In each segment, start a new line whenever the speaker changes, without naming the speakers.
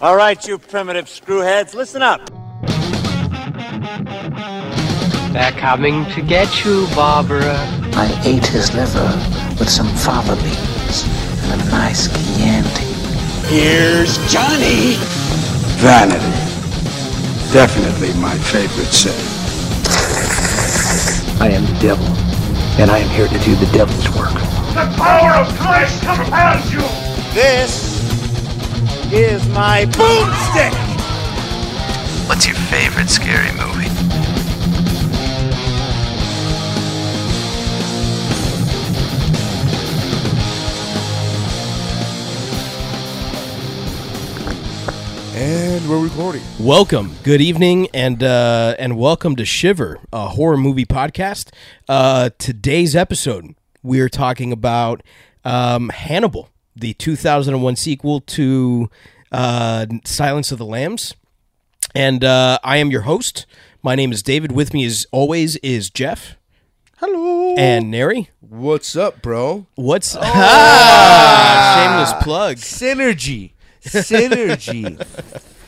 All right, you primitive screwheads, listen up.
They're coming to get you, Barbara.
I ate his liver with some fava beans and a nice Chianti.
Here's Johnny.
Vanity. Definitely my favorite sin.
I am the devil, and I am here to do the devil's work.
The power of Christ compels you.
This is my boomstick.
What's your favorite scary movie?
And we're recording.
Welcome, good evening, and uh, and welcome to Shiver, a horror movie podcast. Uh, today's episode, we are talking about um, Hannibal, the 2001 sequel to uh, Silence of the Lambs, and uh, I am your host. My name is David. With me, as always, is Jeff
Hello.
and Neri.
What's up, bro? Oh.
What's Ah, shameless plug?
Synergy. Synergy.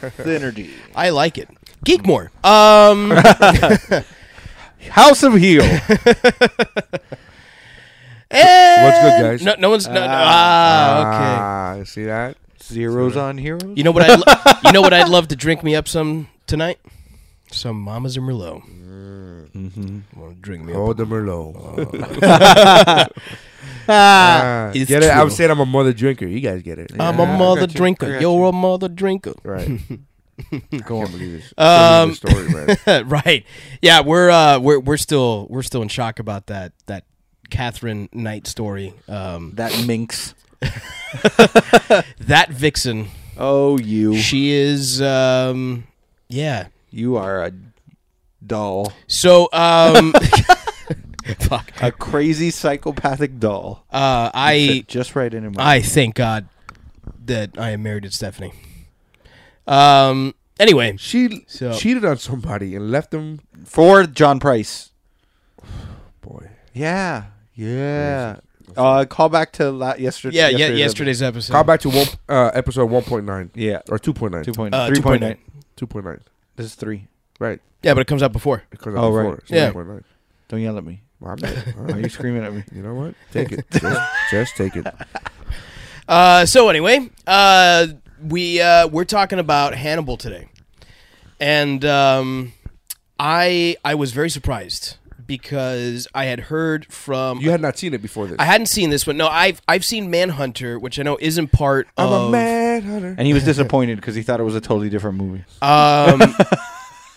Synergy.
I like it. Geekmore. Um,
House of Heel. What's good, guys?
no, no one's no, no, ah, okay.
Ah, see that?
Zeros on heroes?
You know what I? Lo- you know what I'd love to drink me up some tonight. Some mamas and Merlot. Wanna drink me
Oh,
up?
the Merlot. Ah,
It's
get it? I
true.
was saying I'm a mother drinker. You guys get it.
I'm
Yeah.
a mother
got you. I
drinker.
got
You're a mother drinker.
right. Go on, believe this.
Um,
Believe this story, man.
right. Yeah, we're uh, we're we're still we're still in shock about that that Catherine Knight story. Um,
That minx.
that vixen.
Oh, you.
She is. Um, yeah.
You are a doll.
So um, fuck.
A crazy psychopathic doll.
Uh, I
Fit just right into my.
I thank God that I am married to Stephanie. Um. Anyway,
She
So-
cheated on somebody and left them.
for John Price.
Boy.
Yeah. Yeah. Uh, call back to la- yesterday.
yeah, yeah. Yesterday's episode.
Call back to one, uh, episode 1.9
Yeah.
or 2.9.
Two point
Uh,
three point
2.9.
nine.
2.9.
This is three.
Right.
Yeah, but it comes out before.
Because
Oh, right.
Yeah.
1.9.
Don't yell at me.
Well, I'm not- all
Why are
right.
you screaming at me?
You know what? Take it. Just, just take it.
Uh. So anyway, uh, we uh we're talking about Hannibal today, and um, I I was very surprised because I had heard from
You had not seen it before this.
I hadn't seen this one. No, I've I've seen Manhunter, which I know isn't part
I'm
of
a mad hunter.
And he was disappointed because he thought it was a totally different movie.
Um,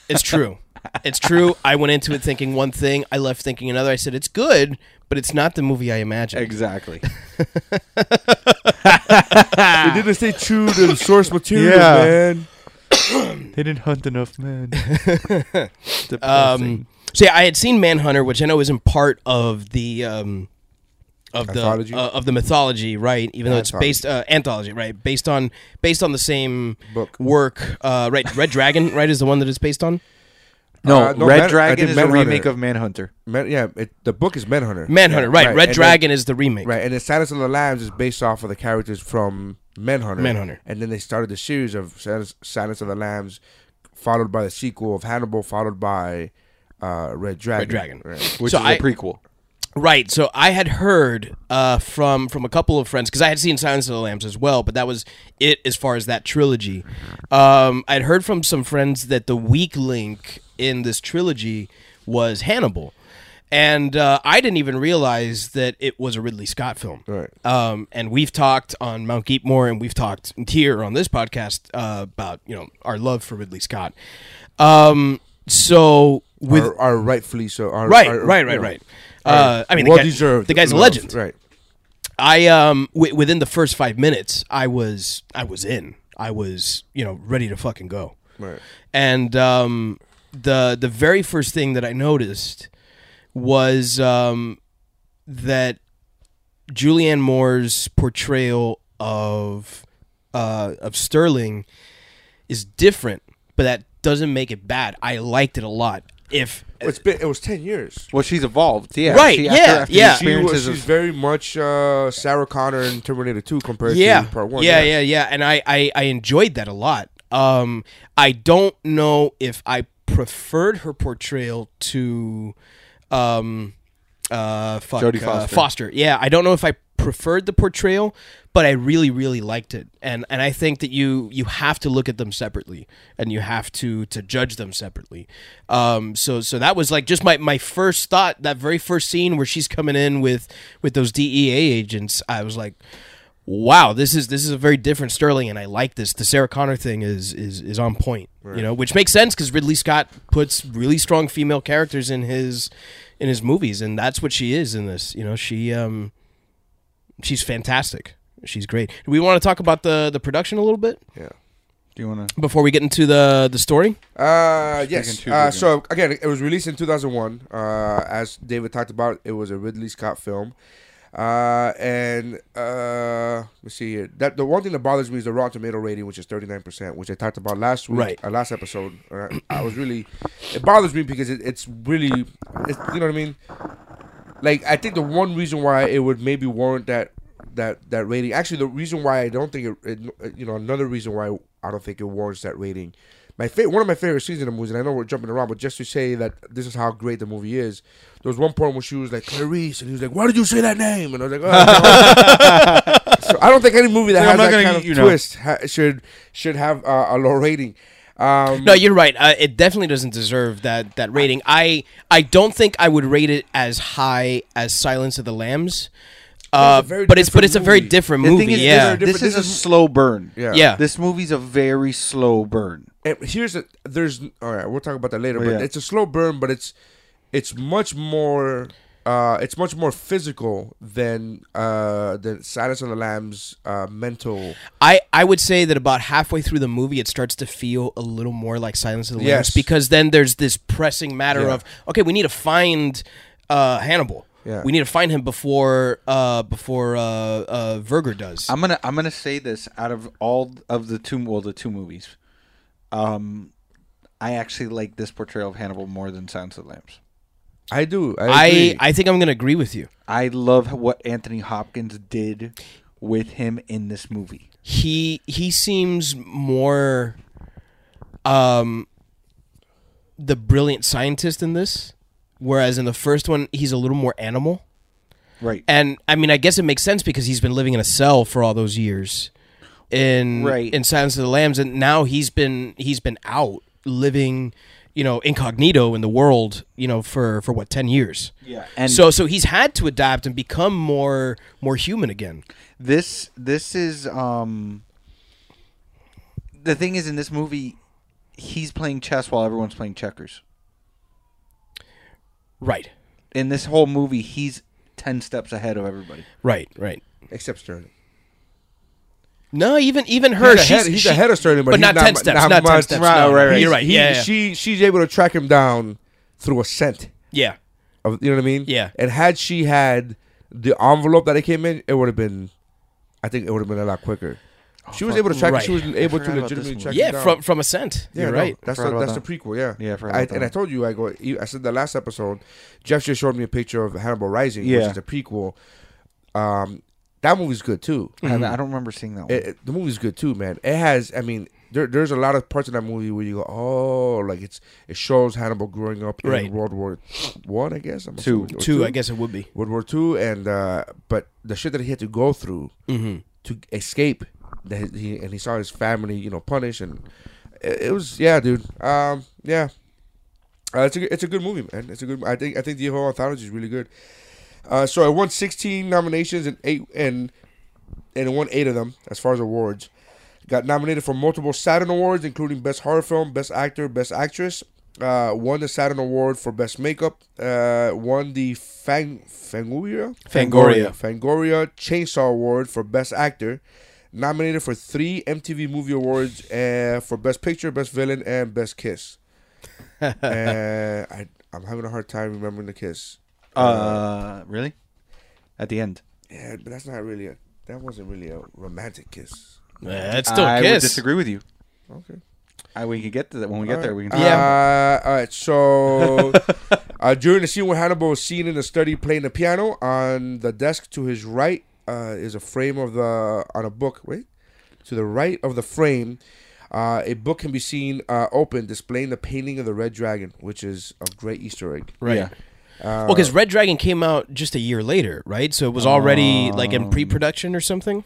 it's true. It's true. I went into it thinking one thing. I left thinking another. I said it's good, but it's not the movie I imagined.
Exactly.
They didn't stay true to the source material,
Yeah.
man.
they didn't hunt enough men.
Um, so yeah, I had seen Manhunter, which I know isn't part of the um, of the
Anthology?
uh, of the mythology, right? Even though it's based uh, anthology, right? Based on based on the same
Book.
work, uh, right? Red Dragon, right, is the one that it's based on.
no,
Uh, no,
Red
Man- I
Dragon
did
is
Manhunter.
a remake of Manhunter.
Man, yeah, it, the book is Manhunter.
Manhunter,
Yeah,
right? Red
and
Dragon is the remake,
Then, right, and then Silence of the Lambs is based off of the characters from Manhunter.
Manhunter.
And then they started the series of Silence, Silence of the Lambs, followed by the sequel of Hannibal, followed by uh, Red Dragon.
Dragon.
Right.
Which
So
is a
I-
prequel.
Right. So I had heard uh, from from a couple of friends because I had seen Silence of the Lambs as well, but that was it as far as that trilogy. Um, I'd heard from some friends that the weak link in this trilogy was Hannibal, and uh, I didn't even realize that it was a Ridley Scott film.
Right.
Um, and we've talked on Mount Geekmore, and we've talked here on this podcast uh, about you know our love for Ridley Scott. Um, so with
Are, are rightfully so. Are,
Right,
are-
right, right,
yeah.
right. Uh, I mean, the,
well
guy-
deserved.
the guy's a
love,
legend.
Right.
I um w- within the first five minutes, I was I was in. I was you know ready to fucking go.
Right.
And um the the very first thing that I noticed was um that Julianne Moore's portrayal of uh of Sterling is different, but that doesn't make it bad. I liked it a lot. if
It's been it was ten years.
Well, she's evolved. Yeah.
Right,
She-
yeah, yeah.
She was,
Experiences
she's
of,
very much uh, Sarah Connor in Terminator Two compared
yeah,
to Part One.
yeah, yeah, yeah, and I, I I enjoyed that a lot. Um, I don't know if I preferred her portrayal to, um, uh, fuck,
Jodie
uh,
Foster.
Foster. Yeah, I don't know if I preferred the portrayal, but I really, really liked it, and and I think that you you have to look at them separately, and you have to to judge them separately. Um, so so that was like just my my first thought. That very first scene where she's coming in with with those DEA agents, I was like wow, this is this is a very different Sterling, and I like this. The Sarah Connor thing is is is on point, you know, which makes sense because Ridley Scott puts really strong female characters in his in his movies, and that's what she is in this. You know, she um she's fantastic. She's great. Do we want to talk about the the production a little bit
do you want to?
before we get into the the story?
Uh, yes.
Speaking to
Uh,
Ridley.
so again, it was released in 2001. Uh, as David talked about, it was a Ridley Scott film. Uh, and uh, let's see here. That the one thing that bothers me is the Rotten Tomato rating, which is 39, percent which I talked about last week,
Right.
uh, last episode. Uh, I was really, it bothers me because it, it's really, it's, you know what I mean. Like I think the one reason why it would maybe warrant that that that rating. Actually, the reason why I don't think it, it you know, another reason why I don't think it warrants that rating. My fa- one of my favorite scenes in the movie, and I know we're jumping around, but just to say that this is how great the movie is. There was one point where she was like Clarice, and he was like, "Why did you say that name?" And I was like, "Oh." so I don't think any movie that
Like,
has
I'm not
that
gonna-
kind of
you know.
twist ha- should should have uh, a low rating. Um,
No, you're right. Uh, it definitely doesn't deserve that that rating. I I don't think I would rate it as high as Silence of the Lambs. Uh,
very
but it's but
different
it's a very
movie.
different
The
movie.
thing is,
yeah,
this,
Different-
this is a
this is-
slow burn.
Yeah.
yeah.
This movie's a very slow burn.
And here's a there's all right. We'll talk about that later.
Oh,
but
yeah.
it's a slow burn, but it's it's much more uh, it's much more physical than uh, than Silence of the Lambs' uh, mental.
I, I would say that about halfway through the movie, it starts to feel a little more like Silence of the Lambs
Yes.
because then there's this pressing matter
Yeah.
of okay, we need to find uh, Hannibal.
Yeah.
We need to find him before uh, before uh, uh, Verger does.
I'm gonna I'm gonna say this out of all of the two well the two movies, um, I actually like this portrayal of Hannibal more than Silence of the Lambs.
I do. I
I,
agree.
I think I'm going to agree with you.
I love what Anthony Hopkins did with him in this movie.
he he seems more um the brilliant scientist in this whereas in the first one he's a little more animal
Right.
and i mean i guess it makes sense because he's been living in a cell for all those years in
Right.
in silence of the lambs and now he's been he's been out living you know incognito in the world you know for for what 10 years
Yeah, and-
so so he's had to adapt and become more more human again
this this is um the thing is in this movie he's playing chess while everyone's playing checkers.
right
In this whole movie he's 10 steps ahead of everybody.
right right
except Sterling.
No, even even her.
he's
she's
ahead, he's
she-
ahead of Sterling, but,
but not
he's
ten steps. Not, ten
much.
steps. no.
right, right.
You're right.
He-
yeah, yeah,
she she's able to track him down through a scent.
yeah.
Of you know what I mean?
Yeah.
And had she had the envelope that it came in, it would have been. I think it would have been a lot quicker. She was able to track.
Right.
She was able to
Oh, forgot about this
legitimately
one.
track.
Yeah,
him down.
from from ascent.
E. Yeah,
You're
no,
right.
That's
Forgot
the,
about
that's
that.
the prequel. Yeah,
Yeah, I forgot
I,
about that
and I
one.
told you, I go. you- I said the last episode. Jeff just showed me a picture of Hannibal Rising,
Yeah.
which is a prequel. Um, that movie's good too.
I haven't- I don't remember seeing that one.
It- it- the movie's good too, man. It has. I mean, there, there's a lot of parts in that movie where you go, oh, like it's it shows Hannibal growing up in
Right.
World War One, I guess. I'm
Two.
assuming, or
Two, I guess it would be.
World War Two, and uh, but the shit that he had to go through to escape, that he and he saw his family, you know, punished, and it, it was yeah, dude, um, yeah, uh, it's a good- it's a good movie, man. It's a good. I think I think the whole anthology is really good. Uh, so I won sixteen nominations and eight and and it won eight of them as far as awards. Got nominated for multiple Saturn Awards, including Best Horror Film, Best Actor, Best Actress. Uh, won the Saturn Award for Best Makeup. Uh, won the Fang Fangoria
Fangoria.
Fangoria Chainsaw Award for Best Actor. Nominated for three MTV Movie Awards uh, for Best Picture, Best Villain, and Best Kiss. and I, I'm having a hard time remembering the kiss.
uh really? At the end.
Yeah, but that's not really a. That wasn't really a romantic kiss.
Yeah, it's still
I
kiss.
would disagree with you.
Okay.
I, we can get to that when we get there. We can.
Yeah. Uh, all right. So uh, during the scene where Hannibal is seen in the study playing the piano, on the desk to his right uh, is a frame of the on a book. Wait, to the right of the frame, uh, a book can be seen uh, open, displaying the painting of the red dragon, which is a great Easter egg.
Right. well, because Red Dragon came out just a year later, right? So it was already like
Um,
in pre-production or something.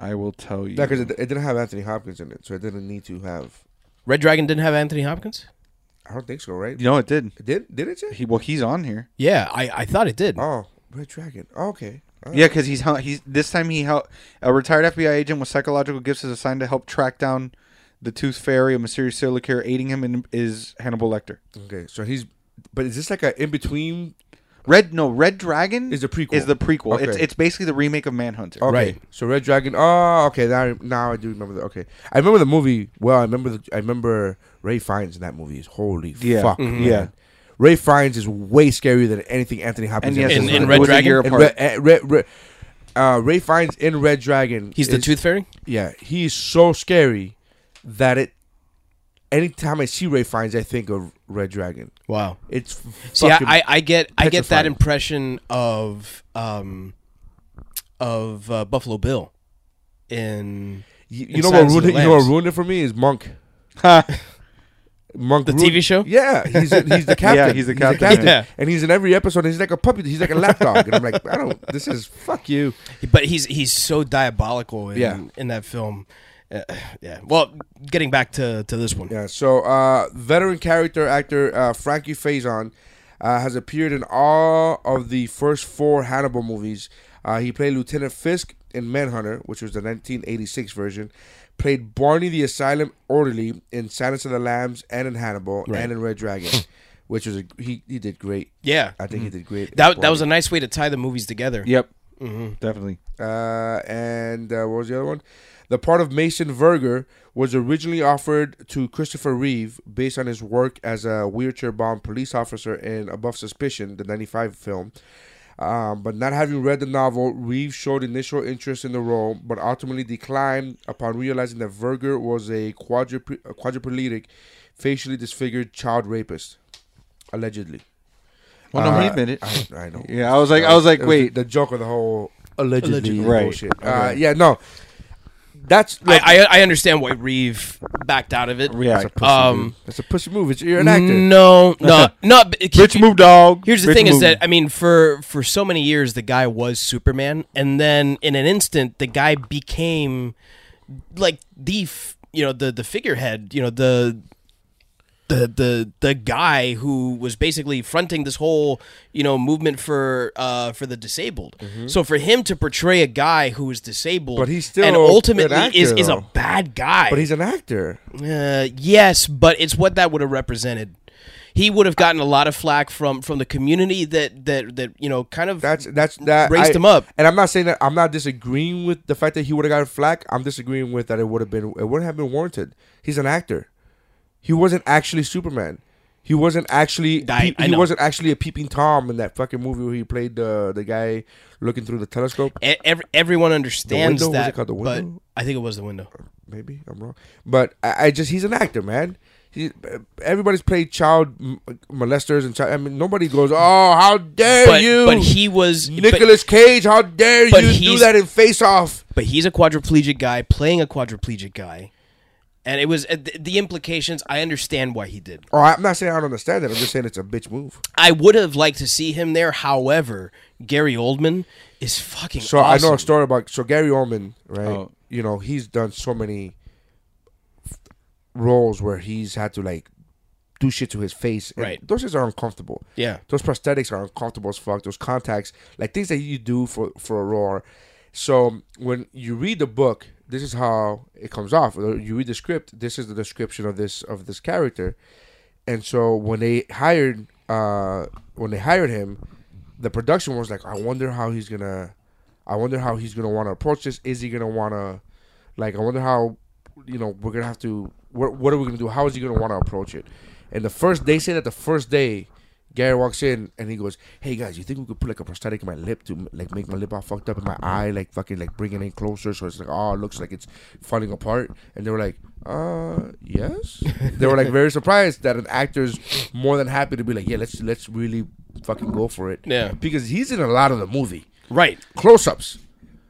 I will tell you.
Yeah, because it, it didn't have Anthony Hopkins in it, so it didn't need to have.
Red Dragon didn't have Anthony Hopkins.
I don't think so, right?
no, it did.
It did did it? Jay?
He well, he's on here.
Yeah, I, I thought it did.
Oh, Red Dragon. Oh, okay. All right.
Yeah, because he's hel- he's this time he helped a retired FBI agent with psychological gifts is assigned to help track down the Tooth Fairy, a mysterious serial killer. Aiding him in, is Hannibal Lecter.
Okay, so he's. But is this like a in between?
Red no Red Dragon
Is the prequel.
Is the prequel? It's
Okay.
it's basically the remake of Manhunter.
Okay.
Right.
So Red Dragon. Oh, okay. Now, I- now I do remember the. Okay, I remember the movie. Well, I remember the. I remember Ray Fiennes in that movie. Holy
Yeah.
fuck.
Mhm.
man.
Yeah.
Ray Fiennes is way scarier than anything Anthony Hopkins.
And yes,
ever
In-
it's
did.
in
it
Red
was a
Dragon?
year
And
apart.
Red- uh, Red- Red- uh, Ray Fiennes in Red Dragon.
He's the
is-
Tooth Fairy.
Yeah, he is so scary that it. Anytime I see Ray Fiennes, I think of Red Dragon.
Wow.
It's
See,
fucking-
I, I, I get I get that
petrifying.
impression of um of uh, Buffalo Bill in
You, you
And
know what
Silence of
ruined
the
it? You know what
Lambs.
ruined it for me is Monk. Monk,
The
ruined-
TV show?
Yeah, he's a, he's the captain.
he's the captain,
yeah.
and he's in every episode. He's like a puppy. He's like a lapdog, and I'm like, I don't. This is fuck you.
but he's he's so diabolical in,
Yeah.
in that film. Uh, yeah. Well, getting back to, to this one.
Yeah. So, uh, veteran character actor uh, Frankie Faison uh, has appeared in all of the first four Hannibal movies. Uh, he played Lieutenant Fisk in Manhunter, which was the 1986 version. Played Barney the Asylum orderly in Silence of the Lambs and in Hannibal and in Red Dragon, which was a, he he did great.
Yeah. Mm-hmm.
I think he did great.
That that was a nice way to tie the movies together.
Yep, definitely.
Uh, and uh, what was the other one? The part of Mason Verger was originally offered to Christopher Reeve based on his work as a wheelchair bound police officer in Above Suspicion, the 95 film. Um, but not having read the novel, Reeve showed initial interest in the role, but ultimately declined upon realizing that Verger was a quadruple- a quadriplegic, facially disfigured child rapist, allegedly.
Well, no, he
Uh,
admitted.
I, I know.
Yeah, I was like, I was like,
It was
wait,
the joke of the whole allegedly,
Right.
bullshit. Uh, yeah, no, that's like
I, I I understand why Reeve backed out of it.
Yeah.
that's a pussy,
um,
dude. that's a pussy move. It's, you're an actor.
No, no, no. but it-
bitch move dog.
Here's the
Bitch
thing: is
move.
that I mean, for for so many years, the guy was Superman, and then in an instant, the guy became like the f- you know the the figurehead, you know the the the the guy who was basically fronting this whole you know movement for uh for the disabled. So for him to portray a guy who is disabled,
Mm-hmm. But he's still
and
an
ultimately
actor,
is is a
though.
bad guy.
But he's an actor.
Uh, yes, but it's what that would have represented. He would have gotten a lot of flack from from the community that that that you know kind of
That's that's that
raised
I-
him up.
And I'm not saying that I'm not disagreeing with the fact that he would have gotten flack. I'm disagreeing with that it would have been it wouldn't have been warranted. He's an actor. He wasn't actually Superman. He wasn't actually
I-
he,
I
he
know.
wasn't actually a peeping tom in that fucking movie where he played the the guy looking through the telescope.
E- ev- everyone understands
window? Was
that.
it called the
but
window?
I think it was the window.
maybe I'm wrong, but I, I just he's an actor, man. He, everybody's played child m- molesters and child. I mean, nobody goes, "Oh, how dare
But
you!"
but he was but-
Nicholas Cage, how dare
but
you do
he's-
that in Face Off?
but he's a quadriplegic guy playing a quadriplegic guy, and it was uh, the, the implications. I understand why he did.
Oh, I'm not saying I don't understand it. I'm just saying it's a bitch move.
I would have liked to see him there. However, Gary Oldman is fucking.
So I know
awesome.
a story about so Gary Oldman, right?
Oh.
You know, he's done so many f- roles where he's had to like do shit to his face. and
Right.
Those shits are uncomfortable.
Yeah.
Those prosthetics are uncomfortable as fuck. Those contacts, like things that you do for for a role. are- So when you read the book, this is how it comes off. Or You read the script. This is the description of this of this character. And so when they hired uh when they hired him, the production was like, I wonder how he's gonna I wonder how he's gonna wanna approach this. Is he gonna wanna like I wonder how you know, we're gonna have to what what are we gonna do? How is he gonna wanna approach it? And the first they say that the first day Gary walks in and he goes, "Hey guys, you think we could put like a prosthetic in my lip to like make my lip all fucked up in my eye, like fucking like bring it in closer so it's like oh, it looks like it's falling apart." And they were like, "Uh, yes." they were like very surprised that an actor's more than happy to be like, "Yeah, let's let's really fucking go for it."
Yeah.
because he's in a lot of the movie
Right.
close-ups.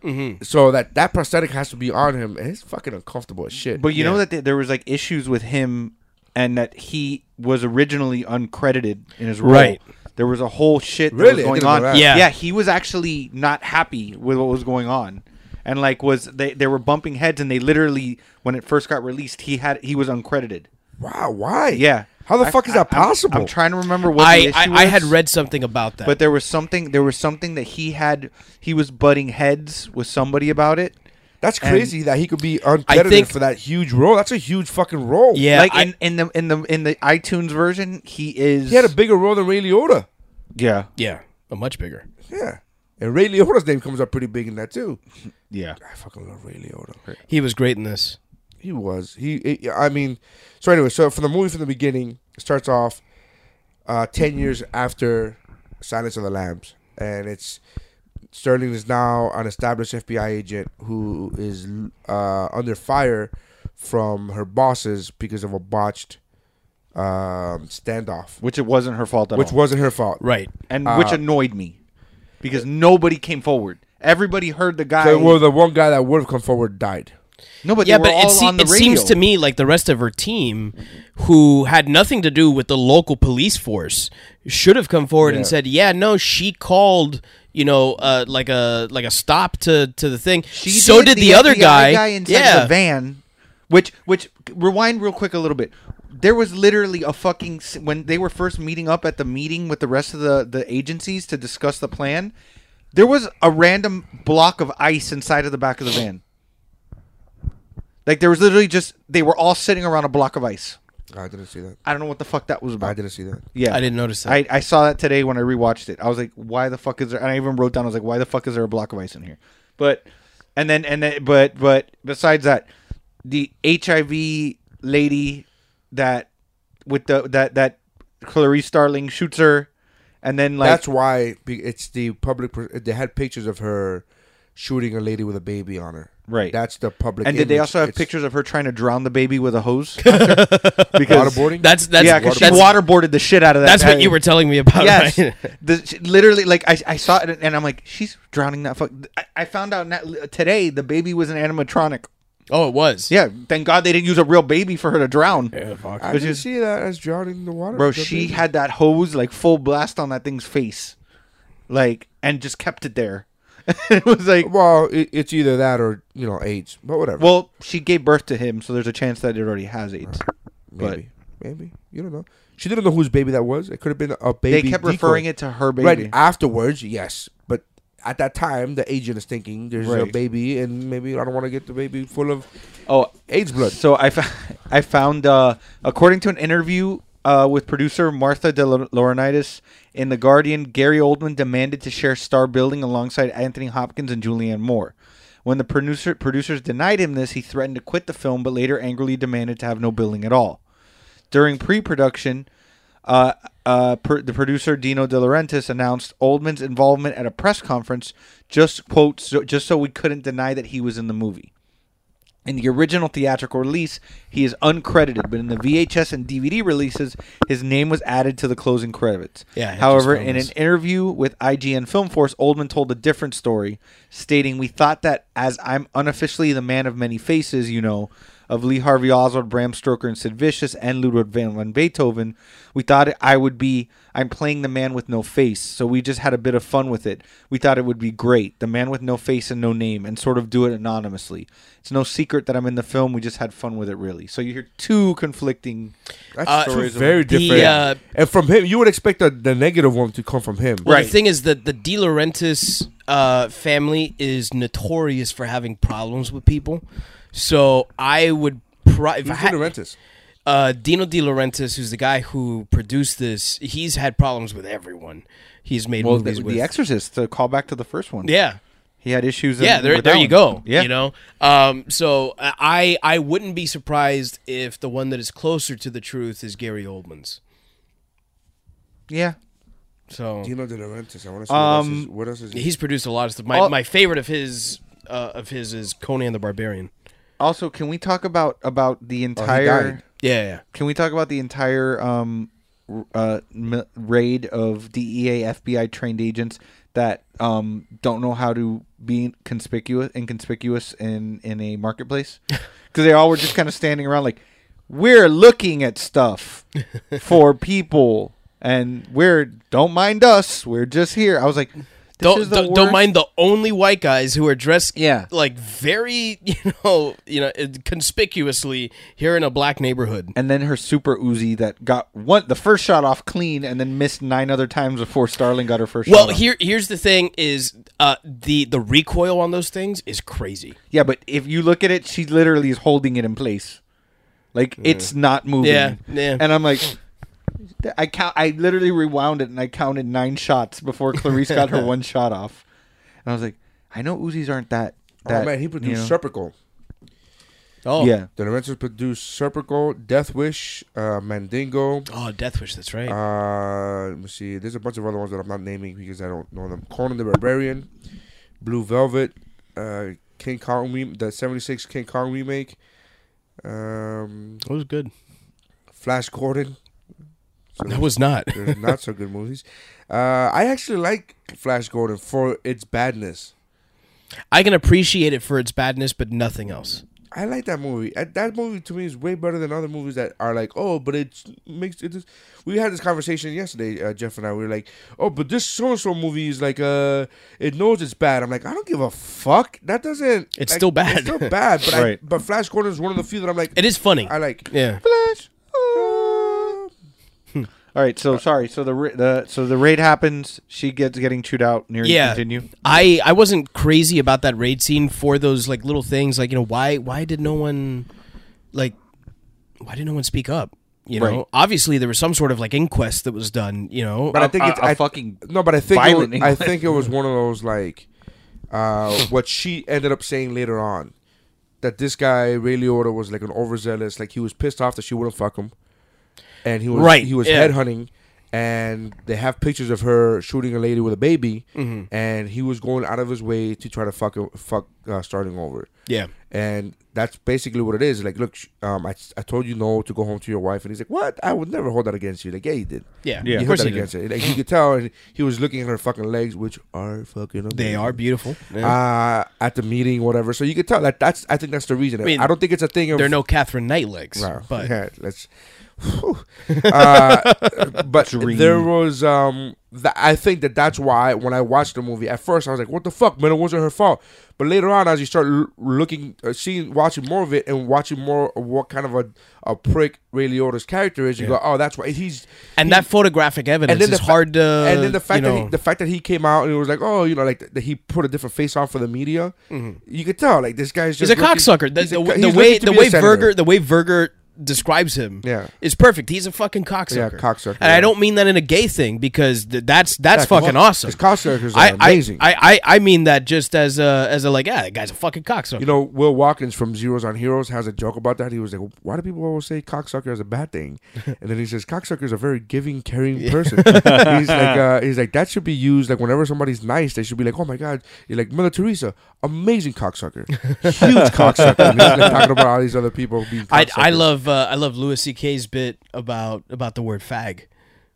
Mm-hmm.
So that that prosthetic has to be on him, and he's fucking uncomfortable as shit.
But you know that th- there was like issues with him, and that he was originally uncredited in his role.
Right.
There was a whole shit that
Really?
was
I
going
didn't know
on.
that.
Yeah.
yeah, he was actually not happy with what was going on, and like was they they were bumping heads, and they literally when it first got released, he had he was uncredited.
wow, why?
Yeah,
how the
I-
fuck is
I-
that
I'm-
possible?
I'm, trying to remember what the
I,
issue
I, I had
was.
read something about that.
But there was something. There was something that he had. He was butting heads with somebody about it.
That's
And-
crazy that he could be uncredited
think-
for that huge role. That's a huge fucking role.
yeah,
like
I-
in, in the in the in the iTunes version, he is.
he had a bigger role than Ray Liotta.
yeah,
yeah, a much bigger.
Yeah, and Ray Liotta's name comes up pretty big in that too.
yeah.
I fucking love Ray Liotta.
He was great in this.
He was. He, he- I mean, so anyway, so from the movie from the beginning, it starts off uh, 10 years after Silence of the Lambs. And it's Sterling is now an established FBI agent who is uh, under fire from her bosses because of a botched um, standoff,
Which it wasn't her fault at
which uh,
all.
wasn't her fault.
Right.
and which annoyed me because nobody came forward. Everybody heard the guy.
So, well, the one guy that would have come forward died.
no, but
Yeah,
they were
but it,
all
se-
on the
it
radio.
seems to me like the rest of her team, who had nothing to do with the local police force, should have come forward and said, "Yeah, no, she called." You know, uh, like a like a stop to to the thing.
She
so did, the, other
FBI
guy.
inside
yeah,
the van, which which rewind real quick a little bit. There was literally a fucking s- when they were first meeting up at the meeting with the rest of the the agencies to discuss the plan. There was a random block of ice inside of the back of the van. Like there was literally just they were all sitting around a block of ice.
I didn't see that.
I don't know what the fuck that was about.
I didn't see that.
Yeah,
I didn't notice that.
I, I saw that today when I rewatched it. I was like, why the fuck is there? And I even wrote down, I was like, why the fuck is there a block of ice in here? But and then and then but but besides that, the HIV lady that with the that that Clarice Starling shoots her, and then like
That's why be- it's the public. per- They had pictures of her shooting a lady with a baby on her.
Right.
That's the public.
and did they
image.
also have
It's
pictures of her trying to drown the baby with a hose? because
waterboarding?
that's that's
yeah, because she
that's,
waterboarded the shit out of that.
that's what
guy.
you were telling me about.
Yes,
right?
the, she- literally, like I, I saw it and I'm like, she's drowning that fuck. I, I found out na- today the baby was an animatronic.
oh, it was.
Yeah, thank God they didn't use a real baby for her to drown.
I
Which
didn't
is-
see that as drowning in the water.
Bro,
The
she
baby.
had that hose like full blast on that thing's face, like, and just kept it there. it was like,
Well, it, it's either that or you know AIDS, but whatever.
well, she gave birth to him, so there's a chance that it already has AIDS. But
maybe, maybe you don't know. She didn't know whose baby that was. It could have been a
they
baby.
kept
decoy.
referring it to her baby.
right afterwards. Yes, but at that time, the agent is thinking there's a
Right.
baby, and maybe I don't want to get the baby full of
Oh,
AIDS blood.
So I, fo- I found, uh, according to an interview uh, with producer Martha De Lo- Laurinaitis in The Guardian, Gary Oldman demanded to share star building alongside Anthony Hopkins and Julianne Moore. When the producer producers denied him this, he threatened to quit the film, but later angrily demanded to have no building at all. During pre-production, uh, uh, per, the producer Dino De Laurentiis announced Oldman's involvement at a press conference, just quote, so, just so we couldn't deny that he was in the movie. In the original theatrical release, he is uncredited, but in the VHS and DVD releases, his name was added to the closing credits.
Yeah, I just
However,
found
in
this.
an interview with IGN Film Force, Oldman told a different story, stating, "We thought that as I'm unofficially the man of many faces, you know, of Lee Harvey Oswald, Bram Stoker, and Sid Vicious, and Ludwig van, van Beethoven, we thought I would be. I'm playing the man with no face, so we just had a bit of fun with it. We thought it would be great, the man with no face and no name, and sort of do it anonymously. It's no secret that I'm in the film. We just had fun with it, really. So you hear two conflicting."
That's
Uh,
two
Stories
very
the,
different.
uh,
and from him, you would expect the, the negative one to come from him.
Well, The thing is that the De Laurentiis uh, family is notorious for having problems with people. So I would. Pro- if I
Who's
had-
De Laurentiis?
Uh, Dino De Laurentiis, who's the guy who produced this, he's had problems with everyone. He's made
Well, the,
movies with.
the Exorcist to call back to the first one.
yeah.
he had issues. in-
Yeah, there,
with
there
that
you
one.
go.
Yeah,
You know, um, so I I wouldn't be surprised if the one that is closer to the truth is Gary Oldman's.
yeah.
So
Dino De Laurentiis. I want to see what
Um,
else is. What else is he?
he's produced a lot of stuff. My,
All-
my favorite of his uh, of his is Conan the Barbarian.
Also, can we talk about about the
died.
entire?
Yeah, yeah.
can we talk about the entire um, r- uh, m- raid of E DEA FBI trained agents that um, don't know how to be conspicuous inconspicuous in in a marketplace because they all were just kind of standing around like we're looking at stuff for people and we're don't mind us we're just here I was like this is
Don't,
the
don't, don't
worst.
mind the only white guys who are dressed
Yeah.
like very you know you know conspicuously here in a black neighborhood.
and then her super Uzi that got one the first shot off clean and then missed nine other times before Starling got her first
Well,
shot. off.
here here's the thing is uh, the the recoil on those things is crazy.
yeah, but if you look at it, she literally is holding it in place, like it's not moving.
Yeah, yeah.
And I'm like, I count. I literally rewound it and I counted nine shots before Clarice got her one shot off, and I was like, I know Uzis aren't that. that
oh man, he
you
produced
know.
Serpico.
Oh
Yeah,
De Laurentiis produced Serpico, Death Wish, uh, Mandingo.
Oh, Death Wish. That's right.
Uh, let me see. There's a bunch of other ones that I'm not naming because I don't know them. Conan the Barbarian, Blue Velvet, uh, King Kong, re- the '76 King Kong remake, um,
that was good.
Flash Gordon. So
That was not.
there's not so good movies. Uh, I actually like Flash Gordon for its badness.
I can appreciate it for its badness, but nothing else.
I like that movie. Uh, That movie to me is way better than other movies that are like, oh, but it makes it. Is, we had this conversation yesterday, uh, Jeff and I. We were like, oh, but this so and so movie is like, uh, it knows it's bad. I'm like, I don't give a fuck. That doesn't.
It's
like,
still bad.
It's still bad. But I,
Right.
but Flash Gordon is one of the few that I'm like,
It is funny.
I like.
yeah.
Flash. uh,
All right. So sorry. So the ra- the so the raid happens. She gets getting chewed out near.
Yeah.
Continue.
I I wasn't crazy about that raid scene for those like little things like you know why why did no one like why did no one speak up? You know,
Right.
obviously there was some sort of like inquest that was done. You know,
But I think
a-
it's
a
I-
fucking
no. But I think it was,
violent
I
English.
think it was one of those like uh, what she ended up saying later on that this guy Ray Liotta was like an overzealous, like he was pissed off that she wouldn't fuck him, and he was
Right,
He was
yeah.
headhunting, and they have pictures of her shooting a lady with a baby,
Mm-hmm.
and he was going out of his way to try to fuck her- fuck uh, starting over.
Yeah.
and that's basically what it is. Like, look, sh- um, I, I told you no to go home to your wife, and he's like, "What? I would never hold that against you." Like, yeah, you did.
yeah,
Yeah.
You
of
held
course
that
he did.
against her. Like, you could tell, and he was looking at her fucking legs, which are fucking.
They are beautiful. Yeah.
Uh, at the meeting, whatever. So you could tell that that's. I think that's the reason. I,
mean,
don't think it's a thing of.
They're no Catherine Knight legs,
Wow.
but
yeah, let's. Whew. uh, but there was um. Th- I think that that's why when I watched the movie at first I was like, "What the fuck, man? It wasn't her fault." But later on, as you start l- looking, uh, seeing, watching more of it, and watching more of what kind of a, a prick Ray Liotta's character is, you go, "Oh, that's why he's."
and that photographic evidence is
fa-
hard to.
and then the fact
you know,
that he, the fact that he came out and it was like, "Oh, you know, like that he put a different face on for the media." You could tell, like this guy's
Mm-hmm. he's
just
a
looking-
cocksucker. The,
he's
the,
a co-
w-
he's
the
looking
way
to
the
be a
way
senator.
Verger the way Verger describes him,
Yeah.
is perfect. He's a fucking cocksucker.
Yeah, cocksucker,
And I
yeah.
don't mean that in a gay thing because th- that's that's
Yeah, 'cause
fucking
all-
awesome.
'cause cocksuckers are
I, I-
amazing.
I, I I mean that just as a as a like yeah, that guy's a fucking cocksucker.
You know, Will Watkins from Zeros on Heroes has a joke about that. He was like, "Why do people always say cocksucker is a bad thing?" And then he says, "Cocksucker is a very giving, caring person." he's like, uh, "He's like that should be used like whenever somebody's nice, they should be like, oh my god, you're like Mother Teresa, amazing cocksucker, huge cocksucker." And he's like, talking about all these other people being.
I I
cocksuckers.
love uh, I love Louis C.K.'s bit about about the word fag.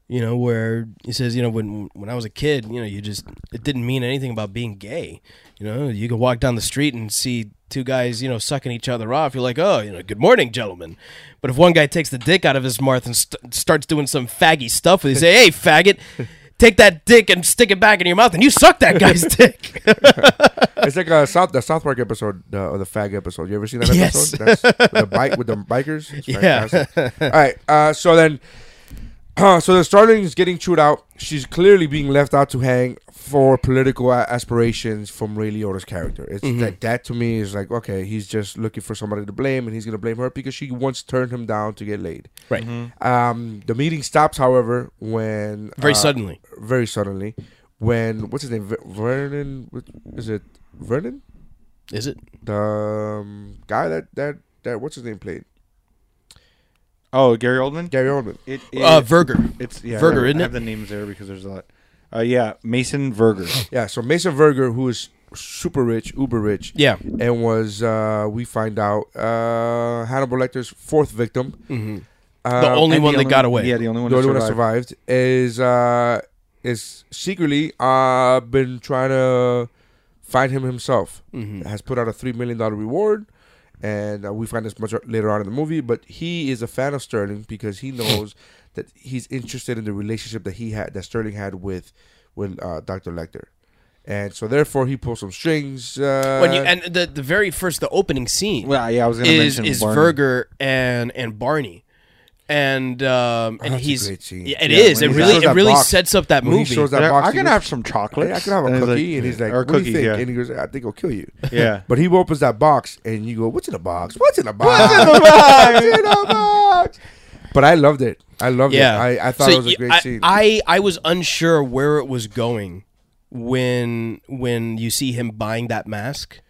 You know where he says, you know, when when I was a kid, you know, you just it didn't mean anything about being gay. You know, you could walk down the street and see two guys, you know, sucking each other off. You're like, oh, you know, good morning, gentlemen. But if one guy takes the dick out of his mouth and st- starts doing some faggy stuff, they say, hey, faggot. Take that dick and stick it back in your mouth, and you suck that guy's dick.
It's like a South the South Park episode uh, or the fag episode. You ever seen that
Yes.
episode? That's the bike with the bikers. It's
Yeah.
fantastic. All right. Uh, so then, uh, so the Starling is getting chewed out. She's clearly being left out to hang for political a- aspirations from Ray Liotta's character. It's
Mm-hmm.
like that to me is like okay, he's just looking for somebody to blame, and he's gonna blame her because she once turned him down to get laid.
right.
Um, the meeting stops, however, when
Very
uh,
suddenly.
very suddenly, when what's his name, Ver- Vernon? what- Is it Vernon?
Is it?
the um, guy that that that what's his name played
Oh, Gary Oldman.
Gary Oldman.
It,
Uh, Verger.
It's yeah.
Uh, Verger,
I have,
isn't
I
it?
have the names there because there's a lot. Uh, yeah, Mason Verger.
Yeah, so Mason Verger, who is super rich, uber rich.
Yeah.
And was, uh, we find out, uh, Hannibal Lecter's fourth victim. Mm-hmm. Uh,
The only
And
one
the
that
only-
got away.
Yeah, the only one.
the
that
only one that
survived.
survived is, uh, is secretly uh, been trying to find him himself. Has put out a $3 million reward. And uh, we find this much later on in the movie, but he is a fan of Sterling because he knows that he's interested in the relationship that he had, that Sterling had with, with uh, Doctor Lecter, and so therefore he pulls some strings. Uh,
when you and the the very first the opening scene
Well, yeah, I was gonna
is
mention
is
Barney.
Verger and and Barney and um and
Oh, that's a
he's
great scene.
Yeah, it
Yeah,
is.
when
It
he
really
shows
it
that
really
box-
sets up that
when he
movie.
shows that
They're like,
box,
I
he
can
goes,
have some chocolate.
"Hey, I can have a cookie, and he's like,
or
"What
cookie,
do you think?"
Yeah.
And he goes, "I think I'll kill you."
Yeah.
But he opens that box, and you go, "What's in the box? What's in the box? What's in the box? But I loved it. I loved
yeah,
it. I, I thought
So
it was a
y-
great
I,
scene.
I I was unsure where it was going when when you see him buying that mask.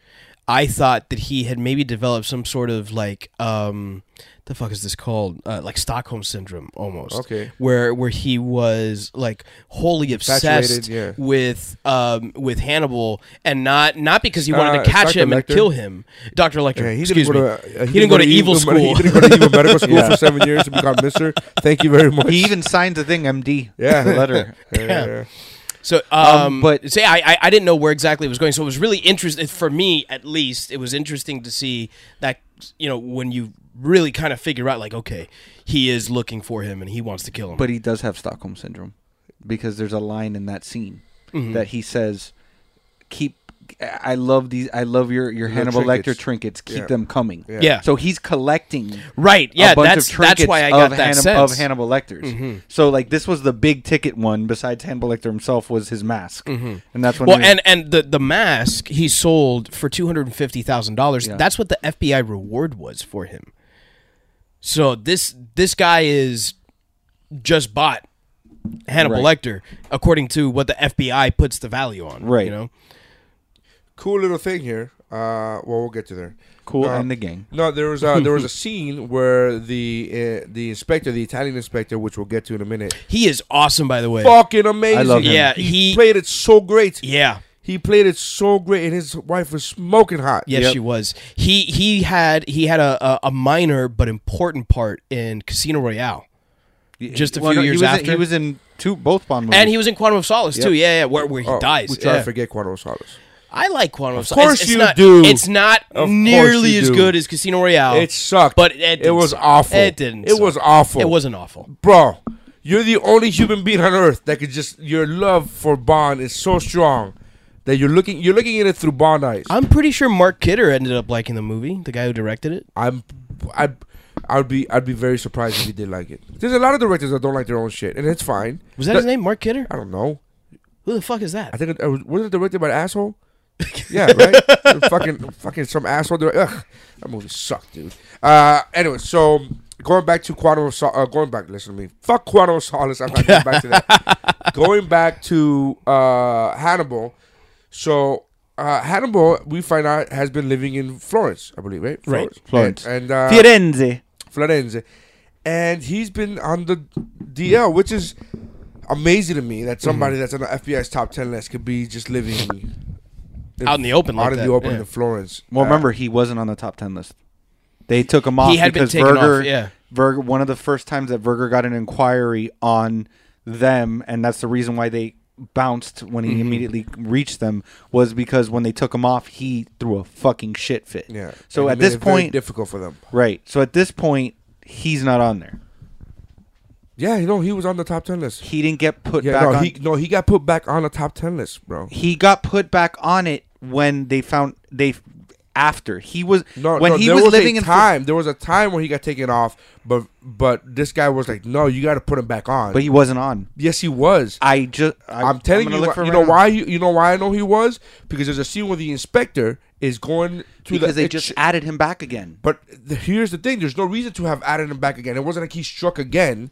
I thought that he had maybe developed some sort of like um the fuck is this called uh, like Stockholm syndrome almost
Okay.
where where he was like wholly obsessed
Infatuated, yeah.
with um with Hannibal and not not because he wanted
Uh,
to catch
Dr.
him and
Lecter?
kill him Dr. Lecter
Yeah, he didn't
excuse
go
me
to, uh,
he, didn't, go, to evil, school
He didn't go to evil medical school for seven years to become Mister. Thank you very much.
He even signed the thing, MD.
Yeah.
the letter.
yeah.
So, um, but
but-
say I, I I didn't know where exactly it was going, so it was really interesting for me at least. It was interesting to see that you know when you really kind of figure out like okay, he is looking for him and he wants to kill him.
But he does have Stockholm syndrome because there's a line in that scene
Mm-hmm.
that he says, "Keep." I love these. I love your your Hannibal
trinkets.
Lecter trinkets. Keep
Yeah.
them coming.
Yeah.
So he's collecting.
right, yeah,
a bunch
that's
of trinkets
that's why I got
of,
that sense.
Hannib-
Mm-hmm.
of Hannibal Lecter's. So like this was the big ticket one. Besides Hannibal Lecter himself, was his mask, and that's when.
Mm-hmm. well,
we-
and and the the mask he sold for two hundred and fifty thousand dollars. That's what the FBI reward was for him. So this this guy is just bought Hannibal
Right.
Lecter according to what the FBI puts the value on.
Right.
You know.
cool little thing here. Uh, well, we'll get to there.
cool
Uh,
and the gang.
No, there was a, there was a scene where the uh, the inspector, the Italian inspector, which we'll get to in a minute,
He is awesome, by the way.
fucking amazing.
I love him.
Yeah,
he,
he-
played it so great.
Yeah.
he played it so great, and his wife was smoking hot.
Yes,
Yep.
she was. He he had he had a, a a minor but important part in Casino Royale, just a
Well,
few
no,
years
he was in-
after.
he was in two both Bond movies.
and he was in Quantum of Solace too. Yeah, yeah, where, where he
Oh,
dies.
We try
Yeah.
to forget Quantum of Solace.
I like Quantum of
Of
Solace.
course
it's, it's
you
not,
do.
It's not
Of course
nearly
you
as
do.
good as Casino Royale.
It sucked,
Oh. but it, didn't
was
suck.
awful.
It didn't.
It
suck.
was awful.
It wasn't awful.
bro. You're the only human being on earth that could just your love for Bond is so strong that you're looking you're looking at it through Bond eyes.
I'm pretty sure Mark Kidder ended up liking the movie. The guy who directed it.
I'm I I'd be I'd be very surprised if he did like it. There's a lot of directors that don't like their own shit, and it's fine.
Was that his name? Mark Kidder.
I don't know.
Who the fuck is that?
I think it, uh, wasn't it directed by an asshole. yeah, right. fucking fucking some asshole. Direct- Ugh, that movie sucked, dude. Uh, anyway, so going back to Quantum of Sol- uh, going back. Listen to me. Fuck Quantum of Solace. I'm not going back to that. going back to uh, Hannibal. So uh, Hannibal, we find out has been living in Florence, I believe, right?
Right.
Florence.
And, and, uh,
Firenze.
Firenze, and he's been on the DL, which is amazing to me
Mm-hmm.
that somebody that's on the FBI's top ten list could be just living
Out in the open like
out in
that,
the open
yeah.
in Florence.
Well,
Uh,
remember he wasn't on the top ten list. They took him off
had been
because
taken off,
Verger,
yeah.
Verger, one of the first times that Verger got an inquiry on them, and that's the reason why they bounced when
Mm-hmm.
he immediately reached them was because when they took him off, he threw a fucking shit fit.
yeah.
So
And
at
it made
this
it very
point,
difficult for them.
right? So at this point, he's not on there.
Yeah, you know he was on the top ten list.
He didn't get put
Yeah,
back
no,
on.
he no he got put back on the top ten list, bro.
he got put back on it when they found they after he was
No,
when
no,
he
there
was,
was,
living
a
in Fl-
time. There was a time where he got taken off, but but this guy was like, no, you got to put him back on.
but he wasn't on.
yes, he was.
I just I,
I'm telling
gonna
you,
look
why-
for it
you
right
know
now.
why you, you know why I know he was because there's a scene where the inspector is going to
because
the,
they
it
just
sh-
added him back again.
But the, here's the thing: there's no reason to have added him back again. It wasn't like he struck again.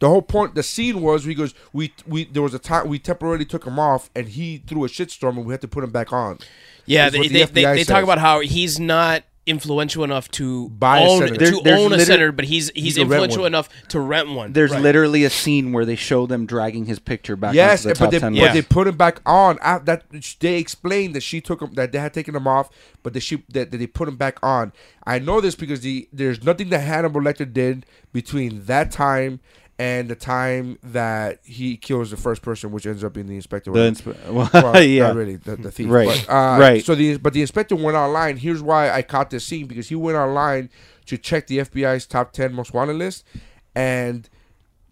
The whole point, the scene was he goes, we we there was a time we temporarily took him off, and he threw a shitstorm, and we had to put him back on.
Yeah,
is
they,
what the
they, they,
FBI
they talk
says.
about how he's not. i- influential enough to
Buy a
own,
center.
There-
to
there's
own a
liter-
center, but he's he's
can rent
influential
one.
enough to rent one.
There's literally a scene where they show them dragging his picture back
Yes,
onto the
but
top
they,
ten
but
list.
they put him back on. I, that they explained that she took him, that they had taken him off, but that she that, that they put him back on. I know this because the there's nothing that Hannibal Lecter did between that time and the time that he kills the first person, which ends up being the inspector.
The inspe- well, yeah.
not really the, the thief,
Right.
But, uh,
Right.
So the but the inspector went online. Here's why I caught this scene because he went online to check the FBI's top ten most wanted list, and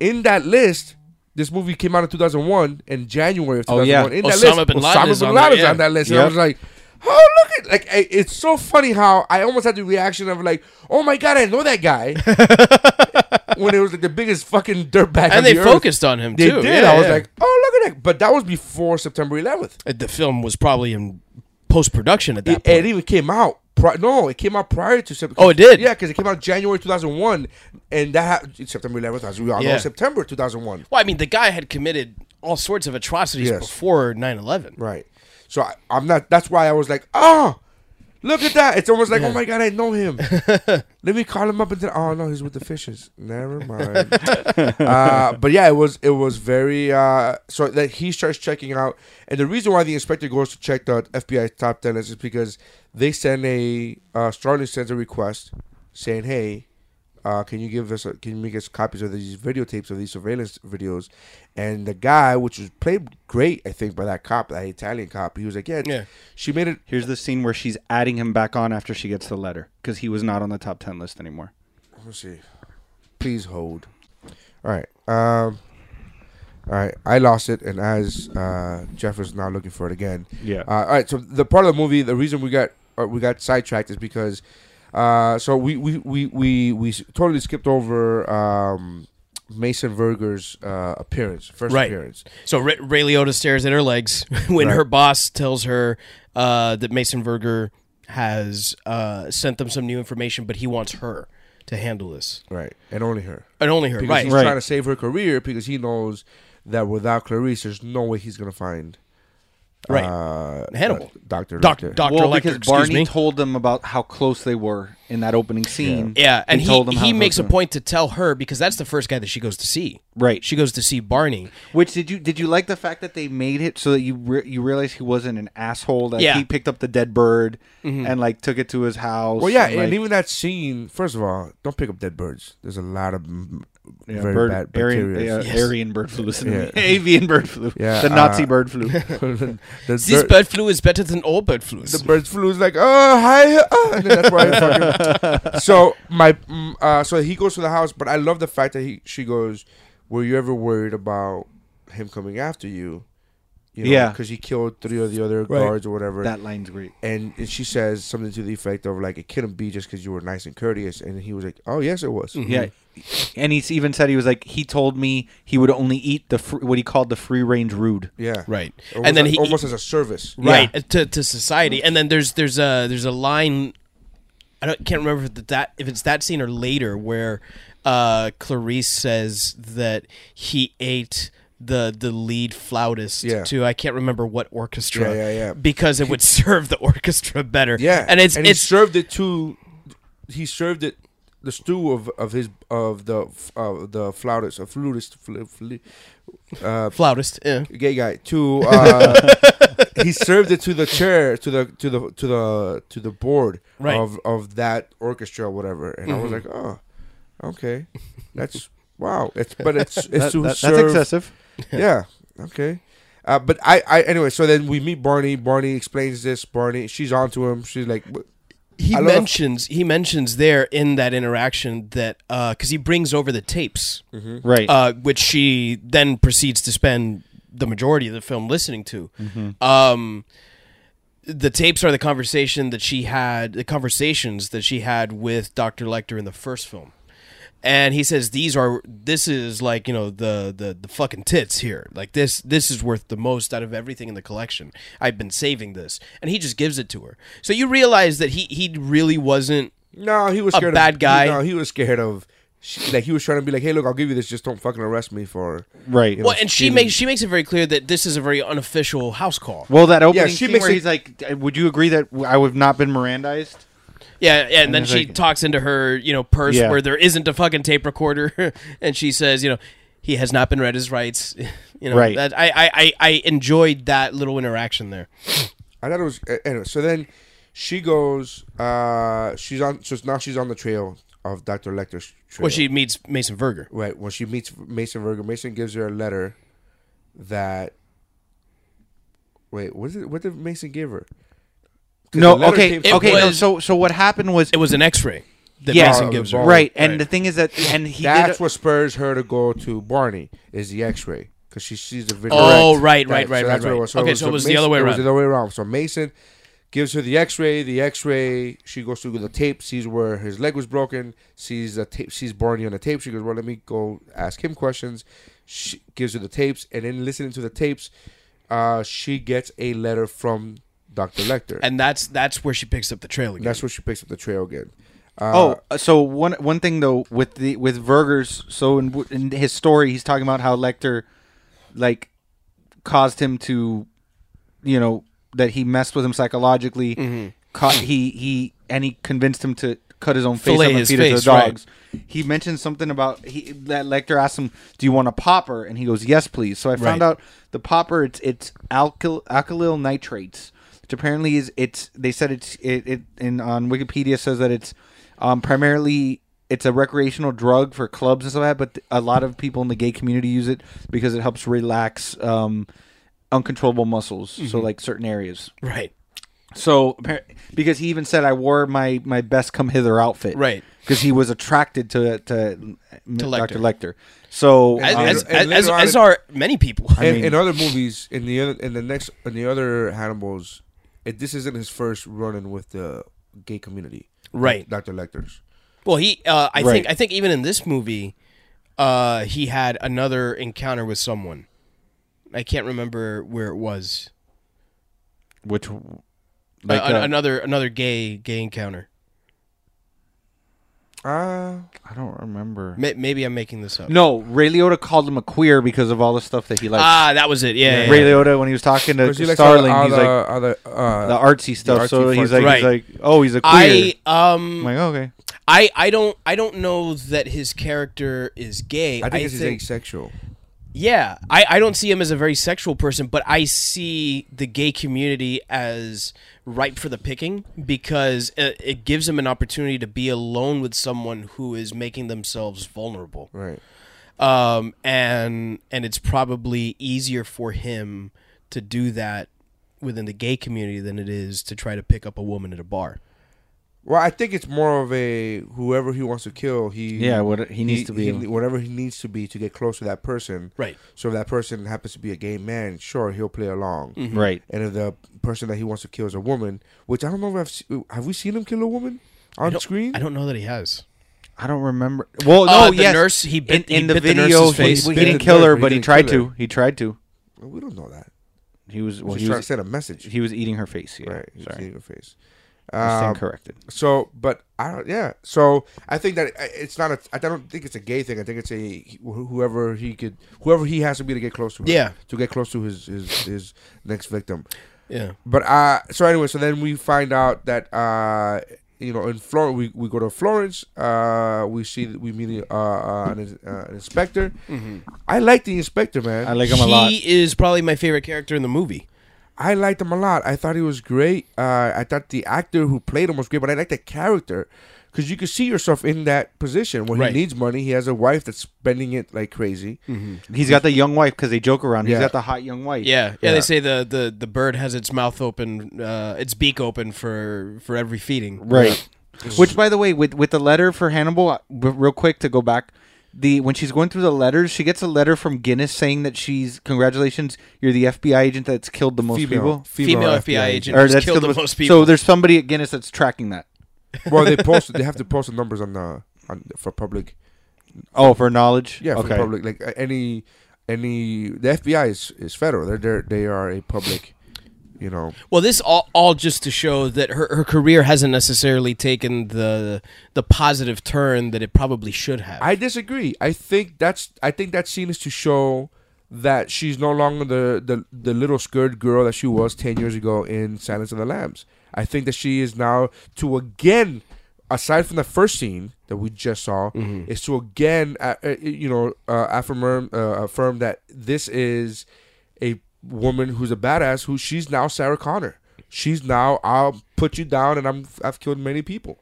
in that list, this movie came out in 2001 in January of
Oh, yeah.
2001. In that
Osama
list,
bin Laden is on there,
Laden's
yeah.
on that list, and I
Yep.
was like. Oh look at like I- it's so funny how I almost had the reaction of like oh my god I know that guy when it was like the biggest fucking dirtbag on
and they
the earth.
focused on him
they
too.
did
Yeah,
I was
yeah.
like oh look at that but that was before September 11th
Uh, the film was probably in post production at that
it, it
point.
even came out. Pri- no, it came out prior to September.
Oh, it did?
Yeah, because it came out January 2001, and that ha- September 11th, as we all
Yeah.
know, September 2001.
Well, I mean, the guy had committed all sorts of atrocities
Yes.
before 9-11.
Right. So I, I'm not. That's why I was like, oh, look at that. It's almost like, oh my god, I know him. Let me call him up and then, oh no, he's with the fishes. Never mind. uh, but yeah, it was it was very uh, so that he starts checking out, and the reason why the inspector goes to check the FBI top ten list is because they send a uh, Starling sends a request saying, hey. Uh, can you give us? A, can you make us copies of these videotapes of these surveillance videos? And the guy, which was played great, I think, by that cop, that Italian cop, he was like, "Yeah,
Yeah.
she made it."
Here's the scene where she's adding him back on after she gets the letter because he was not on the top ten list anymore.
Let's see. Please hold. All right. Um. All right. I lost it, and as uh, Jeff is now looking for it again.
Yeah.
Uh, all right. So the part of the movie, the reason we got uh, we got sidetracked is because, uh, so we we we we, we s- totally skipped over um, Mason Verger's uh, appearance, first
Right.
appearance.
So Ray, Ray Liotta stares at her legs when her boss tells her uh, that Mason Verger has uh, sent them some new information, but he wants her to handle this.
Right. And only her.
And only her,
Because
right.
he's trying to save her career because he knows that without Clarice, there's no way he's gonna find
Right.
uh,
Hannibal.
Doctor
Doc,
Lecter.
Dr.
well,
Lecter,
because
excuse
Barney
me.
told them about how close they were in that opening scene.
Yeah, and he
them
he
how close
makes a
they were.
point to tell her because that's the first guy that she goes to see.
Right.
She goes to see Barney.
Which did you did you like the fact that they made it so that you re- you realize he wasn't an asshole that
Yeah. Mm-hmm.
he picked up the dead bird and like took it to his house.
Well, yeah,
and,
and,
like,
even that scene. First of all, don't pick up dead birds. There's a lot of mm,
yeah,
very
bird,
bad
Aryan,
bacteria.
yeah, Aryan bird flu, listen to
Yeah.
me. avian bird flu,
Yeah,
the Nazi
uh,
bird flu.
the,
This
dirt-
bird flu is better than all bird flus.
the bird flu is like, oh hi, uh, and then that's why. I fucking, so my, mm, uh, so he goes to the house, but I love the fact that he she goes, were you ever worried about him coming after you? you
Yeah.
because he killed three of the other guards or whatever.
that line's great.
and, and she says something to the effect of like, it couldn't be just because you were nice and courteous. And he was like, oh yes, it was.
Yeah. And he even said he was like he told me he would only eat the fr- what he called the free range rude.
Yeah.
Right.
Almost
And then
as-
he-
almost as a service.
right to, to society and then there's there's a there's a line i don't, can't remember if it's that if it's that scene or later where uh clarice says that he ate the the lead flautist
Yeah.
to i can't remember what orchestra
Yeah, yeah, yeah.
because it would serve the orchestra better
Yeah.
and it's
he
it's
served it to he served it the stew of, of his of the of the flautist a flutist fl- fl-
flautist yeah.
gay guy to uh, he served it to the chair to the to the to the to the board
Right. Mm-hmm.
of of that orchestra or whatever and I was like oh okay that's wow it's but it's it's
That-
to
that- that's
serve
excessive.
yeah. Okay. Uh, but I, I, anyway. So then we meet Barney. Barney explains this. Barney, she's on to him. She's like, "What?"
he
I love-
mentions he mentions there in that interaction that uh because he brings over the tapes
Mm-hmm.
Right.
uh, which she then proceeds to spend the majority of the film listening to. Um, the tapes are the conversation that she had, the conversations that she had with Dr. Lecter in the first film. And he says these are this is like you know the the the fucking tits here like this this is worth the most out of everything in the collection. I've been saving this, and he just gives it to her. So you realize that he he really wasn't
"No, he was
A
scared of
bad
he-
guy.
No, he was scared of." She, like he was trying to be like, "Hey, look, I'll give you this. Just don't fucking arrest me for."
right.
well, and she makes she makes it very clear that this is a very unofficial house call.
Well, that opening
she
scene
makes
where "Uh,
it-
he's like, "Would you agree that I would have not been Mirandized?"
Yeah, and, then she talks into her, you know, purse
Yeah.
where there isn't a fucking tape recorder, and she says, you know, he has not been read his rights. You know,
Right.
That, I, I, I, I enjoyed that little interaction there.
I thought it was a- anyway. So then she goes. Uh, she's on. So now she's on the trail of Doctor Lecter's trail.
Well, she meets Mason Verger.
right when she meets Mason Virgo. Mason gives her a letter that. Wait, what is it? What did Mason give her? 'Cause the
No,
letter
okay,
came from-
okay. no,
was-
so so what happened was
It was an X-ray that
yeah,
Mason gives her.
Right.
right. And the thing is that and he did,
That's what spurs her to go to Barney is the X-ray because she sees the video.
Oh, right, right, right,
that's
right,
what
right.
it was.
Okay, so it was the
Mason-
other way
It was
around.
the other way around. So Mason gives her the X-ray. The X-ray. She goes through the tape, sees where his leg was broken. Sees the tape. Sees Barney on the tape. She goes, "Well, let me go ask him questions." She gives her the tapes, and then listening to the tapes, uh, she gets a letter from Doctor Lecter, and
and that's that's where she picks up the trail again.
that's where she picks up the trail again.
Oh, uh, so one one thing though with the with Verger's so in, in his story he's talking about how Lecter like caused him to you know that he messed with him psychologically
Mm-hmm.
caught he he and he convinced him to cut his own face
Fillet
up and
his
feed it to the
face, right.
dogs. He mentioned something about he that Lecter asked him, "Do you want a popper?" and he goes, "Yes, please." So I found
Right.
out the popper it's it's alkyl alkyl nitrates, which apparently is it's they said it's it, it in on Wikipedia says that it's um, primarily it's a recreational drug for clubs and stuff like that, but a lot of people in the gay community use it because it helps relax um, uncontrollable muscles, so like certain areas.
right.
So appar- because he even said I wore my my best come hither outfit,
Right.
Because he was attracted to to,
Lecter.
Dr. Lecter. So
As,
um,
as,
and later
as,
on
as
it-
are many people.
And in other movies, in the other, in the next, in the other Hannibals, it, this isn't his first run-in with the gay community,
Right.
Doctor Lecter's.
Well, he, uh, I
Right.
think, I think even in this movie, uh, he had another encounter with someone. I can't remember where it was.
which
Uh,
like
an-
uh,
another, another gay, gay encounter.
Uh,
I don't remember.
May- maybe I'm making this up.
No, Ray Liotta called him a queer because of all the stuff that he liked.
Ah, that was it. Yeah. yeah,
Ray
yeah.
Liotta when he was talking to
because he likes
Starling,
all the,
he's like
all the, uh,
the artsy stuff.
artsy
so he's
farts.
like
Right.
he's like oh he's a queer.
I um
am like
"Oh,
okay.
I I don't I don't know that his character is gay.
I think it's his asexual.
Yeah, I, I don't see him as a very sexual person, but I see the gay community as ripe for the picking because it, it gives him an opportunity to be alone with someone who is making themselves vulnerable.
Right.
Um, and and it's probably easier for him to do that within the gay community than it is to try to pick up a woman at a bar.
Well, I think it's more of a whoever he wants to kill. He
Yeah, what- he needs to be-
whatever he needs to be to get close to that person.
Right.
So if that person happens to be a gay man, sure he'll play along.
Right.
And if the person that he wants to kill is a woman, which I don't know if I've se- have we seen him kill a woman on
don't-
screen?
I don't know that he has.
I don't remember. Well, no,
Uh, the
yes.
nurse, he bit- he
in, in the
bit the
video.
nurse's
he-
face.
he,
Bit
didn't
the
kill
nurse, but
her,
he
but he
didn't
tried
kill her.
to. He tried to.
We don't know that.
He was well.
He's
He
trying to
was
send a message.
he was eating her face. Yeah.
right. He's
Sorry.
in your face.
I
Um,
stand corrected.
So, but I don't. Yeah. So I think that it- it's not a. I don't think it's a gay thing. I think it's a wh- whoever he could, whoever he has to be to get close to. her-
Yeah.
To get close to his his his next victim.
Yeah.
But uh, so anyway, so then we find out that uh, you know, in Florence, we, we go to Florence. Uh, we see we meet uh, uh an, uh, an inspector. I like the inspector, man.
I like him a lot.
He is probably my favorite character in the movie.
I liked him a lot. I thought he was great. Uh, I thought the actor who played him was great, but I liked the character because you could see yourself in that position where
Right.
he needs money. He has a wife that's spending it like crazy.
He's got the young wife because they joke around. He's
Yeah.
got the hot young wife.
Yeah, yeah. They say the, the the bird has its mouth open, uh, its beak open for for every feeding.
Right. Which, by the way, with with the letter for Hannibal, uh, r- real quick to go back, the when she's going through the letters, she gets a letter from Guinness saying that she's congratulations, you're the FBI agent that's killed the most people.
Female, FBI agent
Or
who's
that's
killed
killed
the most people.
So there's somebody at Guinness that's tracking that.
Well, they post. They have to post the numbers on the on for public.
Oh, for knowledge.
Yeah, for
okay.
public. Like uh, any any the FBI is is federal. They're, they're they are a public. You know,
well, this all, all just to show that her, her career hasn't necessarily taken the the positive turn that it probably should have.
I disagree. I think that's I think that scene is to show that she's no longer the the, the little skirt girl that she was ten years ago in Silence of the Lambs. I think that she is now to again aside from the first scene that we just saw, is to again, uh, uh, you know, uh, affirm uh, affirm that this is a woman who's a badass. Who she's now Sarah Connor. She's now I'll put you down, and I'm I've killed many people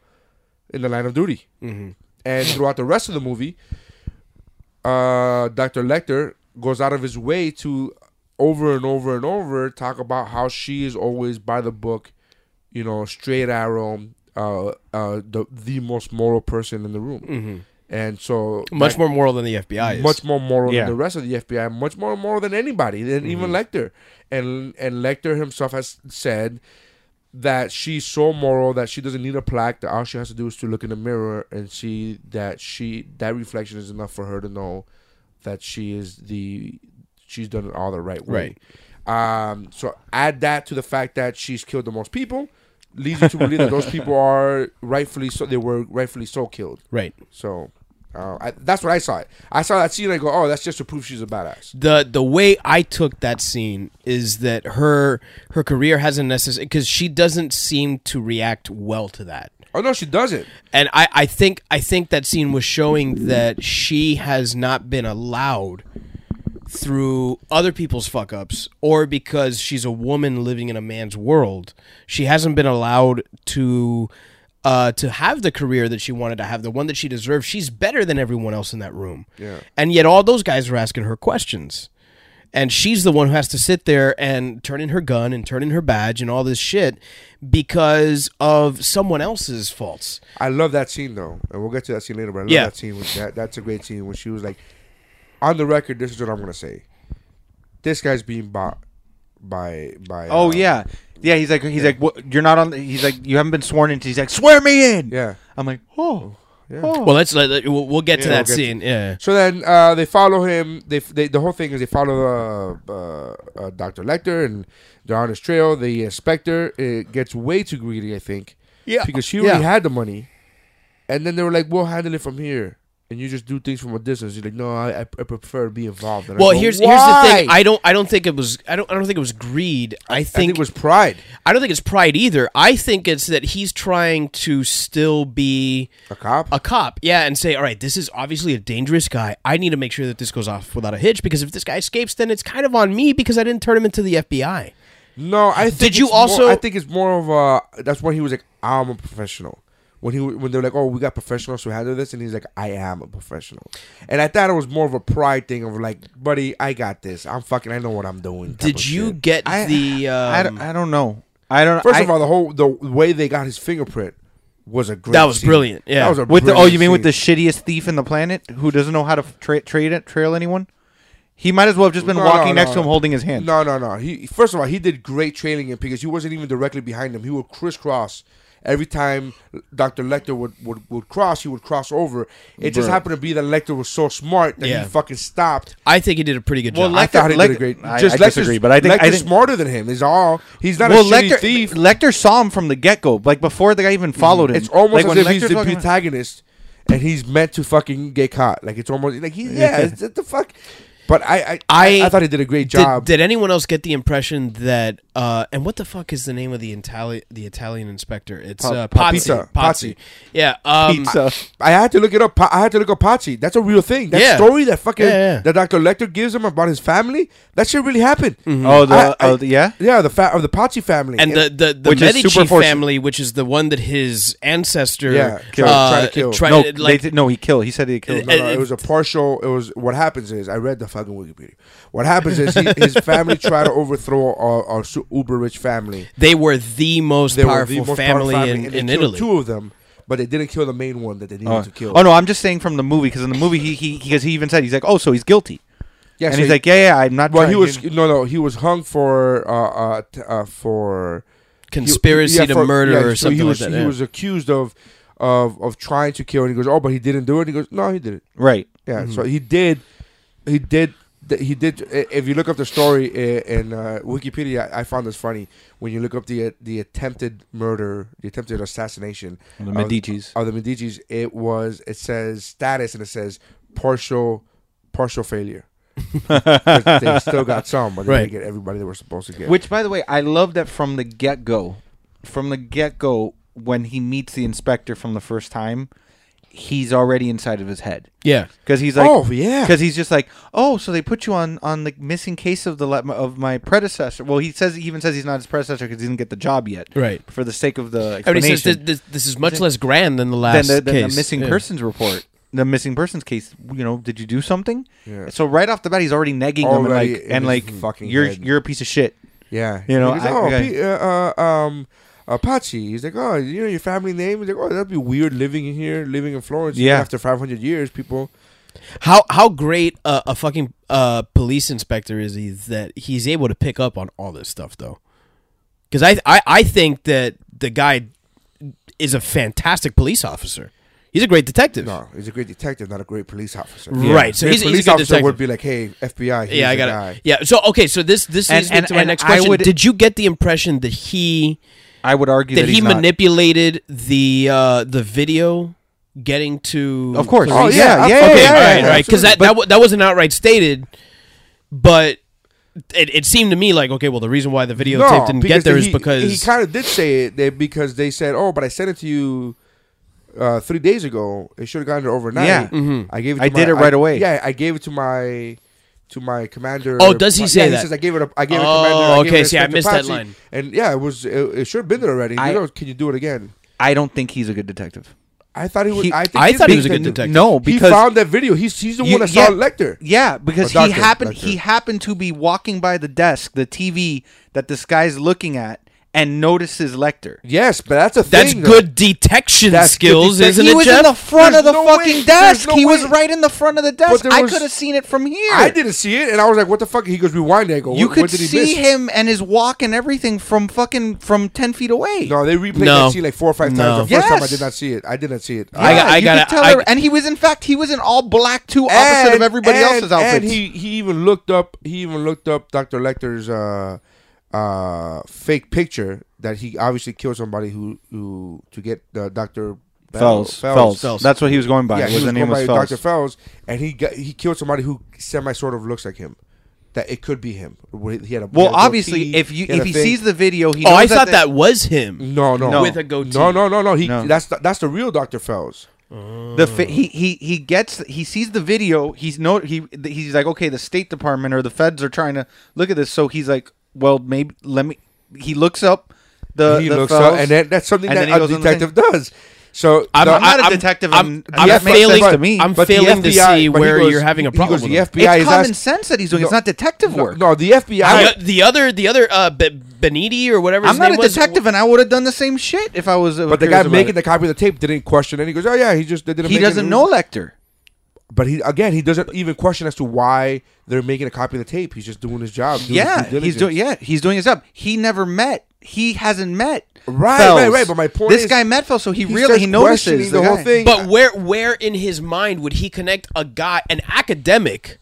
in the line of duty. And throughout the rest of the movie, uh, Dr. Lecter goes out of his way to over and over and over talk about how she is always by the book, you know, straight arrow, uh, uh, the the most moral person in the room. And so
Much
that-
more moral than the FBI is.
much more moral
Yeah.
than the rest of the FBI, much more moral than anybody, than even Lecter. And and Lecter himself has said that she's so moral that she doesn't need a plaque. That all she has to do is to look in the mirror and see that she that reflection is enough for her to know that she is the she's done it all the right way. Right. Um, so add that to the fact that she's killed the most people. Leads you to believe that those people are rightfully so. They were rightfully so killed.
Right.
So uh, I, that's what I saw. It. I saw that scene. I go, oh, that's just to prove she's a badass.
the the way I took that scene is that her her career hasn't necessarily because she doesn't seem to react well to that,
Oh no, she doesn't.
and I I think I think that scene was showing that she has not been allowed through other people's fuck ups or because she's a woman living in a man's world, she hasn't been allowed to. Uh, to have the career that she wanted to have, the one that she deserved, she's better than everyone else in that room. Yeah. And yet, all those guys are asking her questions and she's the one who has to sit there and turn in her gun and turn in her badge and all this shit because of someone else's faults.
I love that scene though, and we'll get to that scene later. But I love
Yeah.
that scene. With that that's a great scene when she was like, on the record, this is what I'm gonna say. This guy's being bought by by.
Oh
uh,
yeah, yeah. He's like he's like what, you're not on. He's like you haven't been sworn into. He's like swear me in.
yeah.
I'm like oh
Well, let's let, let- we'll, we'll get to
Yeah,
that
we'll get to-
scene. yeah.
So then uh, they follow him. They, they the whole thing is they follow uh, uh, uh, Doctor Lecter and they're on his trail. The inspector uh gets way too greedy, I think.
Yeah.
because she already
Yeah.
had the money, and then they were like, "We'll handle it from here." And you just do things from a distance. You're like, no, I, I prefer to be involved. And I
Well,
go,
here's here's the thing.
"Why?"
I don't I don't think it was I don't I don't think it was greed. I
I think
think
it was pride.
I don't think it's pride either. I think it's that he's trying to still be
A cop.
a cop, yeah, and say, all right, this is obviously a dangerous guy. I need to make sure that this goes off without a hitch because if this guy escapes, then it's kind of on me because I didn't turn him into the FBI.
No, I think
Did you
it's more-
also-
I think it's more of a. That's when he was like, "I'm a professional." When he when they're like, "Oh, we got professionals who handle this," and he's like, "I am a professional," and I thought it was more of a pride thing of like, "Buddy, I got this. I'm fucking. I know what I'm doing." type
Did
of
you
shit."
get
I,
the? Um,
I, don't, I don't know. I don't.
First
I-
of all, the whole the way they got his fingerprint was a great.
That was
scene.
brilliant, yeah.
that was a
with the, oh,
brilliant
you mean with the
scene.
shittiest thief in the planet who doesn't know how to tra- trade it, trail anyone? He might as well have just been
No, no,
walking next
no,
to him,
no.
holding his hand.
No, no, no. He first of all, he did great trailing him because he wasn't even directly behind him. He would crisscross every time Dr. Lecter would, would, would cross. He would cross over. It just happened to be that Lecter was so smart that
Yeah.
he fucking stopped.
I think he did a pretty good
Well,
job.
like-
I
Lecter-
thought he did a
Lecter-
great.
I- I disagree, but I think-
Lecter's
I think-
smarter than him. Is all. He's not
well,
a shitty
Lecter,
thief.
Lecter saw him from the get go, like before the guy even followed him.
It's almost
Like,
as
when
if he's
Lecter's
the
walking around-
protagonist, and he's meant to fucking get caught. Like it's almost like he yeah. it's, what the fuck. But I I, I
I-
I thought he did a great
did,
job.
did anyone else get the impression that? Uh, and what the fuck is the name of the Italian the Italian inspector? It's uh,
Pa-
Pazzi.
Pizza.
Pazzi.
Pazzi.
Yeah. Um,
Pizza.
I had to look it up. Pa- I had to look up Patsy. That's a real thing. That
Yeah.
story that fucking
Yeah, yeah.
that Dr. Lecter gives him about his family, that shit really happened.
Oh, the,
I- I-
oh, the- yeah.
Yeah, the fa- of the Patsy family.
Mm-hmm. And the the, the
Which is
Medici
super fortunate.
family, which is the one that his ancestor
Yeah, killed.
uh,
Tried to kill.
tried-
no,
like,
they did- no, he killed. He said he killed.
No, no,
it-
it was a partial. It was what happens is I read the fucking Wikipedia. What happens is he, his family tried to overthrow our, our su- uber rich family.
they were the most
They were
powerful
the most powerful
family,
family,
in,
and they
in
killed
Italy.
Two of them, but they didn't kill the main one that they needed
Oh.
to kill.
Oh, no, I'm just saying from the movie because in the movie he he because he even said he's like oh so he's guilty
yeah,
and
so
he's
he-
like yeah yeah I'm not.
Well, he
trying-
was no, no. He was hung for uh, uh, t- uh for
Conspiracy
yeah,
to
for-
murder
yeah,
or
so
something
he was,
like that.
He
yeah.
was accused of of of trying to kill, and he goes, "Oh, but he didn't do it." He goes, "No, he did it."
right.
Yeah, so
Hmm.
he did, he did, th- he did. i- If you look up the story i- in uh, Wikipedia, I I found this funny when you look up the uh, the attempted murder, the attempted assassination
The
of-
Medici's.
of the Medici's. It was it says status and it says partial partial failure. 'Cause they still got some, but they
Right.
didn't get everybody they were supposed to get.
Which, by the way, I love that from the get go. From the get go, when he meets the inspector from the first time, he's already inside of his head.
Yeah.
Because he's like,
Oh, yeah.
Because he's just like, oh, so they put you on on the missing case of the le- of my predecessor. Well, he says he even says he's not his predecessor because he didn't get the job yet.
Right.
For the sake of the
Everybody
explanation,
says this, this, this is much less grand than the last
than the, than the
case.
missing
Yeah.
persons report. The missing persons case, you know, did you do something? So right off the bat, he's already negging them and
Already
like,
in
and
his
like,
fucking
you're
head.
you're a piece of shit.
Yeah,
You know,
he's
I-
like, oh,
okay.
P- uh, uh, um, Apache. He's like, oh, you know your family name. He's like, oh, that'd be weird living in here, living in Florence.
Yeah.
after 500 years, people.
How how great a, a fucking uh, police inspector is he that he's able to pick up on all this stuff though? Because I, I I think that the guy is a fantastic police officer. He's a great detective.
No, he's a great detective, not a great police officer.
Right, so
Great
he's- he's a
police
good
officer
detective.
would be like, hey, FBI. Here's
yeah, I got
your guy.
it. Yeah. So okay, so this this
And-
leads me
and-
to my
and
next
I
question.
would-
Did you get the impression that he
I would argue that,
that he
he's not-
manipulated the uh, the video getting to
Of course.
Clarice?
Oh, yeah, yeah,
okay,
yeah,
all right,
yeah,
all right, because that
absolutely.
that, w- that wasn't outright stated, but it, it seemed to me like okay, well, the reason why the videotape didn't
because
get there
he,
is because
he kind of did say it that because they said, "Oh, but I sent it to you uh, three days ago. It should have gotten there overnight.
Yeah.
I gave. It to
I
my-
did it right away.
Yeah, I gave it to my to my commander.
Oh, does he
my-
say
yeah,
that?
He says I gave it. A, I gave it to
Oh,
commander. I gave
okay,
it to
see, I
Inspector
missed that
Patsy.
line.
And yeah, it was. It, it should have been there already.
I-
you know, can you do it again?
I don't think he's a good detective.
I thought he was.
He-
I, think
I
he's
thought he
been-
was a good detective.
No,
He
because
found that video. He's he's the
You-
one that
yeah.
saw Lecter.
Yeah, because
Or
he
doctor,
happened
doctor.
he happened to be walking by the desk, the TV that this guy's looking at, and notices Lecter.
Yes, but that's a
that's
thing. though.
good detection
That's good
skills,
detec-
isn't
he
it,
was
Jeff?
in the front
There's
of the
no way-
fucking
there's
desk.
no
he was
way.
right in the front of the desk.
there
I
was-
could have seen it from here.
I didn't see it, and I was like, "What the fuck?" He goes, "Rewind." I go,
You
"What-
could
what did he
see
miss?"
him and his walk and everything from fucking from ten feet away.
No, they replayed
No.
that scene like four or five times.
No.
The first time I
Yes.
did not see it. I did not see it.
I got-
you
gotta-
could tell
I-
every- and he was in fact he was in all black too, opposite of everybody
and-
else's outfits.
And he, he even looked up he even looked up Dr. Lecter's uh, uh, fake picture that he obviously killed somebody who who to get uh, Dr. Bell-
Fells, Fells, That's what he was going by.
Yeah,
was
he was
the name
going by
was
Dr.
Fells.
Fells, and he got, he killed somebody who semi sort of looks like him. That it could be him. Where He had a
well,
he had a
obviously,
goatee,
if you
had
if
a
he
thing.
sees the video, he
oh,
knows
I thought
the-
that was him.
no, no,
No. With
a goatee.
No, no, no, no. He
No.
that's the, that's the real Dr. Fells.
the
Mm.
fa- he, he he gets he sees the video he's no he he's like okay the state department or the feds are trying to look at this so he's like well maybe let me he looks up the,
he
the
looks
fells,
up, and then that's something
and then
that
he
a
goes on the thing.
detective does. So
I'm-
the-
I'm not a
I'm-
detective
I'm-
I'm,
I'm
that makes
failing-
sense to me
I'm
but the
failing to
FBI
see
but he
where
goes-
you're having a
he
problem
goes,
with
the FBI
it's
is
common
ask-
sense that he's doing
No,
it's not detective
no,
work
No, the FBI.
The, the other the other uh, Be- Benetti or whatever.
I'm
his
not a
name was-
detective and I would have done the same shit if I was uh,
But the
curious
guy
about
making
it.
the copy of the tape didn't question it. He goes, "Oh yeah, he just they didn't."
he
make it."
doesn't know Lecter
But he again, he doesn't even question as to why they're making a copy of the tape. He's just doing his job. doing his
yeah
due
he's
diligence.
doing yeah he's doing his job he never met he hasn't met
Right,
Fells.
right, right, but my point
this
is-
guy met Fells so he,
He
really
starts
he
questioning
notices
the whole
guy.
thing.
But where where in his mind would he connect a guy, an academic,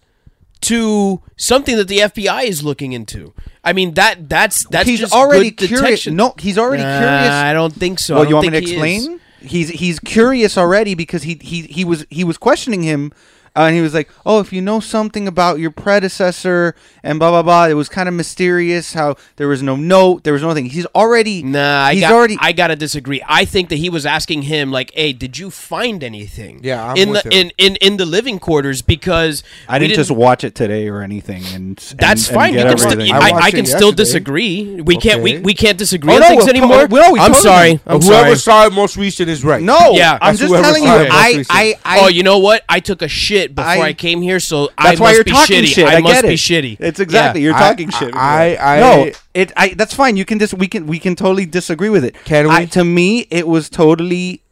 to something that the FBI is looking into? I mean that that's that's
he's
just
already
good
curious.
detection.
No, he's already
Nah,
curious.
I don't think so.
Well,
I
you
don't
want me
think
to
he is.
explain? He's he's curious already because he he he was he was questioning him, uh, and he was like, "Oh, if you know something about your predecessor and blah blah blah." It was kind of mysterious how there was no note, there was nothing. He's already
Nah, I
he's
got,
already
I gotta disagree. I think that he was asking him like, "Hey, did you find anything?"
Yeah, I'm
in
with
the
him.
in in in the living quarters because
I
we
didn't, just watch it today or anything, and
That's fine. We
Get
can still,
everything.
I, I,
I watched
can
it
still
yesterday.
disagree. We can't. We,
Okay.
we can't disagree
Oh,
on
no,
things
we're po-
anymore.
we're always
I'm
totally-
sorry. I'm sorry.
Whoever saw it most recent is right.
no,
Yeah.
I'm
That's
just
whoever
telling you.
saw it.
I,
Most
I
recent.
I
oh, you know what? I took a shit before I,
I-
came here, so I
That's why
must
you're
be
talking
shitty.
shit.
I,
I
must
get
be
it.
shit. shitty.
It's exactly
Yeah.
you're
I-
talking
I-
shit.
I- I-
no, it. I that's fine. You can dis. We can we can totally disagree with it.
Can
I,
we?
to me, it was totally.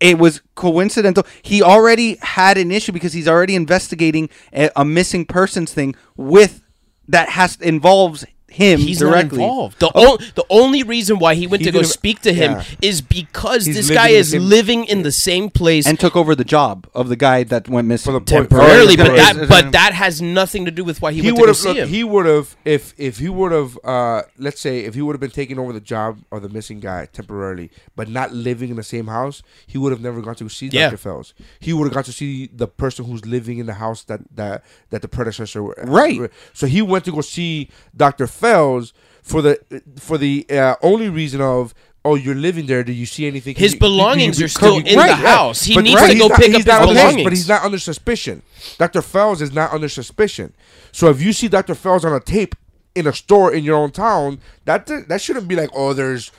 It was coincidental. He already had an issue because he's already investigating a, a missing persons thing with that has involves him
He's
directly.
not involved. The, o- the only reason why he went
Oh. He
to go
didn't-
speak to him
yeah.
is because
He's
this
living
guy
in the
is
same-
living in the same place
and took over the job of the guy that went missing
For the point-
temporarily.
Oh,
But
yeah,
that
yeah.
but that has nothing to do with why he,
he
went to
would
go
have.
see him.
He would have if if he would have. Uh, let's say if he would have been taking over the job of the missing guy temporarily, but not living in the same house, he would have never gone to see
Yeah.
Doctor Fells. He would have got to see the person who's living in the house that that that the predecessor. were-
Right.
So he went to go see Doctor Fells for the for the uh, only reason of oh, you're living there. Do you see anything?
His
You- you-
belongings
you-
are still
you-
in the house. He needs to
he's
go
not-
pick up
he's not
his
under-
belongings.
But he's not under suspicion. Dr. Fells is not under suspicion. So if you see Dr. Fells on a tape in a store in your own town, that that shouldn't be like, oh, there's.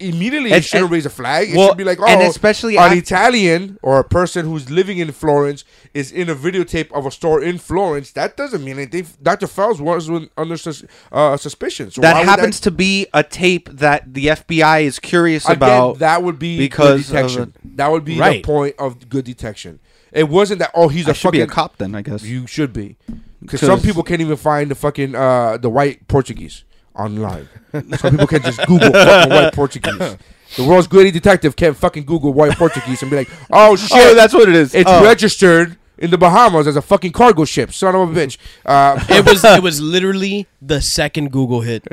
Immediately,
And-
it shouldn't
and-
raise a flag. It
well,
should be like, oh,
and especially
an
af-
Italian or a person who's living in Florence is in a videotape of a store in Florence. That doesn't mean anything. Dr. Fells was un- under sus- uh, suspicion. So why
that
would
happens to be a tape that the FBI is curious about.
Again, that would be
because
because
of
detection. that would be
Right.
the point of good detection. It wasn't that oh he's a
I should
fucking
be a cop then, I guess.
You should be because some
'Cause-
people can't even find the fucking uh, the white Portuguese online. some people can just Google fucking white Portuguese. The world's greatest detective can't fucking Google white Portuguese and be like, oh shit,
Oh, that's what it is.
It's
Oh.
registered in the Bahamas as a fucking cargo ship. Son of a bitch. Uh,
It was it was literally the second Google hit.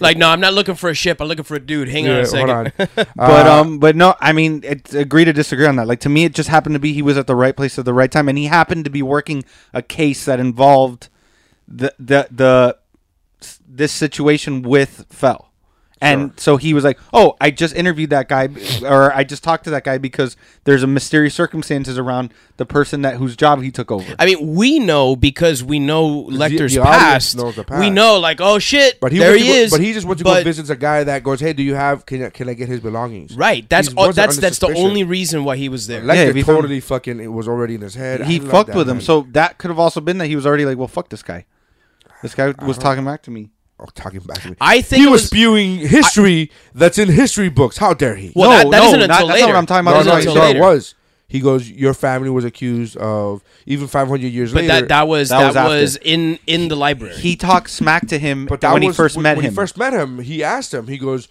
Like, no, I'm not looking for a ship. I'm looking for a dude. Hang on a
Yeah, hold
second.
on.
but um, but no, I mean, it, agree to disagree on that. Like to me, it just happened to be he was at the right place at the right time, and he happened to be working a case that involved the the the s- this situation with Fell, and so he was like, "Oh, I just interviewed that guy, or I just talked to that guy because there's a mysterious circumstances around the person that whose job he took over."
I mean, we know because we know Lecter's
the audience
past.
knows the
We
past.
know, like, oh shit,
But he
there
went
he
to go-
is.
But he just went to go
But-
visit a guy that goes, "Hey, do you have? Can I, can I get his belongings?"
Right. That's
He
all,
wasn't
that's
under
that's the
suspicion.
only reason why he was there.
Yeah,
Lecter
if he found-
totally fucking it was already in his head. I
he
love
fucked
that
with him,
man.
so that could have also been that he was already like, "Well, fuck this guy." This guy was talking back to me.
oh, talking back to me.
I think
he
it
was,
was-
spewing history that's in history books. How dare he?
Well, that- that isn't
not-
until
that's not
later.
what I'm talking
No,
about.
no,
That's
no,
what
no.
so
I'm saying.
it
later.
was. He goes, "Your family was accused of even 500 years
but
later."
that that was
That
that,
was after.
was in in the library.
He talked smack to him
but that
when
was
he first
when-
met
when
him.
He first met him. He asked him. He goes,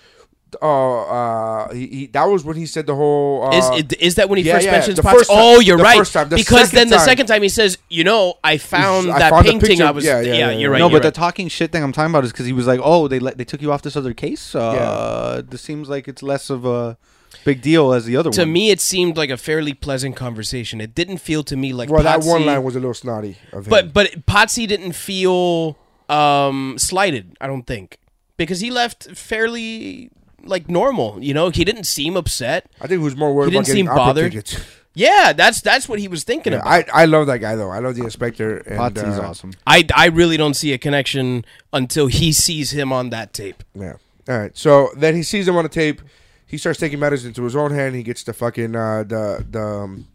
"Uh, uh he, he, that was when he said the whole."
is,
Uh,
it- is that when he
yeah,
first
yeah,
mentions
the
Potts?
first time-
oh, you're
the
right.
first time. The
because then
second
the
time-
second time he says, "You know, I found
I
that
found the
painting.
picture.
I was
Yeah, yeah, yeah,
you're
yeah.
right.
no,
you're
but the
right.
talking shit thing I'm talking about is because he was like, "Oh, they let, they took you off this other case. Uh, This seems like it's less of a big deal as the other
to
one."
me, it seemed like a fairly pleasant conversation. It didn't feel to me like
well, that one
Potsy-
line was a little snotty. Of him.
But but Potsy didn't feel um slighted, I don't think. Because he left fairly like normal, you know? He didn't seem upset.
I think he was more worried
He
about
didn't
getting
seem
opera
bothered.
tickets.
Yeah, that's that's what he was thinking about.
I, I love that guy though. I love the inspector. And,
Potsy's
uh,
awesome.
I I really don't see a connection until he sees him on that tape.
Yeah. All right. So then he sees him on a tape. He starts taking matters into his own hand. He gets the fucking uh, the the. Um,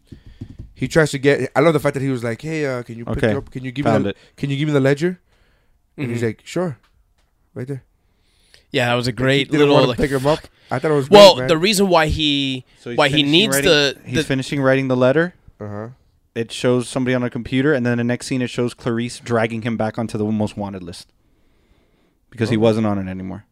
he tries to get. I love the fact that he was like, "Hey, uh, can you pick
Okay.
up? Can you give
Found
me? The,
it.
Can you give me the ledger?" And
Mm-hmm.
he's like, "Sure, right there."
Yeah, that was a
He
great
didn't
little
wanna
like,
pick him up. I thought it was
Well,
great, man.
the reason why he
So he's
why he
finishing
needs
writing-
the,
he's
the
finishing writing the letter.
uh-huh.
It shows somebody on a computer, and then the next scene it shows Clarice dragging him back onto the most wanted list because he wasn't on it anymore.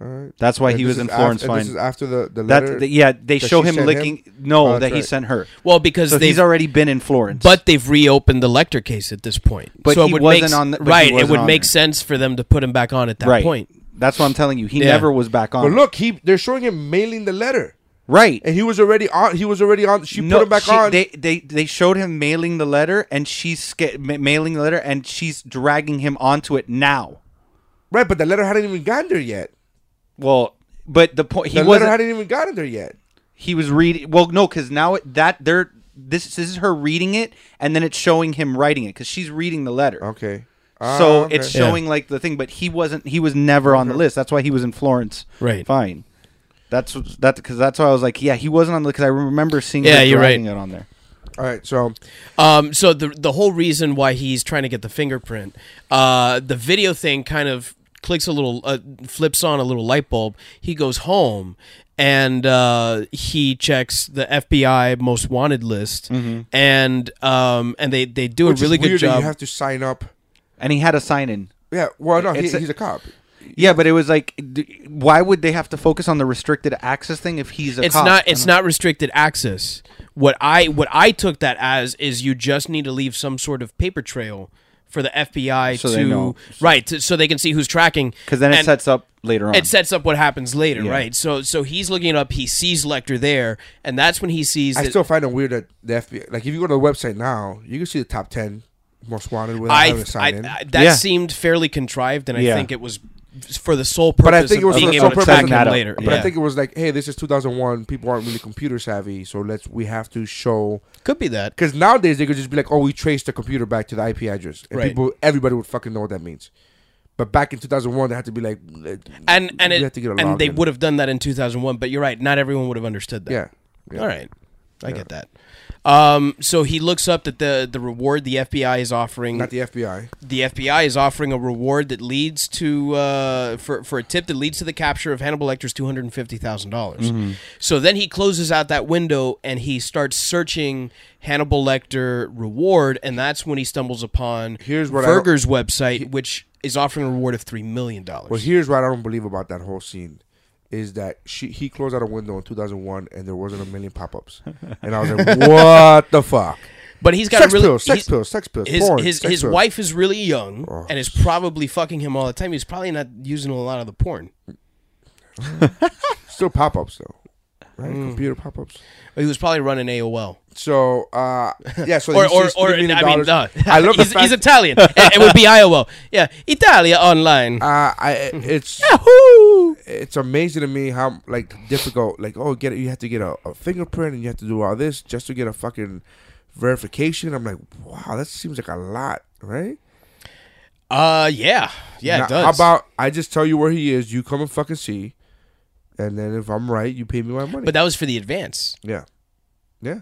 All right.
That's why
And
he
this
was
is
in
af-
Florence.
and This is
Fine.
after the the letter.
That th- yeah, they
that
show
she
him
sent
licking. No,
Oh, that's
that he
right.
sent her.
well because
So
they
he's already been in Florence.
But they've reopened the Lecter case at this point,
But
so it
he
would
wasn't
make, s-
on the- but he
right. It
wasn't
would
on
make
there.
sense for them to put him back on at that
right.
point.
That's what I'm telling you. He
Yeah.
never was back on.
But
it.
look, he they're showing him mailing the letter,
right.
and he was already on. He was already on. She put him back
she-
on.
They, they they showed him mailing the letter, and she's sca- ma- mailing the letter, and she's dragging him onto it now.
right, but the letter hadn't even gotten there yet.
Well, but the point he
The
was
letter hadn't even gotten there yet.
he was reading. Well, no, because now it, that they're this this is her reading it, and then it's showing him writing it because she's reading the letter.
Okay.
So
Ah, okay.
it's showing like the thing, but he wasn't. He was never on the list. That's why he was in Florence.
Right.
Fine. That's that because that's why I was like, yeah, he wasn't on the because I remember seeing.
Yeah,
her
you're
dragging
right.
It on there.
all right. So
Um, so the the whole reason why he's trying to get the fingerprint, uh, the video thing kind of clicks a little, uh, flips on a little light bulb. He goes home and uh, he checks the FBI most wanted list, and um, and they they do
which
a really
is weird
good
that
job.
You have to sign up.
And he had a sign in.
Yeah. Well, no, he,
It's a-
he's a cop.
Yeah, but it was like, d- why would they have to focus on the restricted access thing if he's a
it's
cop? Uh-huh.
not it's not restricted access. What I what I took that as is you just need to leave some sort of paper trail for the FBI
So
to
they know.
right to, so they can see who's tracking
because then it
And-
sets up later on.
It sets up what happens later,
Yeah.
right? So so he's looking it up. He sees Lecter there, and that's when he sees.
I
that-
still find it weird that the FBI. Like, if you go to the website now, you can see the top ten most wanted without
I,
having to
I,
sign in.
I- that
Yeah.
seemed fairly contrived, and I
Yeah.
think it was for the sole purpose.
But I think it was
of being
for the
able
sole
to
purpose
track
of-
him
Magnata.
later.
But
yeah.
I think it was like, hey, this is 2001. People aren't really computer savvy, so let's we have to show.
could be that.
Because nowadays they could just be like, oh, we traced the computer back to the IP address, and
Right.
people, everybody would fucking know what that means. But back in 2001, they had to be like, let-
And and
we
it,
had to get a
and they
login.
would have done that in 2001. But you're right. Not everyone would have understood that.
yeah, yeah.
All right. I get that. Um, so he looks up that the the reward the FBI is offering
not the FBI.
the FBI is offering a reward that leads to uh, for for a tip that leads to the capture of Hannibal Lecter's two hundred and fifty
Mm-hmm.
dollars. So then he closes out that window and he starts searching Hannibal Lecter reward, and that's when he stumbles upon
Here's what I don't-
Berger's website, which is offering a reward of three million dollars.
Well, here's what I don't believe about that whole scene is that she he closed out a window in 2001 and there wasn't a million pop-ups, and I was like, what the fuck?
but he's got
sex
a really
pills, sex
he's-
pills, sex pills,
His
porn,
his,
sex
his
pills. Oh,
wife is really young and is probably fucking him all the time. He's probably not using a lot of the porn.
still pop-ups though, right?
Mm.
Computer pop-ups.
He was probably running AOL.
So uh, yeah, so
or
he
or,
sees
or
$3 million
I mean, no.
I love the
he's,
fact.
he's Italian. it, it would be Iowa. Yeah, Italia online.
uh, I it's
Yahoo!
it's amazing to me how like difficult like oh get it you have to get a, a fingerprint and you have to do all this just to get a fucking verification. I'm like wow, that seems like a lot, right?
Uh, yeah, yeah,
Now,
it does.
How about I just tell you where he is, you come and fucking see, and then if I'm right, you pay me my money.
But that was for the advance.
yeah, yeah.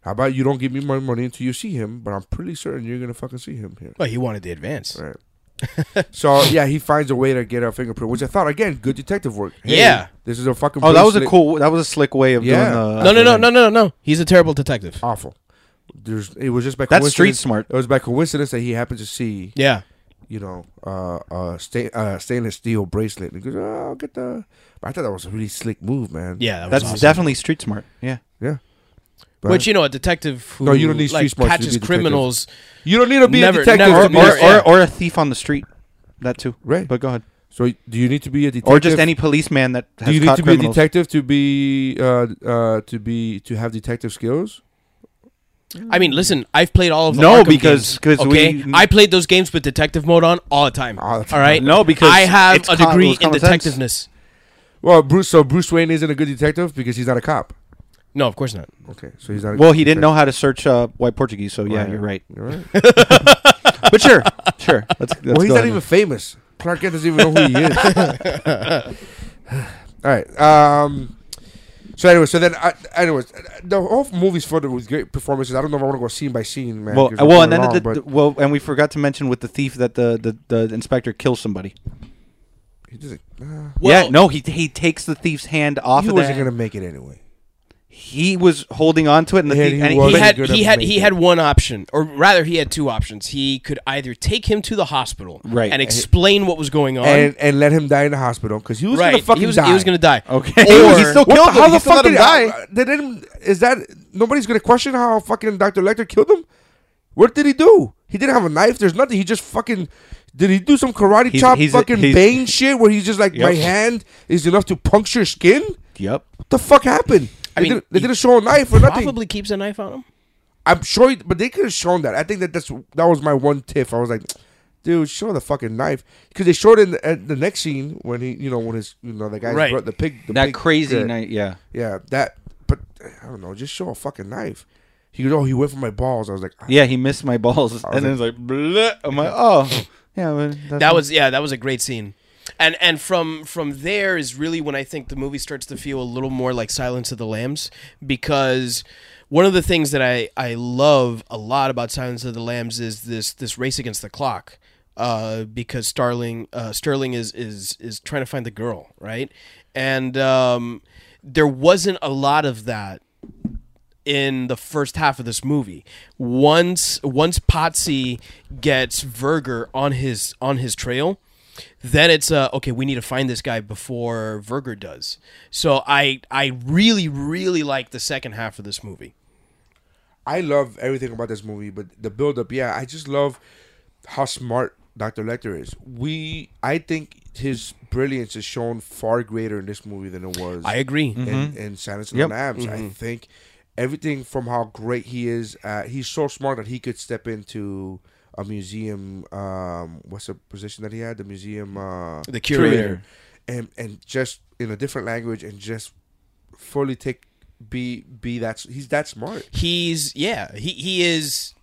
How about you don't give me my money until you see him? But I'm pretty certain you're gonna fucking see him here.
Well, he wanted the advance.
Right. so yeah, he finds a way to get a fingerprint, which I thought again, good detective work. Hey,
Yeah.
this is a fucking.
Oh, that
pretty
was a
slick-
cool. That was a slick way of
Yeah.
doing the.
No, no, no, no, no, no. He's a terrible detective.
awful. There's it was just by
That's street
coincidence-
smart.
It was by coincidence that he happened to see
Yeah.
you know uh, uh, sta- uh stainless steel bracelet. And he goes, oh, I'll get the. I thought that was a really slick move, man.
Yeah, that was
That's
awesome.
definitely street smart. Yeah.
yeah. But
Which you know, a detective who
No, you don't need
like,
street smarts to
catches
be a detective.
criminals.
you don't need to be
Never-
a detective.
never
to
Or,
be
Yeah,
or,
a-
yeah.
or, or a thief on the street. That too.
Right.
But go ahead.
so do you need to be a detective?
Or just any policeman that has
Do you need
caught
to be
criminals.
a detective to be uh, uh, to be to have detective skills?
I mean, listen, I've played all of the
No,
Arkham
because-
games,
'cause
okay?
we-
I played those games with detective mode on all the time.
All
All
the time.
right,
No, because
I have
it's
a
com-
degree
it's
in
common sense.
detectiveness.
Well, Bruce. So Bruce Wayne isn't a good detective because he's not a cop.
No, of course not.
Okay, so he's not. A
Well, he didn't know how to search uh, white Portuguese, so yeah,
Right.
you're right.
You're right.
But sure, sure. Let's, let's
well, he's
go
not
ahead.
even famous. Clark Kent doesn't even know who he is. All right. Um, so anyway, so then, I, anyways, the whole movie's filled with great performances. I don't know if I want to go scene by scene, man.
Well, uh,
'cause we're
well,
going
and then
long,
the,
but
the, well, and we forgot to mention with the thief that the the, the inspector kills somebody.
he doesn't. Uh,
yeah, no, he he takes the thief's hand off
he
of
wasn't
that.
gonna make it anyway.
He was holding on to it, and the
Yeah,
thief.
he
and
was.
he
Wasn't
had
good
he
at
had he
making.
had one option, or rather, he had two options. He could either take him to the hospital,
Right.
and explain what was going on,
And and let him die in the hospital because he was
right?
gonna fucking
he was
die.
he was going to die.
Okay.
or
He still-
What
Killed
the,
him,
how
he
the
still
fuck
let him
did die?
die.
They didn't. Is that nobody's gonna question how fucking Dr. Lecter killed him? What did he do? He didn't have a knife. There's nothing. He just fucking. Did he do some karate
He's-
chop
he's-
fucking
he's-
Bane shit where he's just like my
Yep.
hand is enough to puncture skin?
Yep.
What the fuck happened?
I
they,
mean,
didn't, they
he
didn't show a knife or nothing.
probably keeps a knife on him.
I'm sure, he- but they could have shown that. I think that that's that was my one tiff. I was like, dude, show the fucking knife because they showed it in the, at the next scene when he, you know, when his, you know, the guy
Right.
brought the pig, the
That
pig-
crazy
yeah.
night. Yeah.
Yeah, that. But I don't know. Just show a fucking knife. He goes, "Oh, he went for my balls." I was like, ah,
Yeah, he missed my balls, and then it's like, bleh. I'm like, oh, yeah. well, that's
That was yeah, that was a great scene. And and from from there is really when I think the movie starts to feel a little more like Silence of the Lambs because one of the things that I I love a lot about Silence of the Lambs is this this race against the clock. Uh, because Starling uh, Sterling is is is trying to find the girl, right? And um, there wasn't a lot of that in the first half of this movie. Once once Potsy gets Verger on his on his trail, then it's uh, okay. We need to find this guy before Verger does. So I I really really like the second half of this movie.
I love everything about this movie, but the build up, yeah, I just love how smart Dr. Lecter is. We, I think his brilliance is shown far greater in this movie than it was.
I agree.
in, in Silence of
Mm-hmm. Yep.
the Lambs.
Mm-hmm.
I think everything from how great he is, uh, he's so smart that he could step into a museum. Um, what's the position that he had? The museum. Uh,
The curator.
and and just in a different language and just fully take be be that he's that smart.
He's yeah. He he is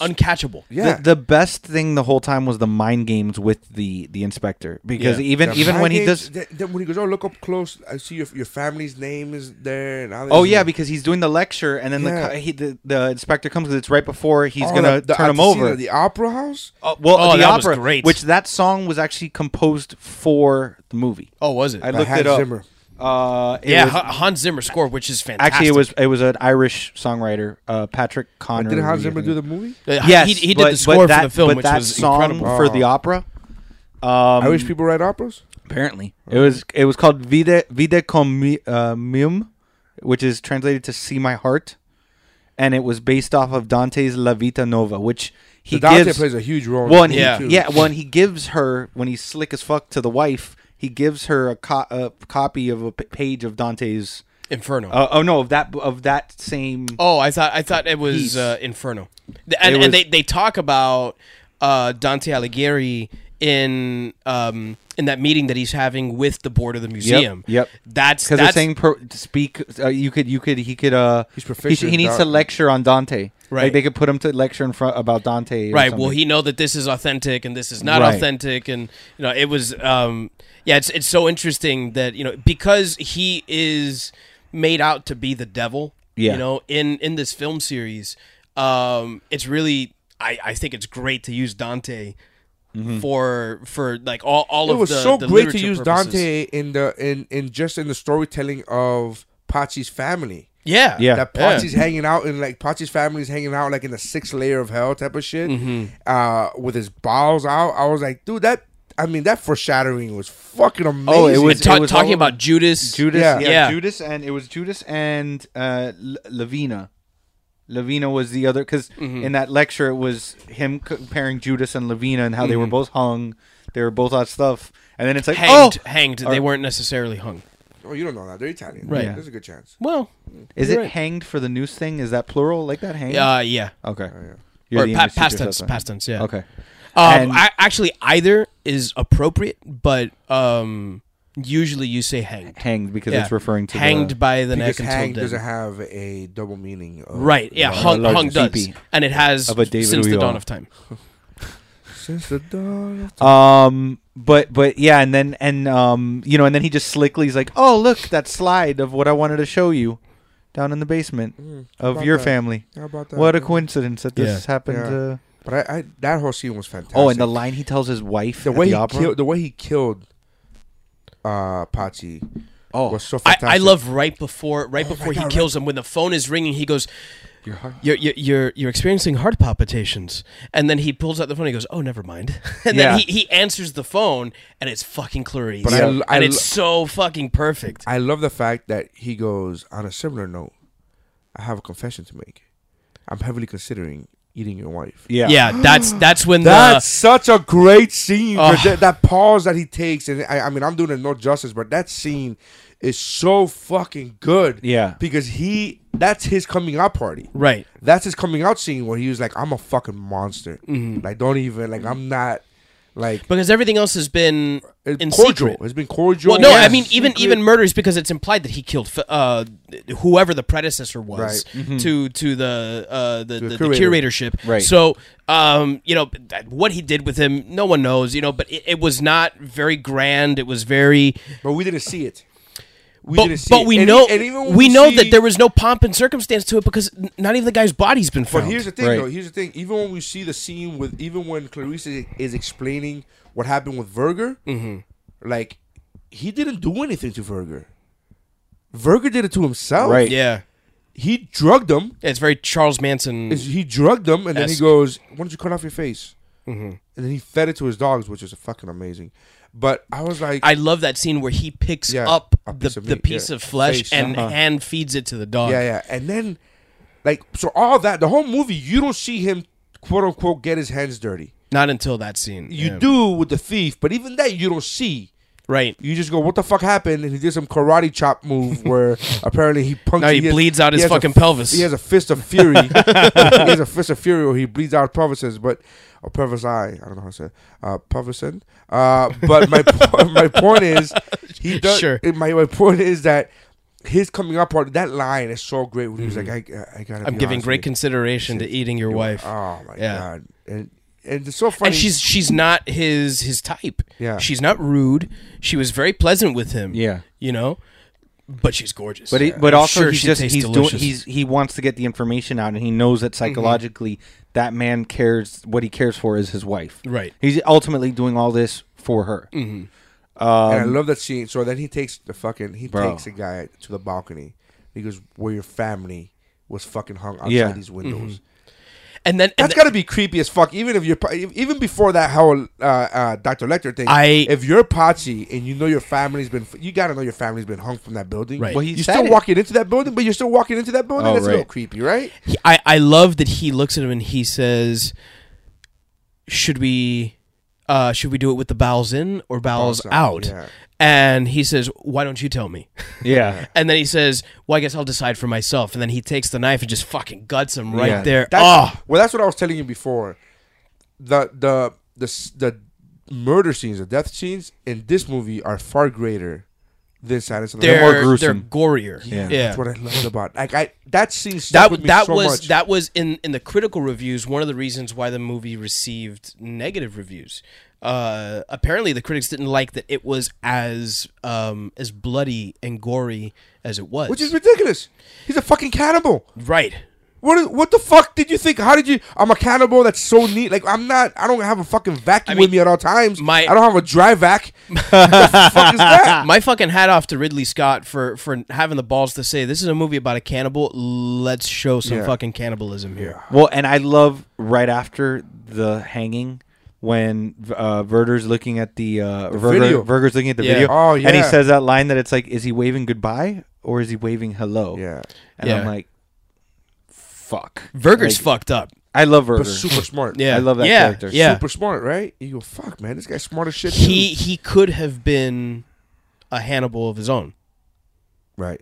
uncatchable.
Yeah.
The, the best thing the whole time was the mind games with the the inspector because
Yeah.
even
The
even when he
mind
does
games, th- then when he goes, oh look up close, I see your your family's name is there, and all this
Oh
and-
yeah, because he's doing the lecture, and then the
Yeah.
the, he, the the inspector comes because it's right before he's
Oh,
gonna
the- the
turn him
Atasina,
over.
The uh, opera house.
Oh, well,
Oh,
the
that was
opera,
great.
which that song was actually composed for the movie.
Oh, was it?
I looked
Hans
it up.
Zimmer.
Uh, it
yeah,
was-
Ha- Hans Zimmer score, which is fantastic.
actually, it was it was an Irish songwriter, uh, Patrick Connery.
Did Hans Zimmer do the movie?
Uh,
Yes,
he, he did
but-
the
but
score
that-
for the film,
but
which
that
was
song oh.
incredible.
for the opera. Um,
Irish people write operas.
Apparently, it was it was called Vida Vida Comium, uh, Mium, which is translated to "See My Heart," and it was based off of Dante's La Vita Nova, which he
The Dante
gives.
plays a huge role. in
well,
the
and
movie,
Yeah.
too.
he, yeah, when he gives her when he's slick as fuck to the wife, he gives her a, co- a copy of a p- page of Dante's.
Inferno.
Uh, oh no, of that of that same.
oh, I thought I thought it was
Peace.
uh, Inferno. Th- And,
was-
and they, they talk about uh, Dante Alighieri in um, in that meeting that he's having with the board of the museum.
yep.
That's
Because they're
that's
saying pro, to speak, uh, you could, you could, he could, uh,
He's
he should-
proficient
He,
in
needs to
Dante.
lecture on Dante.
Right.
Like they could put him to lecture in front about Dante. or
right. Well,
something.
he know that this is authentic and this is not
Right.
authentic, and you know it was. Um, yeah, it's it's so interesting that you know because he is made out to be the devil.
Yeah.
You know, in in this film series, um, it's really I I think it's great to use Dante.
Mm-hmm.
For for like all all
It
of
was
the,
so
the
great to
literature
use
purposes.
Dante in the in in just in the storytelling of Pachi's family.
Yeah,
Yeah.
That Pachi's hanging out in like Pachi's family's hanging out like in the sixth layer of hell type of shit,
Mm-hmm.
uh, with his balls out. I was like, dude, that I mean, that foreshadowing was fucking amazing.
Oh, it was-
And ta-
was all
talking
over-
about Judas.
Judas,
Yeah.
yeah.
Yeah.
Judas, and it was Judas and uh, L- Lavina. Lavina was the other because
Mm-hmm.
in that lecture it was him comparing Judas and Lavina and how
Mm-hmm.
they were both hung, they were both on stuff, and then it's like,
hanged,
oh,
hanged. They weren't necessarily hung.
Oh, you don't know that they're Italian,
Right.
There's a good chance.
Well,
is
you're
it
right.
hanged for the noose thing? Is that plural like that? Hanged?
Uh, yeah.
okay. You're
Or
the
pa-
English
past
teacher,
tense,
so-
past tense. Yeah.
Okay.
Um,
And-
I, actually, either is appropriate, but um, usually you say hanged.
Hanged because
Yeah.
it's referring to
hanged
the-
by the neck
Because hang
until
doesn't
dead.
have a double meaning. Of,
Right. Yeah.
of-
Hung,
large
hung does,
CP.
and it has
Of a David
since the
Uyghur.
dawn of time.
Since the dawn of
Um, but but yeah, and then and um, you know, and then he just slickly is like, "Oh, look that slide of what I wanted to show you down in the basement of
Mm, about
your
that?
family."
How about that?
What a
man?
coincidence that this
Yeah.
happened.
Yeah.
Uh,
But I, I that whole scene was fantastic.
oh, and the line he tells his wife
the
at
way
the
he
opera.
killed the way he killed uh Pachi oh, was so
I,
fantastic. Oh
I love right before right before he kills him when the phone is ringing. He goes,
your heart.
you're, you're you're you're experiencing heart palpitations," and then he pulls out the phone. and He goes, "Oh, never mind." and
Yeah.
then he, he answers the phone, and it's fucking Clarice.
But I l- I
and
l-
it's so fucking perfect.
I love the fact that he goes on a similar note. I have a confession to make. I'm heavily considering eating your wife.
yeah,
yeah, Uh, that's that's when
That's
the
such a great scene.
Ugh.
'cause that, that pause that he takes, and I, I mean, I'm doing it no justice, but that scene is so fucking good.
Yeah.
because he that's his coming out party.
Right.
that's his coming out scene where he was like, "I'm a fucking monster.
Mm-hmm.
Like, don't even like, I'm not like
because everything else has been
it's
in
cordial.
secret.
It's been cordial.
Well, no, I
Yes.
mean even even murders because it's implied that he killed uh, whoever the predecessor was
Right. Mm-hmm.
to to the uh, the, the,
the
the
curator.
curatorship.
Right.
So, um, you know that- what he did with him, no one knows. You know, but it, it was not very grand. It was very,
but we didn't see it. We
but,
didn't see
but
it.
we
And
know
e- and even when
we know
see-
that there was no pomp and circumstance to it because n- not even the guy's body's been
But
found.
here's the thing,
Right.
though. Here's the thing. Even when we see the scene with, even when Clarice is, is explaining what happened with Verger,
Mm-hmm.
like he didn't do anything to Verger. Verger did it to himself.
Right.
yeah,
He drugged him.
it's very Charles Manson.
Is- He drugged him, and then he
Esque.
goes, "Why don't you cut off your face?"
Mm-hmm.
And then he fed it to his dogs, which is fucking amazing. But I was like,
I love that scene where he picks
Yeah,
up
a
the
piece of
the
meat,
piece
yeah.
of flesh
Face,
and
uh-huh.
hand feeds it to the dog.
Yeah, yeah. And then, like, so all that, the whole movie, you don't see him, quote unquote, get his hands dirty.
Not until that scene.
You
yeah.
do with the thief, but even that you don't see.
Right.
You just go, what the fuck happened? And he did some karate chop move where apparently he punched.
No, he
has-
bleeds out his
has a
fucking
f-
pelvis.
He has a fist of fury. he has a fist of fury where he bleeds out pelvises, but or pelvis eye. I don't know how to say it. uh, pelvisin. Uh, but my po- my point is, he does.
Sure.
it- My my point is that. His coming up part that line is so great. When he was like, "I, I gotta."
Mm-hmm. I'm
be
giving
honest
great
with you.
consideration to eating your wife.
Oh my
Yeah.
god! And and it's so funny.
and she's she's not his his type.
Yeah.
She's not rude. She was very pleasant with him.
Yeah.
You know? But she's gorgeous.
But it,
Yeah.
but
I'm
also
sure
he's
she
just
tastes
he's doing
delicious.
he's he wants to get the information out, and he knows that
Mm-hmm.
psychologically that man cares what he cares for is his wife.
Right.
He's ultimately doing all this for her.
Mm-hmm. and I love that scene. So then he takes the fucking he
Um, Bro.
takes the guy to the balcony. He goes, "Where your family was fucking hung outside
Yeah.
these windows."
and then and
That's got to be creepy as fuck. Even if you're pa- even before that whole uh, uh, Dr. Lecter thing,
I-
if you're Patsy and you know your family's been you got to know your family's been hung from that building.
Right. Well,
he
you're
said
still
it.
walking into that building, but you're still walking into that building.
Oh,
That's a little
right.
creepy, right?
he- I, I love that he looks at him and he says, Should we uh should we do it with the bowels in or bowels,
Bowels out,
out?
yeah.
And he says, Why don't you tell me?
Yeah.
And then he says, Well, I guess I'll decide for myself. And then he takes the knife and just fucking guts him right
Yeah.
there.
That's,
oh,
well, that's what I was telling you before. The the the s- the murder scenes, the death scenes in this movie are far greater than Silence of the
they're,
more
they're,
gruesome.
gorier. Yeah.
That's what I loved about. Like I, that scene stuck
that
with me
that
so
was
much.
that was in in the critical reviews one of the reasons why the movie received negative reviews. Uh, apparently, the critics didn't like that it was as um, as bloody and gory as it was.
which is ridiculous. He's a fucking cannibal.
right.
What is, what the fuck did you think? How did you? I'm a cannibal. That's so neat. Like I'm not. I don't have a fucking vacuum
I
with
mean,
me at all times.
my-
I don't have a dry vac. what the fuck is that?
My fucking hat off to Ridley Scott for for having the balls to say this is a movie about a cannibal. Let's show some
Yeah.
fucking cannibalism here.
Well, and I love right after the hanging when uh, Verder's looking at the, uh, Verger,
video.
Verger's looking at the
Yeah.
video.
Oh,
And he
yeah.
says that line that it's like, is he waving goodbye or is he waving hello?
Yeah.
And I'm
Yeah.
like, fuck.
Verger's
Like,
fucked up.
I love Verger.
But super smart.
Yeah,
I love that
yeah,
character.
Yeah,
super smart, right? You go, fuck, man, this guy's smart as shit.
he he could have been a Hannibal of his own.
too. right.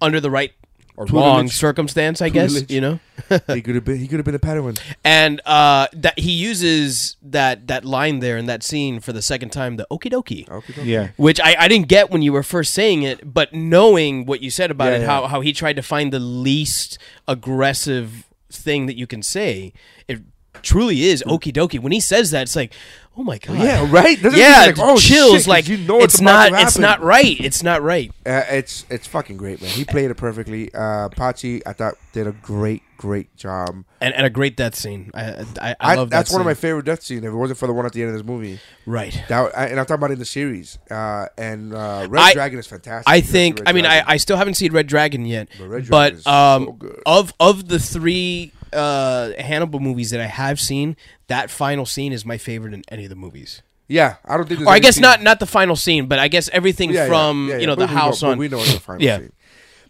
under the right or
Tutelage.
wrong circumstance, I guess
Tutelage.
you know.
He could have been. He could have been a Padawan.
And uh, that he uses that that line there in that scene for the second time, the okie dokie,
Okay,
Yeah.
which I, I didn't get when you were first saying it, but knowing what you said about
Yeah,
it,
yeah.
how how he tried to find the least aggressive thing that you can say, it truly is okie dokie. When he says that, it's like, oh my god,
Hmm. Yeah, right? Doesn't it
yeah,
just like, oh, shit,
chills,
'cause
like
you know
it's,
it's about
not,
to
it's
happen.
not right, it's not right.
Uh, it's it's fucking great, man. He played it perfectly. Uh, Pachi, I thought did a great, great job.
And, and a great death scene. I I, I
I,
love that
that's one of
scene.
my favorite death scenes. If it wasn't for the one at the end of this movie,
right.
that I, and I'm talking about in the series. Uh, and uh, Red
I-
Dragon is fantastic.
I
You guys
think.
see Red
I mean, I,
Dragon?
I still haven't seen Red Dragon yet, but,
Red Dragon is
um,
so good.
of of the three uh, Hannibal movies that I have seen, that final scene is my favorite in any of the movies.
yeah, I don't think. there's
Or I
any
guess
scene-
not not the final scene, but I guess everything
Yeah, yeah,
from
yeah, yeah,
you know
but
the
we know-
house
but
on.
we know it's the final
Yeah.
scene.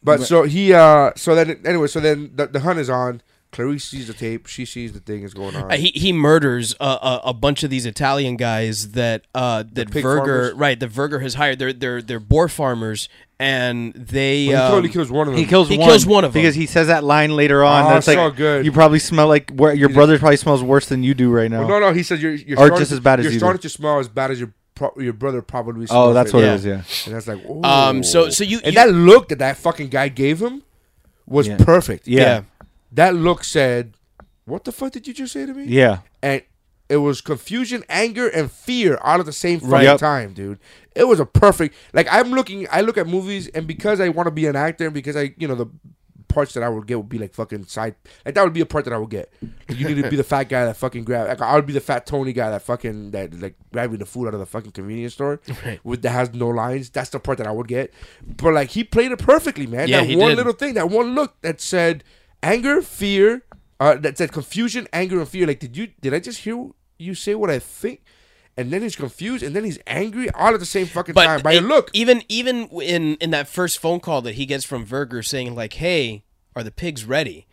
But so he, uh, so then anyway, so then the, the hunt is on. Clarice sees the tape. She sees the thing is going on.
Uh, he he murders a, a, a bunch of these Italian guys that uh, that
pig
Verger
farmers?
right that Verger has hired. They're they're they're boar farmers, and they
he
um,
totally kills one of them.
He kills
He
one.
kills one of 'em.
because he says that line later on.
Oh,
that's like
so good.
you probably smell like where your brother probably smells worse than you do right now.
Well, no, no. He says you're, you're
Or
starting
just
to-
as bad as
you're
either.
starting to smell as bad as your pro- your brother probably.
oh,
smelled
that's
it.
what
Yeah.
it is. Yeah.
And that's like, oh.
Um, so- so you-
and
you-
that look that that fucking guy gave him was
Yeah.
perfect.
Yeah. Yeah.
that look said, "What the fuck did you just say to me?"
Yeah.
and it was confusion, anger, and fear all at the same fucking
Right. Yep.
time, dude. It was a perfect. Like I'm looking, I look at movies, and because I want to be an actor, and because I, you know, the parts that I would get would be like fucking side. Like that would be a part that I would get. Like, you need to be the fat guy that fucking grab. Like I would be the fat Tony guy that fucking that like grabbing the food out of the fucking convenience store with that has no lines. That's the part that I would get. But like he played it perfectly, man.
Yeah,
that
he
one
did.
little thing, that one look that said anger, fear, uh, that said confusion, anger, and fear. Like, did you did I just hear you say what I think? And then he's confused, and then he's angry, all at the same fucking time. By
it-
your look,
even even in in that first phone call that he gets from Verger saying like, "Hey, are the pigs ready?"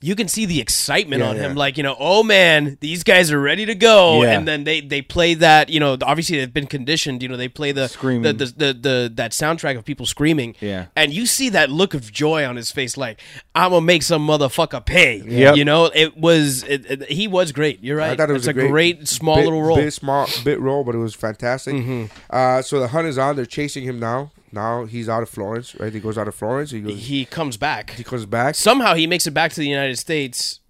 you can see the excitement
Yeah,
on him
yeah.
like you know oh man these guys are ready to go
Yeah.
and then they they play that you know obviously they've been conditioned you know they play the
Screaming.
the, the, the, the that soundtrack of people screaming
Yeah.
and you see that look of joy on his face like i'm gonna make some motherfucker pay
Yep.
you know it was it, it- he was great you're right
I thought it was
it's a, great, small
bit-
little role Mm-hmm.
bit small bit role, but it was fantastic. Uh, so the hunt is on. They're chasing him now. Now he's out of Florence, right? He goes out of Florence. He goes. He,
he comes back
comes back.
somehow he makes it back to the United States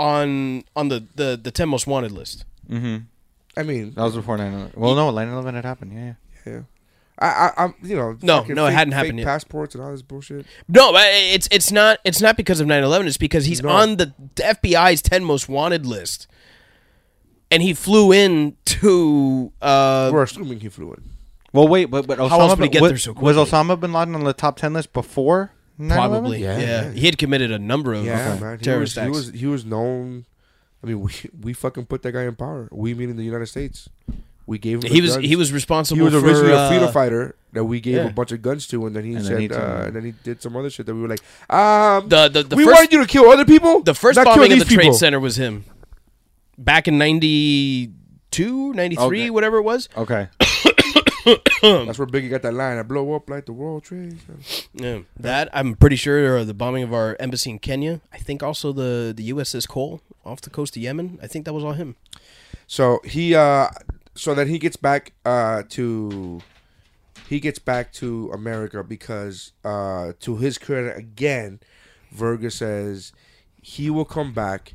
on on the the, the ten most wanted list.
I mean,
That was before 9/11. Well, no, 9/11 had happened. Yeah, yeah.
I, I, I'm, you know,
No,
fucking
no, it
fake-
hadn't
fake
happened yet.
Passports and all this bullshit.
No, but it's it's not it's not because of 9-11. It's because he's on the FBI's ten most wanted list, and he flew in to uh,
We're assuming he flew in.
Well, wait, but but Osama
else did we
bin-
get
wa-
there so
was
quickly?
Osama bin Laden on the top ten list before 9/11?
probably yeah. He had committed a number of
Yeah, man. He
terrorist
was, he
acts.
was he was known. I mean, we we fucking put that guy in power. We mean in the United States. We gave him.
he
the
was
guns.
he was responsible
He was
for
originally
uh,
a freedom fighter that we gave
yeah.
a bunch of guns to, and then he
And then
said,
he took
uh,
them.
and then he did some other shit that we were like, um,
The- the- the
we
first-
wanted you to kill other people.
The first
not kill
bombing of
these
the Trade
people."
Center was him. Back in 92, 93,
Okay.
whatever it was.
Okay.
That's where Biggie got that line. I blow up like the World Trade. Center."
Yeah, that I'm pretty sure or the bombing of our embassy in Kenya. I think also the the USS Cole off the coast of Yemen. I think that was all him.
So he, uh, so then he gets back uh, to, he gets back to America because uh, to his credit again, Verga says he will come back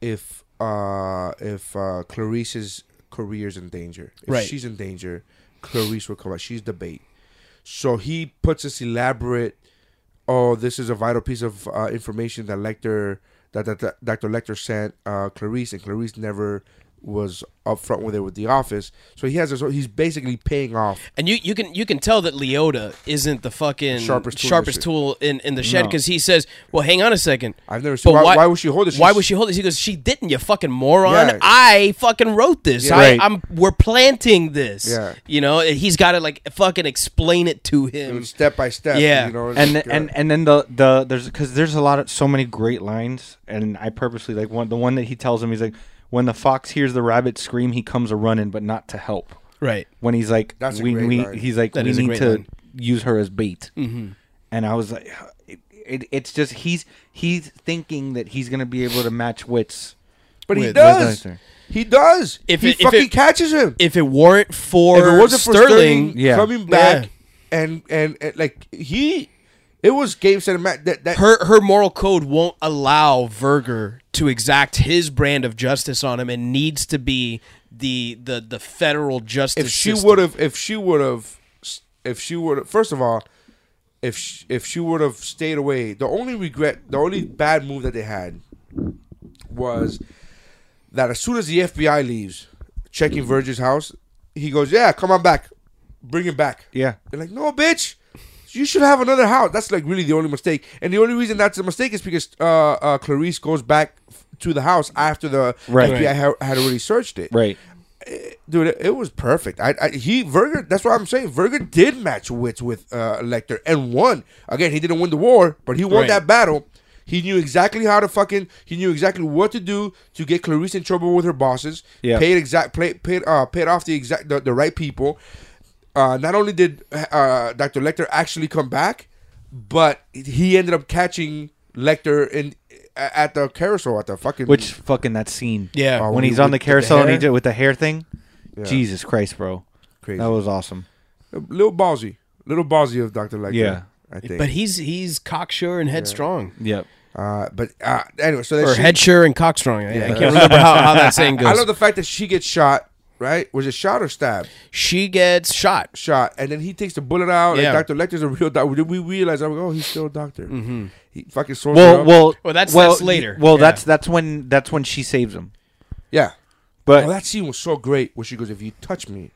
if uh, if uh, Clarice's career's in danger. If
Right.
she's in danger, Clarice will come back. She's the bait. So he puts this elaborate, oh, this is a vital piece of uh, information that Lecter, that, that, that Dr. Lecter sent uh, Clarice, and Clarice never was upfront with it with the office. So he has, this, he's basically paying off.
And you, you can you can tell that Leota isn't the fucking
Sharpest
sharpest
tool in
tool,
the shed.
in, in the shed because he says, "Well, hang on a second.
I've never seen-
But
why- why would she hold it?
Why
She's-
would she hold this? He goes, "She didn't, you fucking moron.
Yeah.
I fucking wrote this.
Yeah.
I,
Right.
I'm we're planting this.
Yeah.
You know, and he's got to like fucking explain it to him.
Step by step,
Yeah.
you know, it's
and
like, uh,
the- and and then the the there's because there's a lot of so many great lines, and I purposely like one the one that he tells him he's like, when the fox hears the rabbit scream, he comes a running, but not to help.
Right.
When he's like,
That's a
we,
great
we
line.
he's like
That
we
is a
need
great
to
line.
use her as bait, mm-hmm. and I was like, it, it, it's just he's he's thinking that he's gonna be able to match wits.
but he
with- with
does.
Lecter.
He does.
If
he
it- if
fucking
it-
catches him.
If it weren't for,
if it wasn't for Sterling,
Yeah.
coming back and, and and like he, it was game set and match. That, that
her her moral code won't allow Verger to exact his brand of justice on him, and needs to be the the the federal justice.
if she
system.
would have, if she would have, if she would have, first of all, if she, if she would have stayed away, the only regret, the only bad move that they had was that as soon as the FBI leaves, checking Virgil's house, he goes, "Yeah, come on back, bring him back."
Yeah.
they're like, "No, bitch." You should have another house. That's like really the only mistake, and the only reason that's a mistake is because uh, uh, Clarice goes back f- to the house after the
Right.
FBI ha- had already searched it
Right.
dude, it, it was perfect. I, I he Verger. That's what I'm saying. Verger did match wits with uh, Lecter and won. Again, he didn't win the war, but he won
Right.
that battle. He knew exactly how to fucking. He knew exactly what to do to get Clarice in trouble with her bosses.
Yeah.
paid exact paid paid, uh, paid off the exact the, the right people. Uh, not only did uh, Dr. Lecter actually come back, but he ended up catching Lecter in at the carousel at the fucking
Which fucking that scene?
Yeah.
Oh,
when he's
with-
on the
with the
carousel and he
hair?
did with the hair thing. Jesus Christ, bro,
crazy
that was awesome.
little ballsy, little ballsy of Dr. Lecter.
Yeah.
I think.
but he's he's cocksure and headstrong,
Yep.
Uh, but uh, anyway, so that
or
she-
headsure and cockstrong. I, I can't remember how, how that saying goes.
I love the fact that she gets shot. Right? Was it shot or stabbed?
she gets shot.
Shot, and then he takes the bullet out.
Yeah.
And Doctor Lecter's a real doctor. We realize, I'm like, oh, he's still a doctor. Mm-hmm. He fucking swords
Well, well,
Well, that's- that's
y-
later.
Well,
Yeah.
that's that's when that's when she saves him.
yeah.
But
Oh, that scene was so great where she goes, "If you touch me,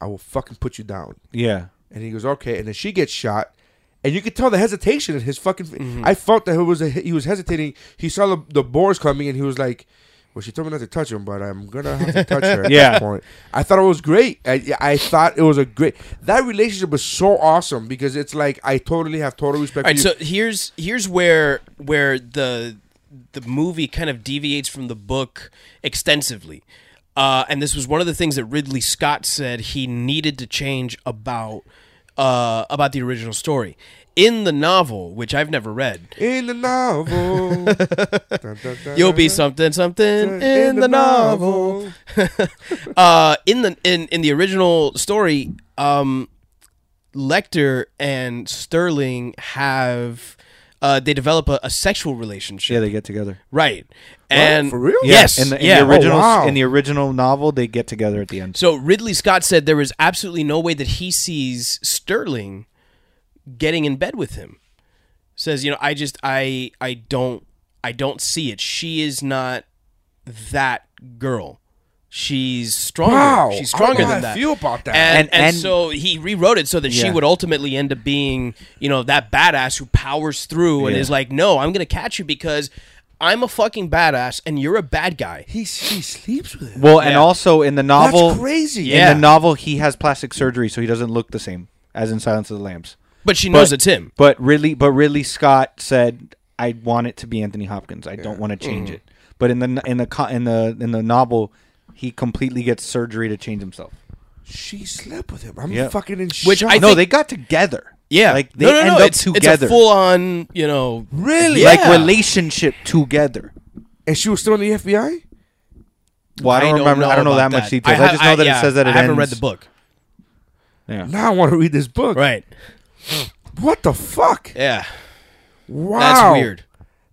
I will fucking put you down."
yeah,
And he goes, "Okay." And then she gets shot, and you could tell the hesitation in his fucking.
Mm-hmm.
I felt that he was he was hesitating. He saw the, the boars coming, and he was like, "Well, she told me not to touch him, but I'm gonna have to touch her." at
Yeah.
this point. I thought it was great. I, I thought it was a great. That relationship was so awesome because it's like I totally have total respect.
All right,
for you.
so here's here's where where the the movie kind of deviates from the book extensively. Uh, and this was one of the things that Ridley Scott said he needed to change about uh, about the original story. In the novel, which I've never read,
in the novel. Dun, dun, dun,
You'll be
dun,
something, something
dun,
in the novel. Uh, in the in in the original story, um, Lecter and Sterling have uh, they develop a, a sexual relationship,
Yeah, they get together.
right? And
For real?
Yeah,
yes,
in the, in
yeah.
the original
Oh, wow.
in the original novel, they get together at the end.
So Ridley Scott said there was absolutely no way that he sees Sterling getting in bed with him. Says, you know, I just I I don't I don't see it. She is not that girl. She's stronger.
Wow,
She's
I don't
stronger
know how
than
I
that.
feel about that.
And,
And-
and,
and-
so he rewrote it so that she
Yeah.
would ultimately end up being, you know, that badass who powers through and
Yeah.
is like, no, I'm gonna catch you because I'm a fucking badass and you're a bad guy.
He she sleeps with him.
Well, and
Yeah.
also in the
That's
novel,
crazy.
Yeah.
in the novel, he has plastic surgery, so he doesn't look the same as in Silence of the Lambs.
But she knows it's him.
But Ridley, but Ridley Scott said, "I want it to be Anthony Hopkins. I don't want to change
Mm-hmm.
it." But in the in the co- in the in the novel, he completely gets surgery to change himself.
She slept with him. I'm
Yeah.
fucking in
Which
shock.
I
no,
think-
they got together.
Yeah,
like they
no, no,
end
no.
up
it's, It's
together,
a full on, you know,
Really?
like
yeah.
relationship together.
and she was still in the FBI.
Well, I don't, remember. I don't know that,
about
much details. I,
have-
just know that
yeah,
it says that it
I haven't
ends.
read the book.
Yeah.
Now I want to read this book.
Right?
What the fuck?
Yeah,
Wow.
that's weird.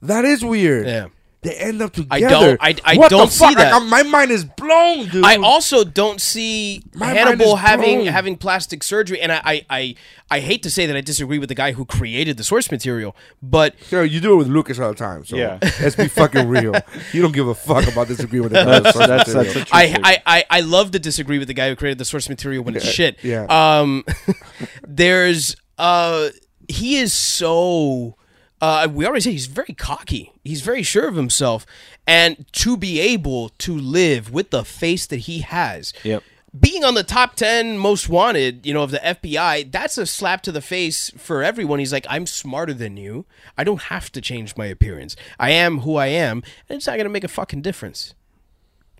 That is weird.
Yeah.
They end up together.
I don't- I- I
what
don't
the
see
fuck?
that.
Like, I'm- my mind is blown, dude.
I also don't see
My
Hannibal
mind is
having
blown.
having plastic surgery, and I, I I I hate to say that I disagree with the guy who created the source material, but
Sure, you do it with Lucas all the time. So
Yeah.
let's be fucking real. You don't give a fuck about disagreeing with the
That's, that's, that's the
I,
truth.
I, I, I love to disagree with the guy who created the source material when it's shit.
yeah.
Um, there's uh, he is so. Uh, we already said he's very cocky. He's very sure of himself, and to be able to live with the face that he has.
Yep.
Being on the top ten most wanted, you know, of the FBI, that's a slap to the face for everyone. He's like, I'm smarter than you. I don't have to change my appearance. I am who I am, and it's not gonna make a fucking difference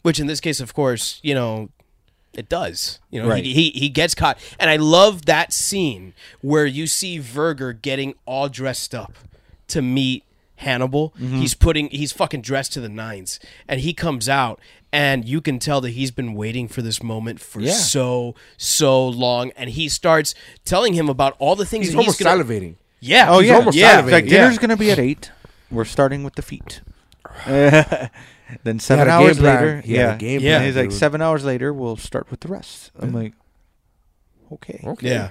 which in this case of course you know it does you know
Right.
he, he he gets caught and i love that scene where you see verger getting all dressed up to meet hannibal
Mm-hmm.
he's putting he's fucking dressed to the nines and he comes out and you can tell that he's been waiting for this moment for
Yeah.
so so long and he starts telling him about all the things
He's
that he's
almost
gonna
salivating.
yeah
Oh
He's
yeah,
almost
yeah.
salivating.
It's like,
Yeah.
dinner's gonna be at eight. We're starting with the feet. then seven
a game
hours
plan.
later,
He had a
yeah,
game
Yeah. plan,
He's like
dude.
seven hours later, we'll start with the rest. I'm like, okay,
Okay.
yeah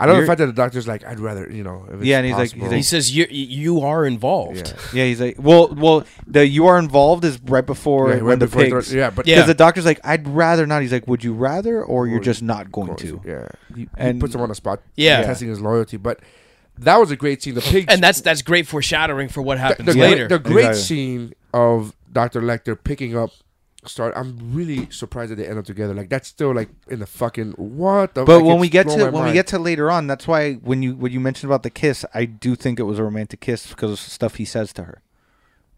I love the
You're-
fact that the doctor's like, I'd rather, you know. If it's
Yeah, and he's like-
possible.
he's
he
like-
says you you are involved
yeah.
yeah. He's like, well, well, the you are involved is right before
Yeah,
when
right
the
before the-
pigs.
yeah, but-
Yeah.
because the doctor's like, I'd rather not. He's like, would you rather, or you're just not going to?
Yeah, he, he
And-
puts him on the spot.
Yeah.
testing his loyalty. But that was a great scene. The pigs
and that's that's great foreshadowing for what happens
the, great-
later
the great
Exactly.
scene of Doctor Lecter picking up. Start. I'm really surprised that they end up together. Like that's still like in the fucking what the.
But
like,
when
it's
we get to
blown
when
my
we
mind.
get to later on, that's why when you when you mentioned about the kiss, I do think it was a romantic kiss because of stuff he says to her.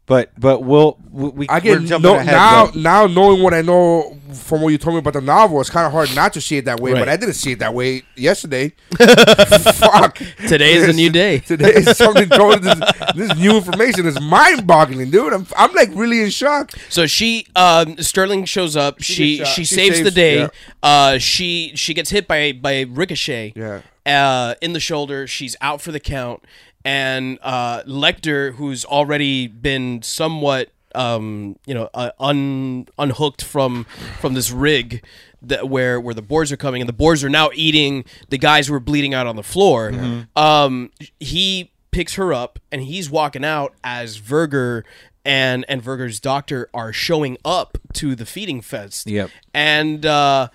But but we'll we, we
I
we're
get
jumping
no,
ahead,
now.
but-
Now knowing what I know from what you told me about the novel, it's kind of hard not to see it that way. But
Right.
I didn't see it that way yesterday. Fuck.
Today is a new day.
Today is something totally. This, this new information is mind-boggling, dude. I'm, I'm like really in shock.
So she, um, Sterling shows up. She she,
gets shot. She
saves, the
saves-
day.
yeah.
Uh, she she gets hit by by ricochet.
Yeah.
Uh, in the shoulder, she's out for the count, and uh, Lecter, who's already been somewhat, um, you know, uh, un unhooked from from this rig. That where where the boars are coming and the boars are now eating the guys who are bleeding out on the floor. Um, he picks her up and he's walking out as Verger and and Verger's doctor are showing up to the feeding fest.
Yep.
And uh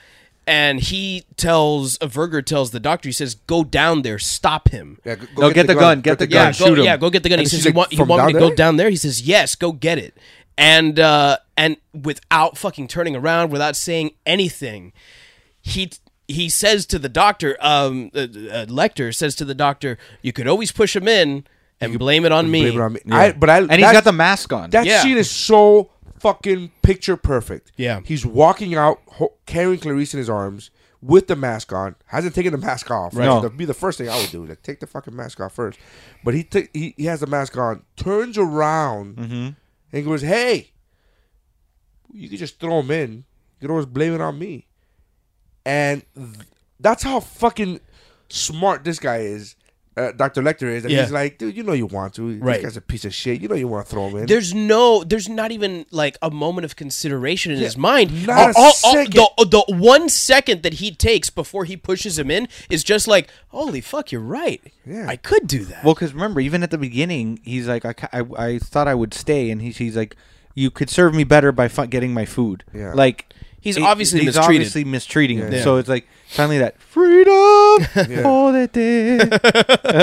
and he tells uh, Verger tells the doctor he says go down there stop him.
Yeah, go,
No, get the gun, get the
Yeah,
gun, shoot
go,
him.
yeah, go get the gun. He
And
says,
she's
"You
like,
want, you
"From
want me to
down
go
there?"
down there?" He says, "Yes, go get it." And uh, and without fucking turning around, without saying anything, he he says to the doctor, um, uh, uh, Lecter says to the doctor, "You could always push him in." and blame it on me.
Blame it on me. I, but I
and he's got the mask on.
That
Yeah.
scene is so fucking picture perfect.
Yeah.
He's walking out ho- carrying Clarice in his arms with the mask on. Hasn't taken the mask off. Right.
No.
That'd be the first thing I would do. Like take the fucking mask off first. But he ta- he, he has the mask on, turns around
Mm-hmm.
and goes, "Hey, you could just throw him in. You could always blame it on me." And th- that's how fucking smart this guy is. Uh, Dr. Lecter is, and
Yeah.
he's like, dude, you know you want to.
Right.
This guy's a piece of shit. You know you want to throw him in.
There's no, there's not even like a moment of consideration in his mind.
not a
the, the one second that he takes before he pushes him in is just like, holy fuck, you're right.
Yeah.
I could do that.
Well, because remember, even at the beginning, he's like, I, ca- I, I thought I would stay, and he, he's like, you could serve me better by fu- getting my food.
Yeah.
Like
He's obviously
he's
mistreated.
obviously mistreating him.
Yeah.
So it's like finally that freedom for the day.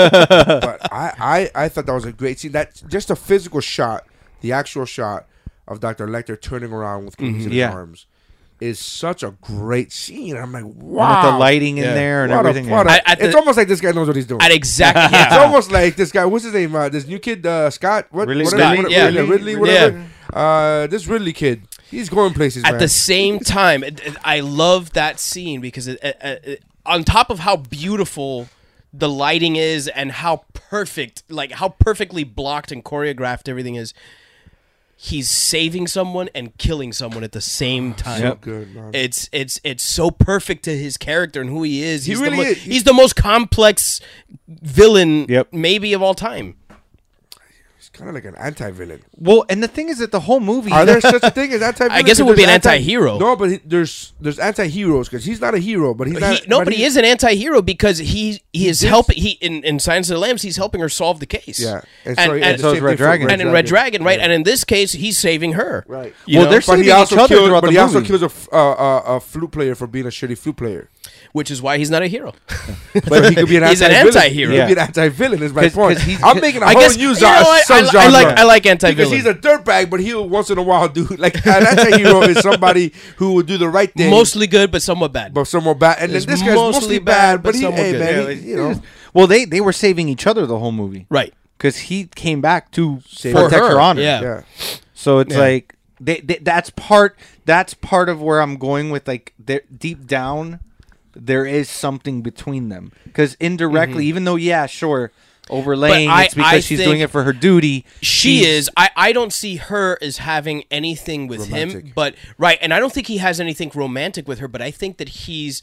but I, I, I thought that was a great scene. That just a physical shot, the actual shot of Dr. Lecter turning around with Cleese in his
Mm-hmm. Yeah.
arms is such a great scene. I'm like,
With
wow.
the lighting in
Yeah.
there and
What a-
everything.
what a-
I- at
it's
the-
almost like this guy knows what he's doing.
At exactly.
it's almost like this guy, what's his name? Uh, this new kid, uh, Scott? What,
Ridley-
whatever-
Scott,
whatever-
yeah.
Ridley, Ridley,
Yeah.
whatever. Uh, this Ridley kid, he's going places,
at
man.
the same time it- it- i love that scene because it, it, it, on top of how beautiful the lighting is and how perfect like how perfectly blocked and choreographed everything is he's saving someone and killing someone at the same time
good, man.
it's it's it's so perfect to his character and who he is he's,
really
the, mo-
is.
he's the most complex villain
Yep.
maybe of all time
He's kind of like an anti-villain.
well, and the thing is that the whole movie.
Are there such a thing as anti?
I guess it would be an anti-hero.
No, but he, there's there's anti-heroes because he's not a hero, but he's
he,
not.
no, but,
but
he is an anti-hero because he he is
did-
helping. He in, in Science of the Lambs, he's helping her solve the case.
Yeah,
and
so-
and,
the
so is
same
Red
thing for
Dragon.
and in Red Dragon, right? And in this case, he's saving her.
Right.
You
Well,
know?
they're
But
saving
he
each
also
other
kills,
throughout
but
the
he also
movie.
kills a, f- uh, uh, a flute player for being a shitty flute player.
which is why he's not a hero.
But he could be an
He's an
anti-villain.
anti-hero.
He could be
Yeah.
an anti-villain. Is my
'Cause-
point.
'cause he's-
I'm making a
I
whole
guess-
news
you know
out of
what? I
some
li- I
genre.
like- I like
because
anti-villain.
he's a dirtbag, but he'll once in a while do like an anti-hero is somebody who will do the right thing,
mostly good, but somewhat bad.
but somewhat bad. And then
It's
this guy's
mostly
mostly
bad, but
bad, but he,
somewhat
hey
good.
man,
Yeah,
he- you know.
well, they they were saving each other the whole movie,
right.
Because he came back to
Save
protect
her.
her, honor.
Yeah.
Yeah.
So it's like they, they, that's part that's part of where I'm going with like they're- deep down there is something between them because indirectly even though yeah sure overlaying
But I-
it's because
I
she's
think
doing it for her duty
She
she's-
is. I, I don't see her as having anything with him,
Romantic.
but right, and I don't think he has anything romantic with her. But I think that he's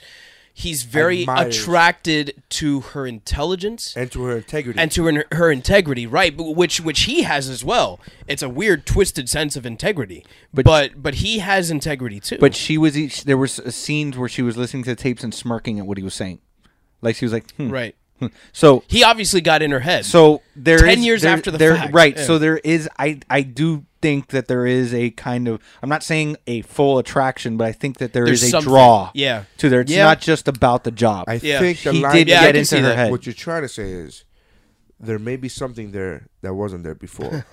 he's very
Admires.
attracted to her intelligence
And to her integrity.
and to her, her integrity, right? but Which which he has as well. It's a weird, twisted sense of integrity, but but, he has integrity too.
but she was each, there was uh, scenes where she was listening to tapes and smirking at what he was saying like she was like hmm.
right,
so
he obviously got in her head.
so there
10
is-
years
there-
after the
there-
fact.
right
Yeah.
so there is i i do think that there is a kind of i'm not saying a full attraction but i think that there
There's
is a
something.
draw
Yeah.
to there it's
Yeah.
not just about the job
I
Yeah.
think the
he
line
did
Yeah, I
get
can see
into her
that.
head
What you're trying to say is there may be something there that wasn't there before.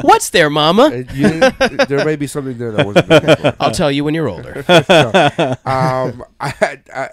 what's there, Mama?
And you didn't- there may be something there that wasn't there before.
I'll tell you when you're older.
Um, I, I,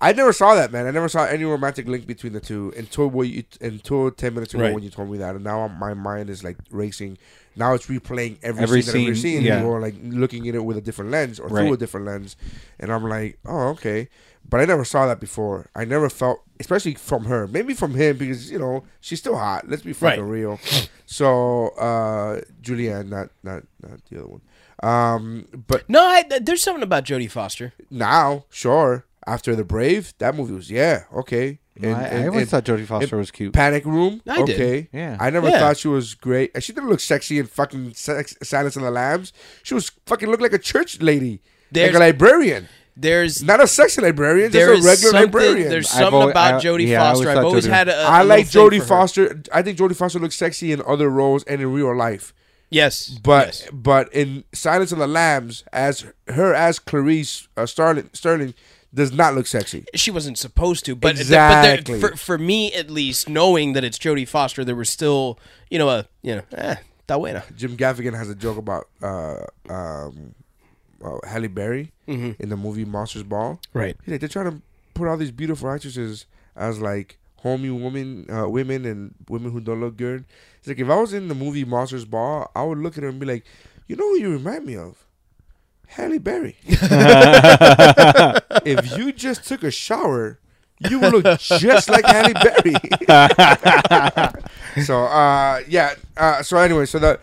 I never saw that, man. I never saw any romantic link between the two until what you until ten minutes ago
Right.
when you told me that, and now my mind is like racing. Now it's replaying every,
Every
scene, that I've ever
scene,
seen,
yeah.
or like looking at it with a different lens or through
Right.
a different lens, and I'm like, oh okay. But I never saw that before. I never felt, especially from her, maybe from him, because you know she's still hot. Let's be fucking
Right.
real. So uh Julianne, not not not the other one. Um, but
no, I, there's something about Jodie Foster.
now, sure. After the Brave, that movie was yeah okay. And-
I,
and-
I
and
always thought Jodie Foster was cute.
Panic Room,
I did.
okay.
Yeah.
I never
Yeah.
thought she was great. And She didn't look sexy in fucking sex, Silence of the Lambs. She was fucking looked like a church lady,
There's-
like a librarian,
There's
not a sexy librarian, just
there
a
is
regular
something.
librarian.
There's
I've
something
always-
about
I-
Jodie
yeah, I always
Foster. I've
thought
always
Jodie-
had a. a
I
little
like
thing for
Jodie
her.
Foster. I think Jodie Foster looks sexy in other roles and in real life.
Yes,
But
yes.
but in Silence of the Lambs, as her as Clarice uh, Starling, Sterling does not look sexy.
she wasn't supposed to. But,
Exactly.
but there, for, for me, at least, knowing that it's Jodie Foster, there was still, you know, a you know, eh, está buena.
Jim Gaffigan has a joke about uh, um, uh, Halle Berry in the movie Monsters Ball.
Right.
He's like, they're trying to put all these beautiful actresses as like homie women, uh, women and women who don't look good. It's like if I was in the movie Monsters Ball, I would look at her and be like, you know who you remind me of? Halle Berry. if you just took a shower, you would look just like Halle Berry. so uh, yeah. Uh, so anyway, so that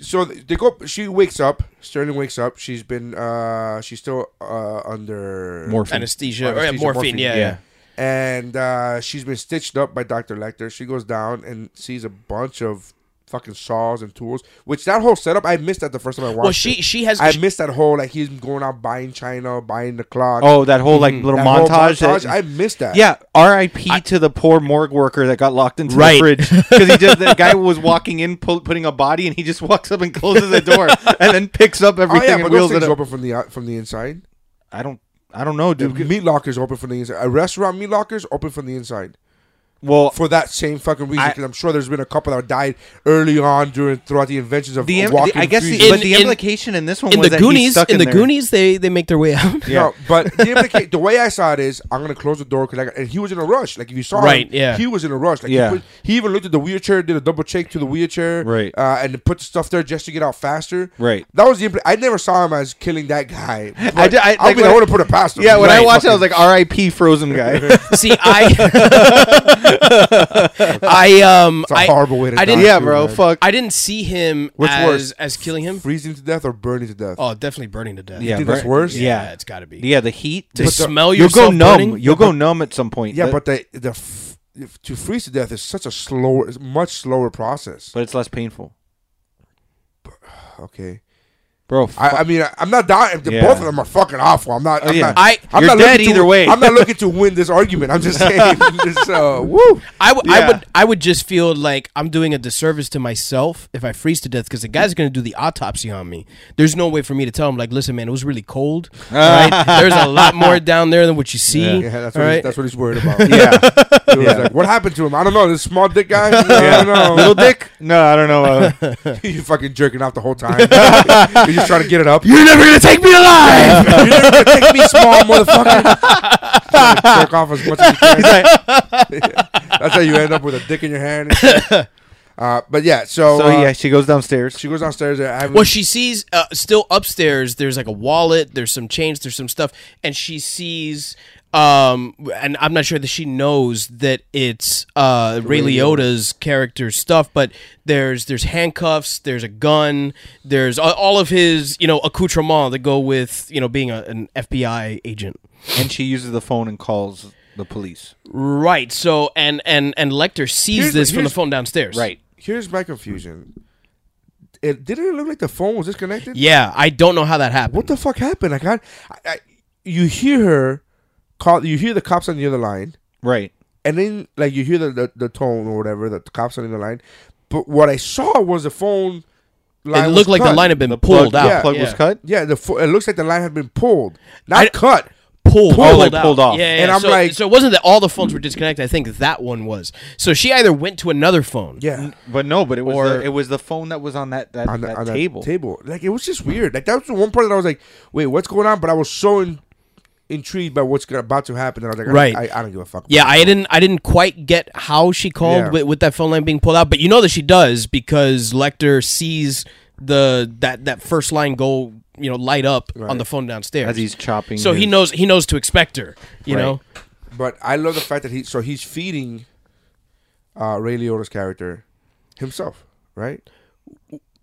so they go. She wakes up. Sterling wakes up. She's been. Uh, she's still uh, under
Morphine.
Anesthesia, or, yeah,
Anesthesia,
morphine, yeah, yeah.
and uh, she's been stitched up by Dr. Lecter. She goes down and sees a bunch of fucking saws and tools, which that whole setup I missed that the first time I watched.
Well, she
it.
she has
I missed that whole like he's going out buying China, buying the clock.
Oh, that whole
Mm-hmm.
like little
That whole
montage. that-
montage, I missed that.
Yeah, R.I.P. to the poor morgue worker that got locked into
Right.
the fridge because he just the guy was walking in, pull, putting a body, and he just walks up and closes the door and then picks up
Oh
everything
yeah,
and
but those
wheels it
things
up.
open from the out- from the inside.
I don't, I don't know,
The
dude.
meat lockers open from the inside. A restaurant meat lockers open from the inside.
Well,
for that same fucking reason.
I-
Because I'm sure there's been a couple that died early on during throughout the inventions of
the,
the
im-
walking.
I guess, the,
freezers.
but the
In- in-
implication in this one
in
was
the
that he's
Goonies.
stuck
In, the
there.
Goonies, they they make their way out.
Yeah.
No, but the, implica- the way I saw it is, I'm gonna close the door because I got, and he was in a rush. Like if you saw
Right,
him,
yeah.
he was in a rush. Like he
Yeah.
put- he, even looked at the wheelchair, did a double check to the wheelchair,
Right.
uh, and put the stuff there just to get out faster,
Right.
That was the. Impl- I never saw him as killing that guy.
I, did- I,
I,
like,
mean,
when
I would have put it past him.
Yeah, when I
Right,
watched it, I was like, "R.I.P. Frozen guy."
See, I, I um,
It's a horrible way to
I didn't,
die,
yeah,
too,
bro.
man.
Fuck.
I didn't see him
Which
as
worse?
as killing him.
freezing to death or burning to death.
Oh, definitely burning to death.
yeah,
think that's
bro.
worse?
yeah,
Yeah,
it's got to be.
yeah. The heat.
To smell
You'll go
yourself
numb.
burning?
You'll go numb at some point.
yeah,
That-
but the the f- if- to freeze to death is such a slower, it's much slower process.
but it's less painful,
Okay.
bro.
I, I mean, I, I'm not doubting.
Yeah. Oh,
Both of them are fucking awful. I'm not. I'm
yeah.
not
I-
I'm
You're
not
dead
looking to-
either way.
I'm not looking to win this argument. I'm just saying. just, uh, woo.
I would, I
Yeah.
would, I would just feel like I'm doing a disservice to myself if I freeze to death because the guy's gonna do the autopsy on me. There's no way for me to tell him like, listen, man, it was really cold. all right? There's a lot more down there than what you see.
Yeah, that's
all
what, he's,
right?
that's what he's worried about. yeah. Like, what happened to him? I don't know. This small dick guy. I don't know.
Little dick? No, I don't know. Uh,
you fucking jerking off the whole time. You're just trying to get it up. You're
never gonna take me alive.
never gonna take me, small motherfucker. Trying to jerk off as much as you can. that's how you end up with a dick in your hand. and shit. Uh, but yeah, so,
so
uh,
yeah, she goes downstairs.
she goes downstairs. I haven't-
Well, she sees uh, still upstairs. There's like a wallet. There's some change. There's some stuff, and she sees. Um, and I'm not sure that she knows that it's uh Ray Liotta's character stuff, but there's there's handcuffs, there's a gun, there's all, all of his you know accoutrements that go with you know being a, an FBI agent.
and she uses the phone and calls the police.
Right. So and and and Lecter sees
Here's-
this from the
here's-
phone downstairs.
here's my confusion. It didn't it look like the phone was disconnected.
Yeah, I don't know how that happened.
What the fuck happened? Like I, I, I you hear her call. You hear the cops on the other line,
Right.
and then like you hear the the, the tone or whatever that the cops on the other line. But what I saw was the phone. Line
It
was
looked like the
cut.
line had been
Plug,
pulled out.
yeah, plug was
Yeah.
cut.
Yeah, the fo- it looks like the line had been pulled, not
I-
cut.
pulled,
Pulled,
pulled,
like,
out.
pulled off.
Yeah, yeah,
And I'm
so,
like-
so it wasn't that all the phones were disconnected. I think that one was. So she either went to another phone.
Yeah,
But no, but it was
Or-
the, it was the phone that was on that that,
on, the,
that
on that
table.
table. Like it was just weird. Like that was the one part that I was like, wait, what's going on? But I was so in, intrigued by what's gonna- about to happen. And I was like,
Right.
I, I, I don't give a fuck.
Yeah, I didn't. I didn't quite get how she called
Yeah.
with, with that phone line being pulled out, but you know that she does because Lecter sees the that that first line go, you know, light up on the phone downstairs
As he's chopping
So he
his-
knows he knows to expect her. You know,
But I love the fact that he so he's feeding uh, Ray Liotta's character himself, right?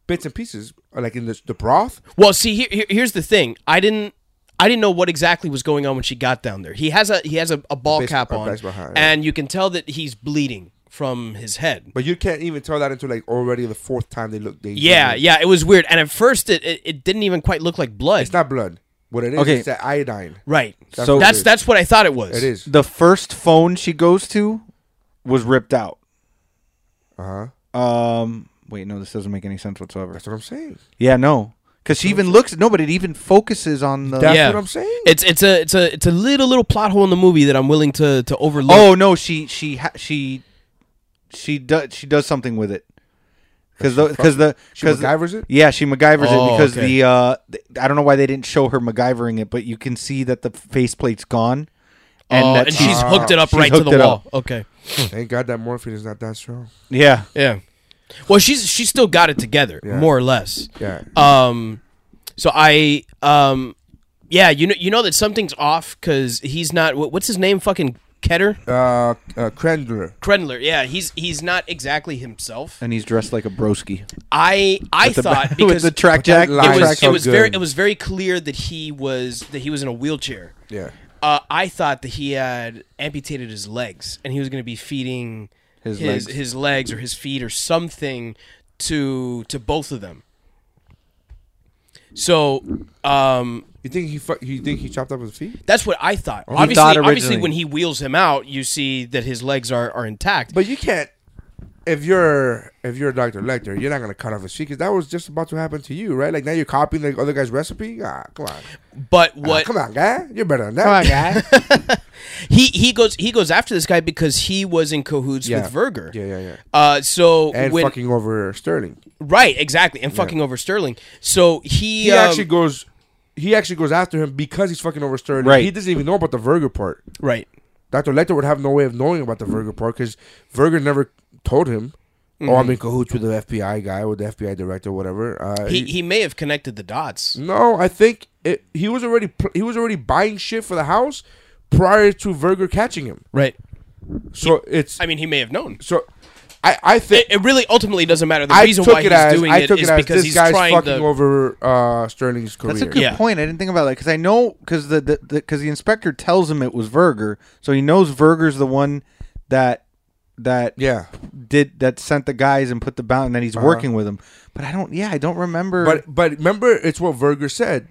Bits and pieces, like in the, the broth.
Well, see, here, here- here's the thing. I didn't. I didn't know what exactly was going on when she got down there. He has a he has a, a ball
Base-
cap
a
on,
baseball hat, yeah.
and you can tell that he's bleeding from his head.
But you can't even tell that until like already the fourth time they look. They
Yeah, yeah, it was weird. And at first, it, it, it didn't even quite look like blood.
It's not blood. What it is,
Okay.
it's that iodine.
right.
That's
So-
what it
That's
is.
that's what I thought it was.
It is.
The first phone she goes to was ripped out.
Uh huh.
Um. Wait, no, this doesn't make any sense whatsoever.
That's what I'm saying.
Yeah, no, because she even looks. No, but it even focuses on the.
That's
Yeah.
what I'm saying.
It's it's a it's a it's a little little plot hole in the movie that I'm willing to to overlook.
Oh no, she she ha- she she does she does something with it because the because the
She
because
MacGyvers it?
Yeah, she MacGyvers
Oh,
it because
okay.
the uh th- I don't know why they didn't show her MacGyvering it, but you can see that the faceplate's gone
oh,
that
and she's
Ah.
hooked it up
she's
right to
hooked
the
it
wall.
up.
Okay.
Thank God that morphine is not that strong.
Yeah.
Yeah. Well, she's she's still got it together,
Yeah.
more or less.
Yeah.
Um, so I um, yeah, you know you know that something's off because he's not. wh- What's his name? Fucking Ketter
Uh, uh Crandler.
Kredler. Yeah, he's he's not exactly himself.
And he's dressed like a broski.
I I
With the-
thought
with
because
the track
that
jack.
line-
it
Track's
was
so
it was very
good.
it was very clear that he was that he was in a wheelchair.
Yeah.
Uh, I thought that he had amputated his legs and he was going to be feeding his his legs.
legs.
or his feet or something to to both of them. So um,
You think he fu- you think he chopped up his feet?
that's what I thought. obviously,
thought
obviously,
originally.
when he wheels him out, you see that his legs are, are intact.
But you can't. If you're if you're Dr. Lecter, you're not gonna cut off his feet because that was just about to happen to you, right? Like now you're copying the other guy's recipe. Ah, come on,
but what?
uh, come on, guy, you're better than that. Come on, guy.
he he goes he goes after this guy because he was in cahoots
Yeah.
with Verger.
Yeah, yeah, yeah.
Uh, so
and
when,
fucking over Sterling.
right, exactly, and fucking over Sterling. So he,
He
um,
actually goes. He actually goes after him because he's fucking over Sterling.
Right.
He doesn't even know about the Virgo part.
right.
Dr. Lecter would have no way of knowing about the Virgo part because Virgo never told him.
Mm-hmm.
Oh, I'm in cahoots with the FBI guy, with the FBI director, whatever. Uh,
He he may have connected the dots.
No, I think it, he was already pl- he was already buying shit for the house prior to Verger catching him.
Right.
So it's
I mean, he may have known.
so I I
It,
think
it really ultimately doesn't matter. The
I
reason
took
why
it
he's
as
doing
I
it
took it
is
as
because
this
he's
guy's
trying
fucking
to.
over uh, Sterling's career.
That's a good
Yeah.
point. I didn't think about that because I know because the because the, 'cause the inspector tells him it was Verger, so he knows Verger's the one that that
Yeah,
did that sent the guys and put the bound and that he's working with him. But I don't. Yeah, I don't remember.
Uh-huh. but but remember, it's what Verger said.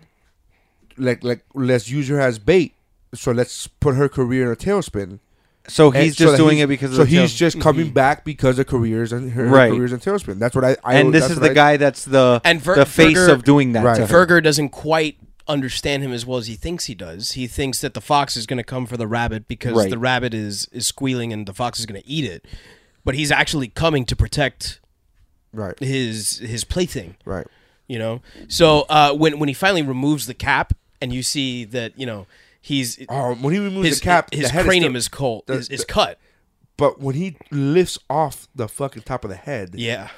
Like like let's use her as bait. So let's put her career in a tailspin.
so
And
he's
so
just
that
doing
he's-
it because of
so
the
he's
tail-
just coming
Mm-hmm.
back because of careers and her
Right.
careers in tailspin. That's what I. I
and this
that's
is
what
the
I-
guy that's the
And Ver-
the face
Verger-
of doing that.
Right.
To her.
Verger doesn't quite understand him as well as he thinks he does. He thinks that the fox is going to come for the rabbit because
Right.
the rabbit is is squealing and the fox is going to eat it. But he's actually coming to protect
Right.
his his plaything.
Right.
you know so uh when when he finally removes the cap and you see that you know he's
Oh, when he removes
his
the cap,
his
the head
cranium
still-
is cold
the-
is, is
the-
cut
But when he lifts off the fucking top of the head,
yeah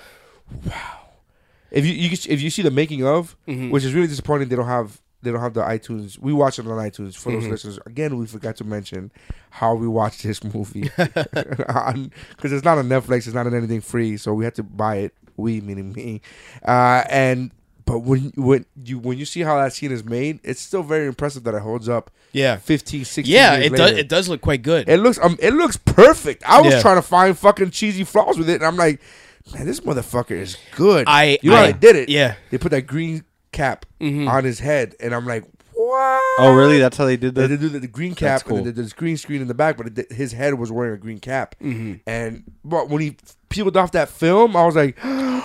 If you, you can s- if you see the making of,
Mm-hmm.
which is really disappointing, they don't have they don't have the iTunes. We watch it on iTunes for
Mm-hmm.
those listeners. Again, we forgot to mention how we watched this movie because it's not on Netflix. It's not on anything free, so we had to buy it. We meaning me, uh, and. But when when you when you see how that scene is made, it's still very impressive that it holds up.
Yeah.
15, 16
yeah
years
it does
later.
it does look quite good
It looks um, it looks perfect. I was
Yeah.
trying to find fucking cheesy flaws with it, and I'm like, man, this motherfucker is good.
I-
you know
I-
how they did it?
yeah. Mm-hmm.
they put that green cap on his head, and I'm like, what?
Oh, really? That's how they did
They
that.
did the, the green cap,
cool.
and then there's green screen in the back, but it, his head was wearing a green cap.
Mm-hmm.
And but when he peeled off that film, I was like,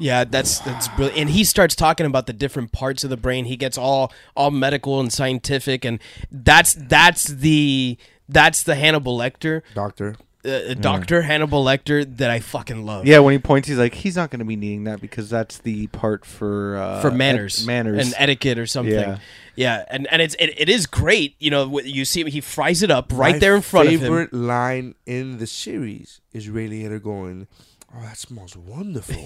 yeah that's that's brilliant and he starts talking about the different parts of the brain he gets all all medical and scientific and that's that's the that's the Hannibal Lecter
doctor.
uh, uh, Dr. Hannibal Lecter that I fucking love
Yeah, when he points, he's like, he's not going to be needing that because that's the part for uh,
for
et-
manners,
manners,
and etiquette or something. Yeah,
Yeah.
and and it's it, it is great. You know, what- you see, him, he fries it up right
My
there in front of him.
favorite line in the series is Ray Liotta going, "Oh, that smells wonderful.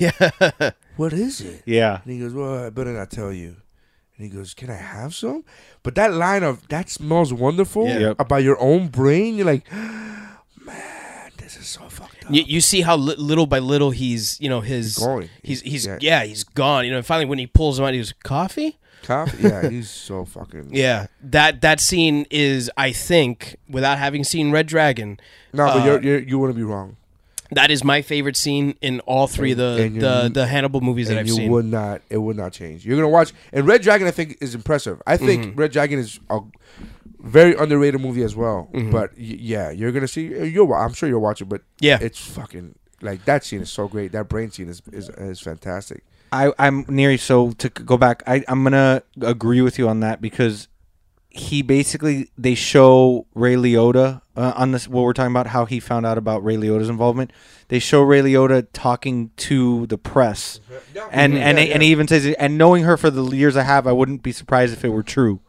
what is it?
yeah.
And he goes, Well, I better not tell you. And he goes, Can I have some? But that line of that smells wonderful
Yeah. Yep.
about your own brain, you're like, Man, this is so fucked up.
You, you see how li- little by little he's you know his
going.
he's he's yeah.
Yeah.
he's gone. You know, and finally when he pulls him out, he goes coffee.
Cop? Yeah, he's so fucking.
Yeah, that that scene is I think without having seen Red Dragon,
No, but
Uh,
you're, you're, you wouldn't be wrong.
that is my favorite scene in all three of the
And you-
the, the Hannibal movies that
And
I've
you
seen.
would not, it would not change. You're going to watch. And Red Dragon, I think, is impressive. I think
Mm-hmm.
Red Dragon is a very underrated movie as well.
Mm-hmm.
But y- yeah, you're going to see. uh, You'll, wa- I'm sure you'll watch it, but
Yeah.
it's fucking. Like, that scene is so great. That brain scene is, is, is fantastic.
I, I'm near. So to c- go back, I, I'm gonna agree with you on that because he basically they show Ray Liotta uh, on this. What we're talking about, how he found out about Ray Liotta's involvement. They show Ray Liotta talking to the press,
Mm-hmm.
and and and he even says, and knowing her for the years I have, I wouldn't be surprised if it were true.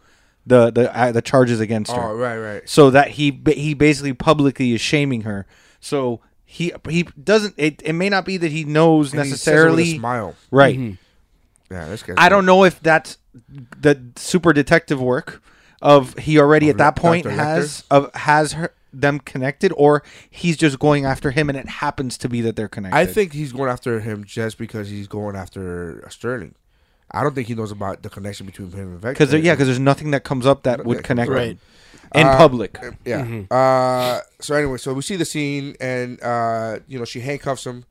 the the uh, the charges against her.
Oh, right, right.
So that he ba- he basically publicly is shaming her. So he he doesn't. It, it may not be that he knows
And he says it with a
necessarily.
smile. Mm-hmm.
Right.
Yeah, this guy's
I don't know if that's the super detective work of he already at that
Dr.
point
Lecter?
has of has her, them connected, or he's just going after him, and it happens to be that they're connected.
I think he's going after him just because he's going after Sterling. I don't think he knows about the connection between him and Vector.
because yeah, because there's nothing that comes up that would
that
connect
comes
them in public.
Yeah.
Mm-hmm.
Uh, so anyway, so we see the scene, and uh, you know she handcuffs him,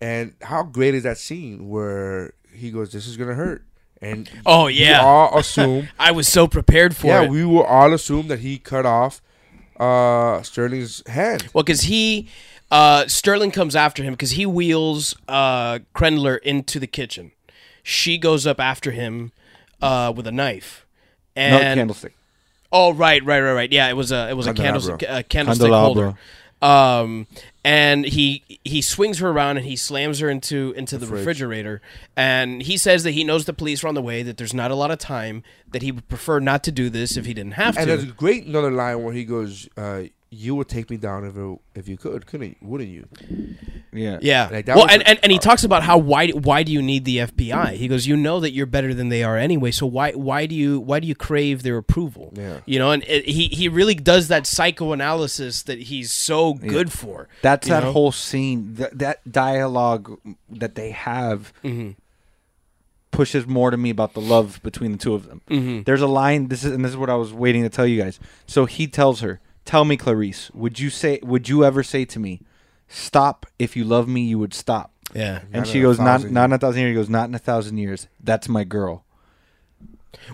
and how great is that scene where he goes, "This is gonna hurt," and
Oh,
we
yeah.
all assume,
I was so prepared for
yeah,
it.
we will all assume that he cut off uh, Sterling's hand.
Well, because he, uh, Sterling comes after him because he wheels uh, Krendler into the kitchen. She goes up after him uh, with a knife.
Not
And
candlestick.
oh, right, right, right, right. Yeah, it was a it was a
Candelabra.
candlestick a candlestick
Candelabra.
holder. Um, and he he swings her around and he slams her into into the, refrigerator. And he says that he knows the police are on the way. That there's not a lot of time. That he would prefer not to do this if he didn't have
And
to.
there's a great another line where he goes, uh, "You would take me down if it, if you could, couldn't you? Wouldn't you?"
Yeah,
Yeah.
Like, that
well,
was
and,
a- uh,
and, and he talks about how why why do you need the FBI? He goes, you know that you're better than they are anyway. So why why do you why do you crave their approval?
Yeah.
You know, and it, he he really does that psychoanalysis that he's so good for.
That's
you
that
know?
whole scene. That, that dialogue that they have
Mm-hmm.
pushes more to me about the love between the two of them.
Mm-hmm.
There's a line. This is and this is what I was waiting to tell you guys. So he tells her, "Tell me, Clarice, would you say? Would you ever say to me, stop? If you love me, you would stop."
yeah.
And
Not
she
in a
goes, "Not
thousand
not in a thousand years." He goes, "Not in a thousand years. That's my girl."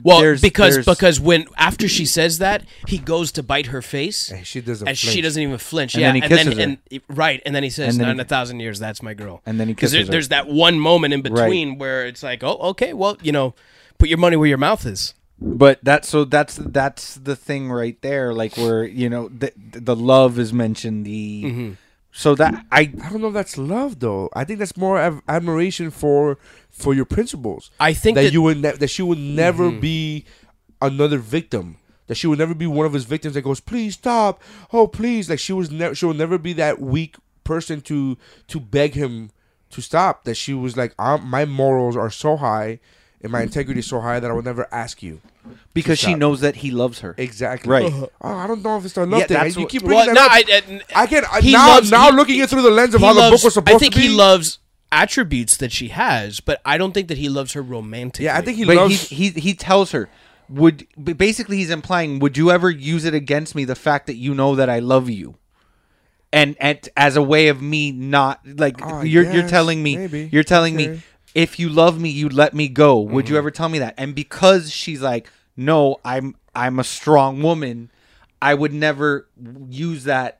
Well,
there's-
because
there's-
because when after she says that, he goes to bite her face.
And she doesn't
And she
flinch.
doesn't even flinch.
And
yeah.
then he kisses her.
and right, and then he says,
And then
"Not
he-
in a thousand years, that's my girl."
And then he
'Cause there-
kisses her.
There's that one moment in between where it's like, "Oh, okay, well, you know, put your money where your mouth is."
But that's so that's that's the thing right there. Like where you know the the love is mentioned. The
Mm-hmm.
so that I
I don't know if that's love though. I think that's more av- admiration for for your principles.
I think
that,
that- Mm-hmm.
you would ne- that she would never be another victim. That she would never be one of his victims that goes, "Please stop! Oh, please!" Like she was never she will never be that weak person to to beg him to stop. That she was like, i "My morals are so high, and my integrity is so high that I will never ask you."
because she
shot.
knows that he loves her.
Exactly.
Right.
Oh, I don't know if it's a love
Yeah,
thing.
that's
you
what-
keep
Well,
bringing that
no,
up.
I, I-
I can I,
he
now
loves-
now
he-
looking it through the lens of
he
how the book
loves-
was supposed
I think
to be.
he loves attributes that she has, but I don't think that he loves her romantically.
Yeah, I think he
but
loves.
he, he he tells her would b- basically he's implying would you ever use it against me the fact that you know that I love you and and as a way of me not like
Ah,
you're you're
yes,
telling me
maybe.
you're telling
Okay.
me if you love me you'd let me go would you ever tell me that and because she's like no I'm I'm a strong woman I would never use that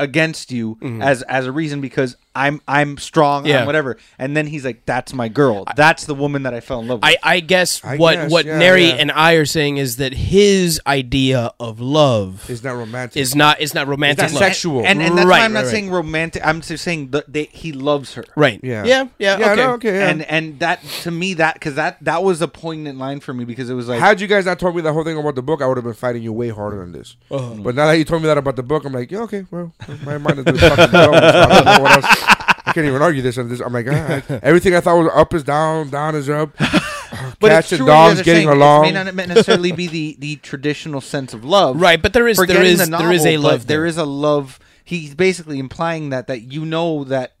against you as as a reason because I'm I'm strong
Yeah.
I'm whatever and then he's like that's my girl that's the woman that I fell in love with
I, I guess
I
what
guess,
what
yeah,
Neri
yeah.
and I are saying is that his idea of love
It's
is,
not romantic.
not is not romantic.
It's not
love.
sexual.
And, and that's
Right,
why I'm not
right,
saying romantic. I'm just saying that they, he loves her.
Right.
Yeah.
Yeah. Yeah.
Yeah,
okay.
no, okay. yeah.
And and that to me that because that that was a poignant line for me because it was like
Had you guys not told me that whole thing about the book, I would have been fighting you way harder than this. But now that you told me that about the book, I'm like, yeah, okay, well, my mind is doing fucking dumb, so I don't know what else. I can't even argue this. I'm, just, I'm like, ah, everything I thought was up is down, down is up. Uh,
but
Cats
it's
and
true what you guys
dogs
are
getting
saying.
along.
It may not necessarily be the the traditional sense of love.
Right, but there is- there
Forgetting
is-
the
there is a
but
love there.
There is a love. He's basically implying that that you know that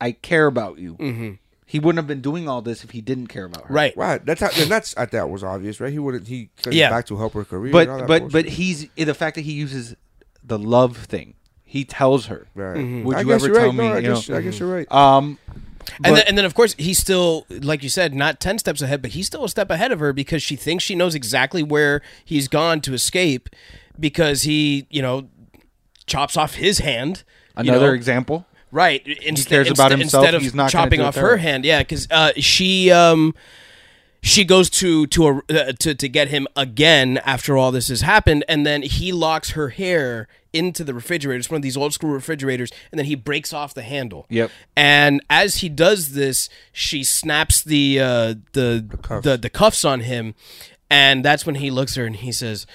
I care about you. Mm-hmm. He wouldn't have been doing all this if he didn't care about her.
Right.
Right. That's how, and that's I thought was obvious, right? He wouldn't. He cut
Yeah.
back to help her career. and all
But
that
but
bullshit.
but he's eh, the fact that he uses the love thing. He tells her.
Right.
Would
I
you
guess
ever
you're right.
tell me?
No, I
you
guess,
know?
I guess you're right.
Um,
Mm-hmm. And
But-
then, and then of course he's still like you said not 10 steps ahead but he's still a step ahead of her because she thinks she knows exactly where he's gone to escape because he you know chops off his hand you
another
know?
example.
Right. Inst-
cares about
inst-
himself,
Instead of
he's not gonna
chopping
do it
off
that
her
way.
hand, yeah, because uh, she um, she goes to to a, uh, to to get him again after all this has happened, and then he locks her hair into the refrigerator. It's one of these old school refrigerators, and then he breaks off the handle.
Yep.
And as he does this, she snaps the uh, the the, the cuffs on him. And that's when he looks at her and he says,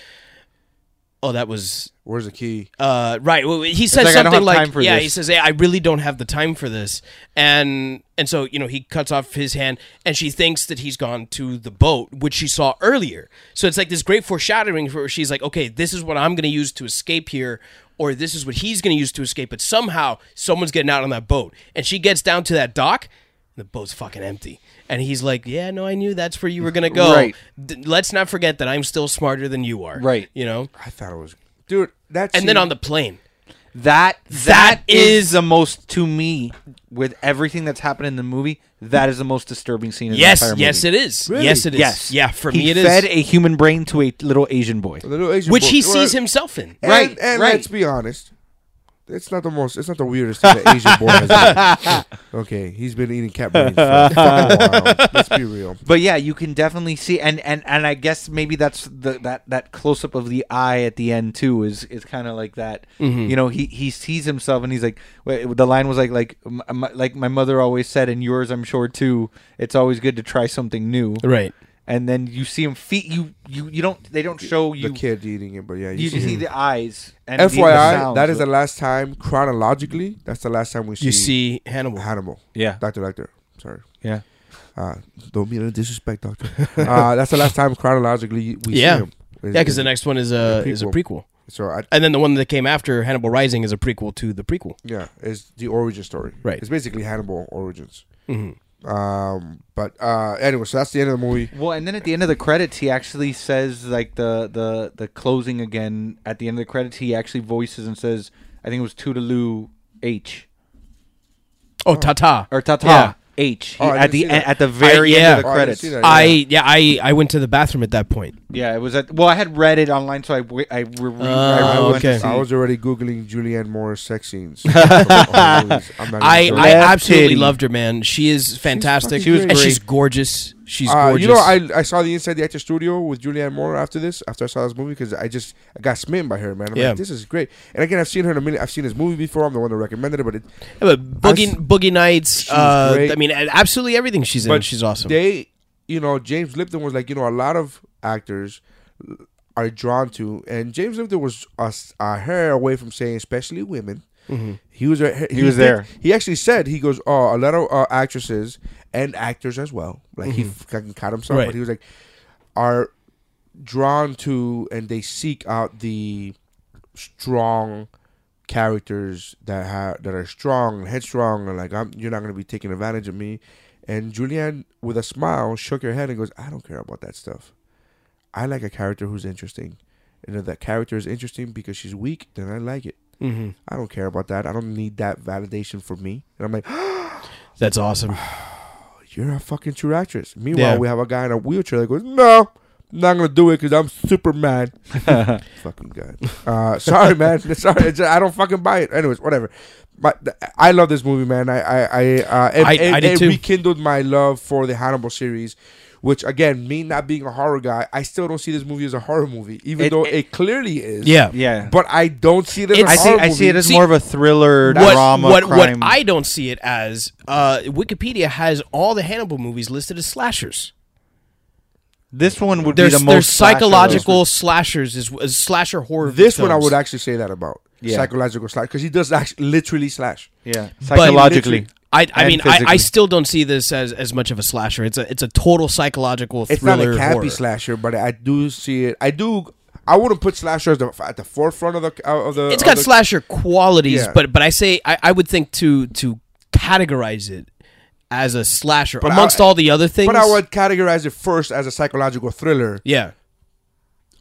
"Oh, that was
Where's the key?
uh, right." Well, he says
like, "I don't
something
have
like,
time for
"Yeah."
this.
He says, "Hey, I really don't have the time for this." And and so you know he cuts off his hand, and she thinks that he's gone to the boat, which she saw earlier. So it's like this great foreshadowing for where she's like, "Okay, this is what I'm going to use to escape here." Or this is what he's going to use to escape, but somehow someone's getting out on that boat, and she gets down to that dock, the boat's fucking empty. And he's like, "Yeah, no, I knew that's where you were gonna go.
Right.
D- let's not forget that I'm still smarter than you are.
Right. Ah,
You know."
I thought it was, dude. That's
And then on the plane,
That
That
that
is-
is the most to me with everything that's happened in the movie. That is the most disturbing scene. in
yes,
the entire movie.
yes, it is. Yes, it is.
Yes,
yeah. For
He
me, it is.
fed a human brain to a little Asian boy.
which he sees himself in.
And,
Right,
and
right.
let's be honest. It's not the most. It's not the weirdest thing that Asian boy has done. Okay, he's been eating cat brains for a fucking while. Let's be real.
But yeah, you can definitely see, and and and I guess maybe that's the that that close up of the eye at the end too is is kind of like that.
Mm-hmm.
You know, he he sees himself and he's like, wait, the line was like like m- m- like my mother always said, and yours I'm sure too. It's always good to try something new,
Right.
And then you see him feet. You you you don't. They don't show you.
the kid Mm-hmm. eating it, but yeah,
You
you,
just
see.
see the eyes. And the- the
FYI,
sounds,
that is
but-
the last time chronologically. That's the last time we see
You see Hannibal.
Hannibal.
Yeah.
Doctor Lecter. Sorry.
yeah.
Uh, don't mean any disrespect, Doctor. uh, that's the last time chronologically we
Yeah.
see him.
Yeah, because the next one is a is a prequel,
So I,
and then the one that came after Hannibal Rising is a prequel to the prequel.
yeah, it's the origin story.
Right. Mm-hmm.
It's basically Hannibal origins. Um, but uh, anyway, so that's the end of the movie.
Well, and then at the end of the credits, he actually says like the the the closing again. At the end of the credits, he actually voices and says, "I think it was Toodaloo H
Oh, Tata.
or Tata
Yeah.
H." He-
Oh, I didn't
at
see
the e,
that.
at the very
I- yeah.
end of
Oh,
I
the
didn't
credits.
see that.
I yeah I I went to the bathroom at that point.
yeah, it was at. Well, I had read it online, so I w- I, re- re- I
Oh,
went to
okay.
see-
I was already googling Julianne Moore's sex scenes. From other movies. I'm not even
I,
joking.
I
Left
absolutely
titty.
loved her, man. She is fantastic.
fucking She was
and she's
great.
gorgeous. She's
Uh,
gorgeous.
you know, I, I saw the Inside the Actor Studio with Julianne Moore after this, after I saw this movie, because I just I got smitten by her, man. I'm
Yeah.
like, this is great. And again, I've seen her in a minute. I've seen this movie before. I'm the one that recommended it, but it,
Yeah, but Boogie
I've-
Boogie Nights. Uh,
great.
I mean, absolutely everything she's in. she's awesome.
they, you know, James Lipton was like, you know, a lot of actors are drawn to, and James Lipton was a, s- a hair away from saying, especially women. He was a, he,
was
did-
there.
He actually said he goes, oh, a lot of uh, actresses and actors as well. Like he fucking caught himself,
Right.
but he was like, are drawn to and they seek out the strong characters that have that are strong and headstrong and like I'm, you're not gonna be taking advantage of me. And Julianne, with a smile, shook her head and goes, "I don't care about that stuff. I like a character who's interesting, and if that character is interesting because she's weak, then I like it. Mm-hmm. I don't care about that. I don't need that validation for me." And I'm like,
That's awesome.
"You're a fucking true actress." Meanwhile,
Yeah.
we have a guy in a wheelchair that goes, "No." I'm Not gonna do it because I'm Superman. fucking good. Uh, sorry, man. Sorry, it's- I don't fucking buy it. Anyways, whatever. But th- I love this movie, man. I I I uh, it,
I-
it,
I did
it
too.
rekindled my love for the Hannibal series, which again, me not being a horror guy, I still don't see this movie as a horror movie, even
It-
though it,
it-
clearly is.
Yeah.
yeah.
But I don't see it as a
It's-
I see.
horror
I see it
movie.
as
See,
more of a thriller,
What,
drama,
what,
crime.
what I don't see it as, uh, Wikipedia has all the Hannibal movies listed as slashers.
this one would be
There's,
the
there's
most
psychological slashers, is, is slasher horror.
this one I
films.
would actually say that about
Yeah.
psychological slash because he does actually literally slash.
Yeah,
But-
psychologically.
I, I
and
mean, I, I
physically.
still don't see this as, as much of a slasher. It's a it's a total psychological
It's not a
thriller
campy
horror.
slasher, but I do see it. I do. I wouldn't put slasher as the, at the forefront of the uh, of the.
it's
of
got
the-
slasher qualities,
Yeah.
but but I say I, I would think to to categorize it as a slasher
I-
amongst all the other things.
But I would categorize it first as a psychological thriller,
yeah,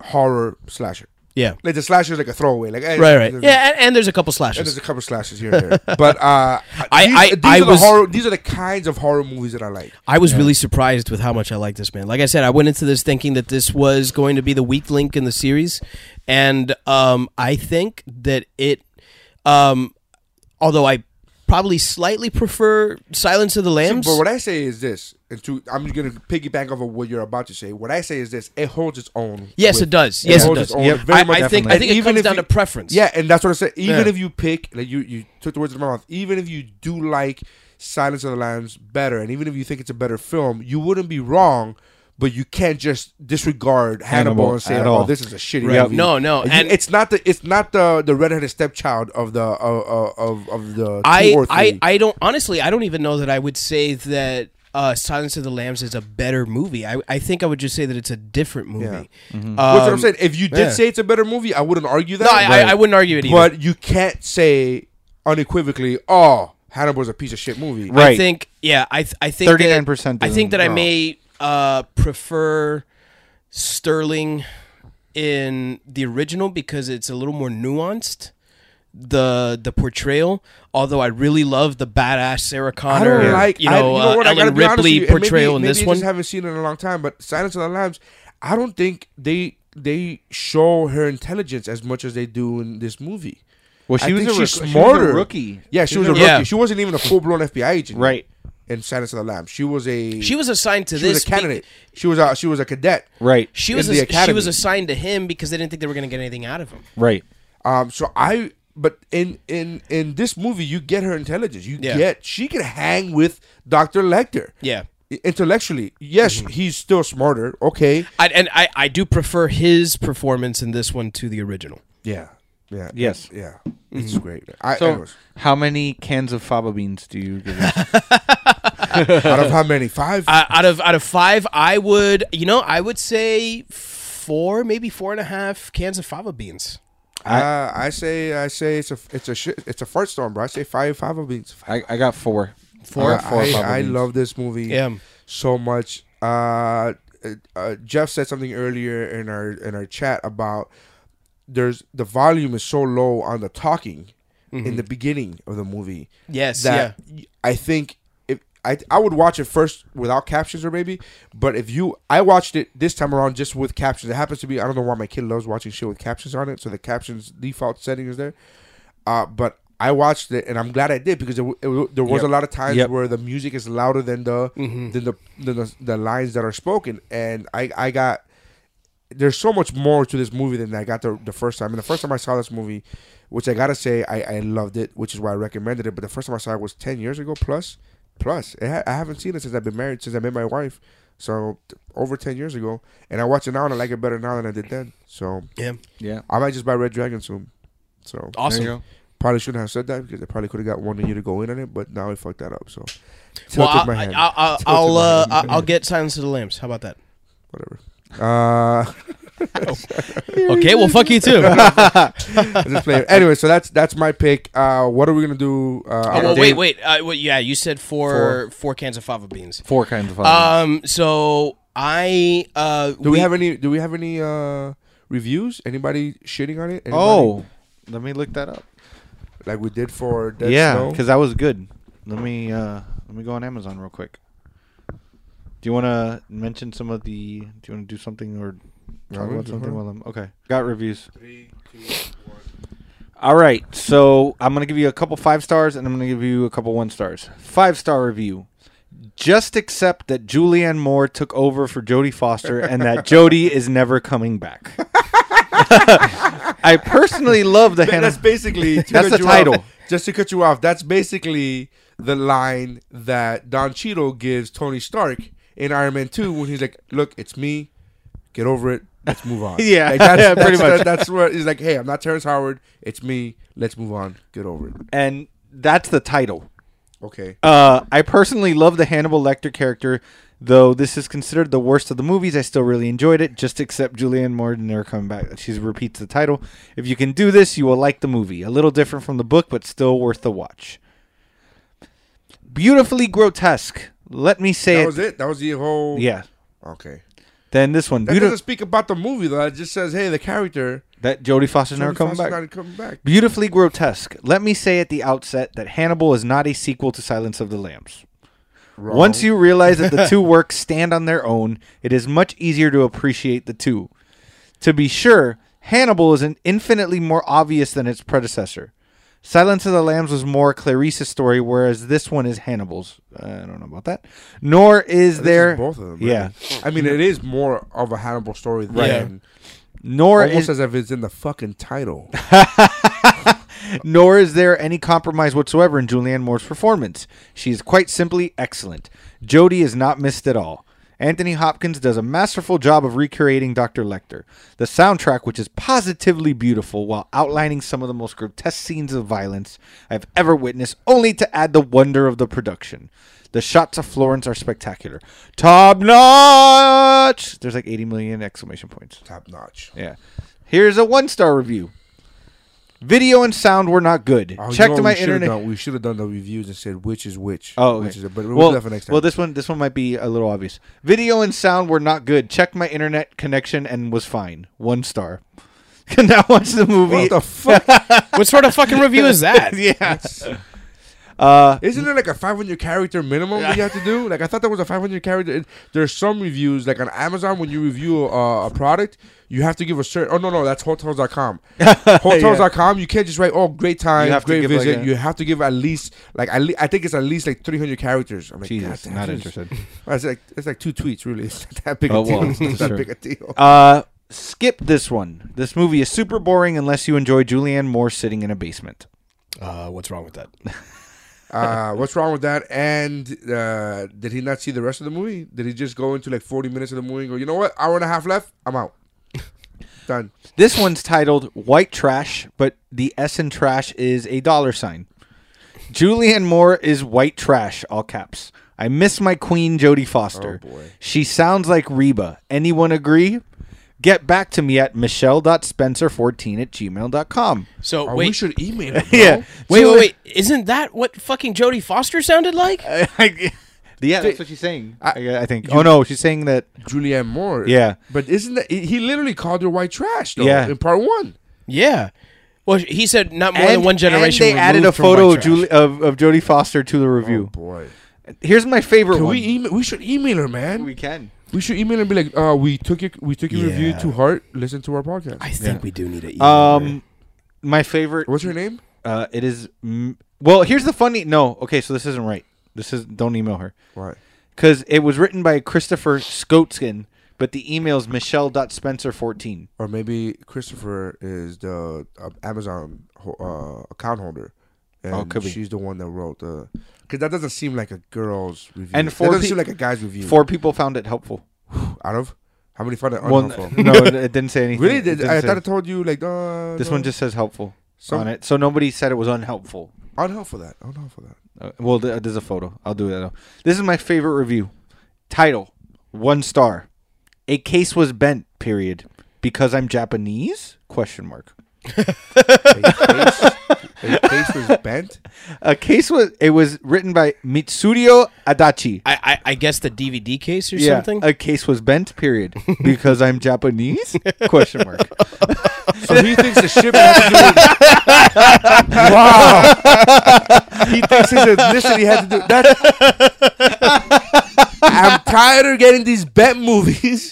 horror slasher.
yeah,
Like the slasher is like a throwaway. Like eh,
right, right.
there's-
Yeah, and, and there's a couple
and there's
slashes.
a couple slashes here and there. But uh,
I-
these,
I-
these
I
are the
was-
horror. These are the kinds of horror movies that I like.
I was really surprised with how much I like this man. Like I said, I went into this thinking that this was going to be the weak link in the series, and um, I think that it, um, although I probably slightly prefer Silence of the Lambs.
But what I say is this, and to I'm just gonna piggyback off of what you're about to say. What I say is this: it holds its own.
Yes,
with-
it does. Yes, it
holds
does.
its own
Yep.
very
I-
much
I think- I
And
think it
even
comes
if
down
you-
to preference.
Yeah, and that's what I said. Even
Yeah.
if you pick, like you you took the words out of my mouth. Even if you do like Silence of the Lambs better, and even if you think it's a better film, you wouldn't be wrong. but you can't just disregard Hannibal,
Hannibal
and say,
at
"Oh,
all.
this is a shitty
Right.
movie."
No, no,
You-
and-
it's not the it's not the the redheaded stepchild of the of of, of the two
I,
or
I
three.
I don't honestly I don't even know that I would say that uh, Silence of the Lambs is a better movie. I, I think I would just say that it's a different movie.
Mm-hmm.
Um,
Which is what I'm saying. If you did
yeah.
say it's a better movie, I wouldn't argue that.
No, I, I, I wouldn't argue it either.
But you can't say unequivocally, "Oh, Hannibal's a piece of shit movie."
I
Right.
think yeah, I th- I think that-
39%
I think that I
doesn't-
may uh, prefer Sterling in the original because it's a little more nuanced the the portrayal. Although I really love the badass Sarah
I
Connor,
don't like.
you
I-
know,
you know
uh,
what, I gotta
Ellen
be honest with
Ripley
you, and
portrayal
maybe,
in
maybe
this
I
one.
Just haven't seen it in a long time, but Silence of the Lambs. I don't think they they show her intelligence as much as they do in this movie.
Well,
I
she was
think
a
she's
rookie- she was a
smarter.
rookie.
Yeah, she,
She
was,
was
a
a
rookie.
rookie.
She wasn't even a full blown FBI agent.
Right.
In Silence of the Lambs, she was a
she was assigned to
she
this
was a
be-
candidate. She was a she was a cadet.
Right.
She
in
was
the
as- she
academy.
was assigned to him because they didn't think they were going to get anything out of him.
Right.
Um, so I, but in in in this movie, you get her intelligence. You
Yeah.
get she can hang with Doctor Lecter.
Yeah. Mm-hmm.
I- intellectually, yes, he's still smarter. Okay.
I, and I, I do prefer his performance in this one to the original.
Yeah. Yeah.
Yes.
Yeah. It's great. I,
So,
anyways,
how many cans of fava beans do you give it?
out of how many? Five.
uh, out of out of five, I would you know I would say four, maybe four and a half cans of fava beans.
uh, I say. I say it's a it's a shit, it's a fart storm, bro. I say five five of beans.
I, I got four.
Four.
I got four
I,
fava
I
beans.
love this movie
Yeah.
so much. Uh, uh, Jeff said something earlier in our in our chat about there's the volume is so low on the talking
Mm-hmm.
in the beginning of the movie.
Yes,
that y- I think if I I would watch it first without captions or maybe, but if you I watched it this time around just with captions. It happens to be I don't know why my kid loves watching shit with captions on it, so the captions default setting is there. Uh, but I watched it and I'm glad I did because it, w- it, w- there was a lot of times
Yep. Mm-hmm.
where the music is louder than the than the than the, the lines that are spoken, and I I got there's so much more to this movie than I got the, the first time. And the first time I saw this movie, which I gotta say I, I loved it, which is why I recommended it. But the first time I saw it was ten years ago plus plus. It ha- I haven't seen it since I've been married since I met my wife, so t- over ten years ago. And I watch it now and I like it better now than I did then. So
Yeah,
Yeah.
I might just buy Red Dragon soon. So
awesome.
There you go.
probably shouldn't have said that because I probably could have got one of you to go in on it, but now I fucked that up. So
Well,
Tilted
I'll
my hand.
I'll, I'll,
Tilted
I'll,
my
uh,
hand.
I'll I'll get Silence of the Lambs. How about that?
whatever. Uh,
Okay, well, fuck you too. Uh,
I just play. Anyway, so that's that's my pick. Uh, what are we gonna do? Uh,
Oh,
on
well,
day-
wait, wait. Uh, well, yeah, you said four, four cans of fava beans.
Four kinds of fava
Um, so I uh,
Do we, have any? Do we have any uh, reviews? Anybody shitting on it? Anybody?
beans. Oh, let me look that up.
like we did for Dead
yeah,
Snow?
because that was good. Let me uh, let me go on Amazon real quick. Do you want to mention some of the? Do you want to do something or talk
we'll
about
do
something
her.
while I'm okay? Got reviews. All right, so I'm gonna give you a couple five stars, and I'm gonna give you a couple one stars. Five star review. Just accept that Julianne Moore took over for Jodie Foster, and that Jodie is never coming back. I personally love the
Th-
Hannah.
that's basically to
That's
cut
the
you
title.
off- just to cut you off, that's basically the line that Don Cheadle gives Tony Stark in Iron Man Two when he's like, "Look, it's me. Get over it. Let's move on."
Yeah,
Like, that's,
yeah,
that's,
pretty much.
that- that's what he's like. Hey, I'm not Terrence Howard. It's me. Let's move on. Get over it.
and that's the title.
Okay.
Uh, I personally love the Hannibal Lecter character, though this is considered the worst of the movies. I still really enjoyed it, just except Julianne Moore never coming back. She repeats the title. If you can do this, you will like the movie. A little different from the book, but still worth the watch. Beautifully grotesque. Let me say
That
it.
was it. That was the whole.
Yeah.
Okay.
Then this one.
That
Beautiful.
doesn't speak about the movie though. It just says, "Hey, the character."
That Jodie Foster's never
Jodie
coming
Foster
back.
gotta come back.
Beautifully grotesque. Let me say at the outset that Hannibal is not a sequel to Silence of the Lambs. Once you realize that the two works stand on their own, it is much easier to appreciate the two. To be sure, Hannibal is an infinitely more obvious than its predecessor. Silence of the Lambs was more Clarice's story, whereas this one is Hannibal's. Uh, I don't know about that. Nor is
Oh, This is
there
both of them. right?
Yeah.
I mean, it is more of a Hannibal story than
Nor
almost
is
as if it's in the fucking title.
Nor is there any compromise whatsoever in Julianne Moore's performance. She is quite simply excellent. Jodie is not missed at all. Anthony Hopkins does a masterful job of recreating Dr. Lecter. The soundtrack, which is positively beautiful while outlining some of the most grotesque scenes of violence I've ever witnessed, only to add the wonder of the production. The shots of Florence are spectacular. Top notch! There's like 80 million exclamation points.
Top notch.
Yeah. Here's a one star review. Video and sound were not good.
Oh, you
Check
know what
to my
we should've
internet.
Done? We should have done the reviews and said which is which.
Oh, okay.
which is it, but we'll
well,
do that for next time.
well, this one, this one might be a little obvious. Video and sound were not good. Checked my internet connection and was fine. One star. Can now watch the movie.
what the fuck?
What sort of fucking review is that?
yeah.
Isn't there like a 500 character minimum that you have to do? Like I thought there was a 500 character. it- There's some reviews like on Amazon when you review uh, a product, you have to give a certain. Oh no no, that's Hotels.com. Hotels.com. You can't just write oh great time,
You have to
great
give, like,
visit.
a-
you have to give at least like at le- I think it's at least like 300 characters. I'm like
Jesus,
God,
not
that's-
interested.
It's like it's like two tweets really. It's not that big a
Oh,
deal.
well,
It's not
sure.
that big a deal.
Uh, skip this one. This movie is super boring unless you enjoy Julianne Moore sitting in a basement.
Uh, what's wrong with that?
Uh, what's wrong with that? And uh, did he not see the rest of the movie? Did he just go into like 40 minutes of the movie and go, you know what, hour and a half left, I'm out, done.
This one's titled White Trash, but the S in trash is a dollar sign. Julianne Moore is white trash, all caps. I miss my queen, Jodie Foster. She sounds like Reba. Anyone agree? Get back to me at michelle.spencer14 at gmail.com.
So
Or
wait,
we should email. Him,
Yeah.
wait, wait, wait. Isn't that what fucking Jodie Foster sounded like?
wait. yeah, that's what she's saying. I, I think. oh, no, she's saying that.
Julianne Moore.
Yeah.
But isn't that he he literally called her white trash though?
Yeah.
In part one.
yeah. Well, he said not more than
And-
one generation.
And they added
removed
a
from
photo
white
of,
trash.
Julie, of, of Jodie Foster to the review.
Oh, Boy.
Here's my favorite
Can
one.
we email? We should email her, man.
we
We,
can.
should email her and be like, uh, we took your we took your review
Yeah.
to heart. Listen to our podcast.
I think we do need a.
Um, my favorite.
What's her name?
Uh, it is. M- well, here's the funny. No, okay, so this isn't right. This is don't email her
What?
because it was written by Christopher Skotskin, but the email's Michelle.Spencer14.
Or maybe Christopher is the uh, Amazon ho- uh, account holder. And
Oh, could be.
she's the one that wrote the. Because that doesn't seem like a girl's review.
And
And
four
that doesn't
pe-
seem like a guy's review.
Four people found it helpful.
out of how many found it
One,
unhelpful?
no, it it didn't say anything.
really?
It
Did,
didn't
I
say-
thought I told you like uh,
this
no.
one just says helpful
Some-
on it, so nobody said it was unhelpful.
unhelpful that unhelpful that.
Uh, well, th- there's a photo. I'll do that. Now. This is my favorite review. Title: One star. A case was bent. Period. Because I'm Japanese? Question mark.
A case, a case was bent.
A case was it was written by Mitsurio Adachi.
I, I, I guess the DVD case or something.
a case was bent. Period. Because I'm Japanese? Question mark.
So he thinks the ship has to do. With, wow. He thinks his ethnicity had to do. That. I'm tired of getting these bent movies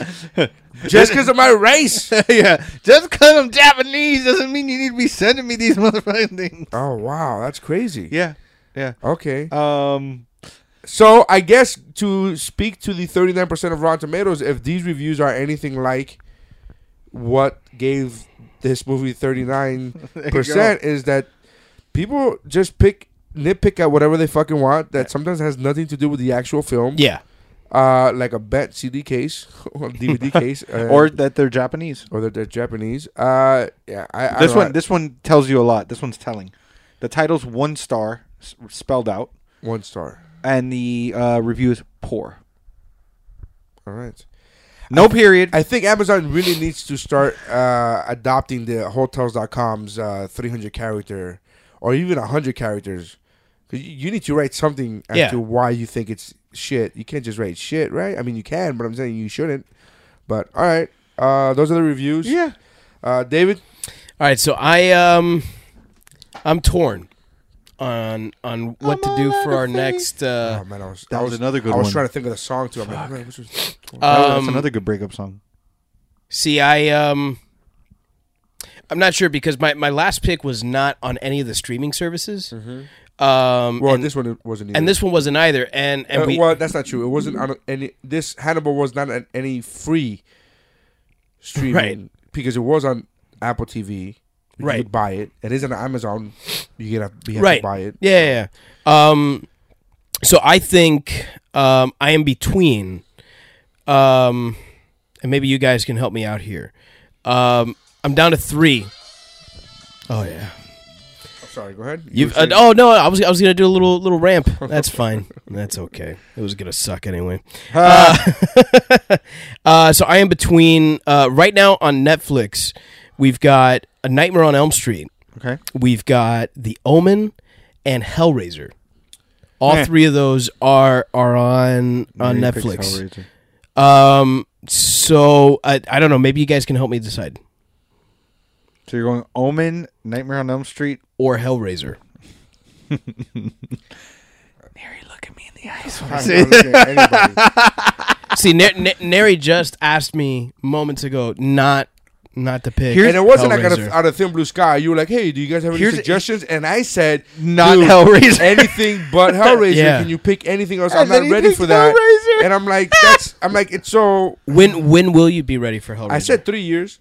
just because of my race.
yeah, just because I'm Japanese doesn't mean you need to be sending me these motherfucking things.
Oh wow, that's crazy.
Yeah, yeah.
Okay.
Um,
So I guess to speak to the 39% of Rotten Tomatoes, if these reviews are anything like what gave this movie 39% is that people just pick nitpick at whatever they fucking want that sometimes has nothing to do with the actual film.
yeah.
Uh, like a bent CD case or DVD case. uh,
or that they're Japanese.
or they're, they're Japanese. Uh, yeah, I, I don't
This
know.
one, this one tells you a lot. This one's telling. The title's one star, s- spelled out,
one star.
and the uh, review is poor.
All right.
No period.
I think Amazon really needs to start uh, adopting the hotels.com's uh, 300 character or even 100 characters. 'Cause You you need to write something as
Yeah.
to why you think it's shit. You can't just write shit, right? I mean, you can, but I'm saying you shouldn't. But all right, uh, those are the reviews.
yeah.
Uh, David,
All right, so I um, I'm torn on on what to do for our next. Uh,
oh man, I was
That
I
was another good
I was
one.
trying to think of the song too. I'm like, man, which was-
That's
um,
another good breakup song.
see, I um, I'm not sure because my my last pick was not on any of the streaming services. Um,
well,
and,
this one wasn't. Either.
and this one wasn't either. And and
Uh,
we
well, that's not true. It wasn't on any. This Hannibal was not on any free streaming
Right.
because it was on Apple TV. You
Right.
could buy it. It is on Amazon. You get you have
right
to buy it.
Yeah, yeah, yeah. Um, so I think um, I am between
Um, and maybe you guys can help me out here. Um, I'm down to three. Oh yeah.
Sorry, go ahead.
You uh, oh no, I was I was gonna do a little little ramp. That's fine. That's okay. It was gonna suck anyway. Uh, uh, so I am between uh, right now on Netflix. We've got A Nightmare on Elm Street.
Okay.
We've got The Omen and Hellraiser. All three of those are are on on Netflix. Um, so I I don't know. Maybe you guys can help me decide.
So you're going Omen, Nightmare on Elm Street.
Or Hellraiser. See, N- Nary just asked me moments ago not not to pick.
and it wasn't like out of,
Hellraiser.
out of thin blue sky. You were like, "Hey, do you guys have any
Here's-
suggestions?" And I said,
Not
"Dude,
Hellraiser."
anything but Hellraiser.
Yeah.
Can you pick anything else? I'm
And then
not
he
ready
picked
for that."
Hellraiser.
And I'm like, "That's." I'm like, "It's so."
when when will you be ready for Hellraiser?
I said three years.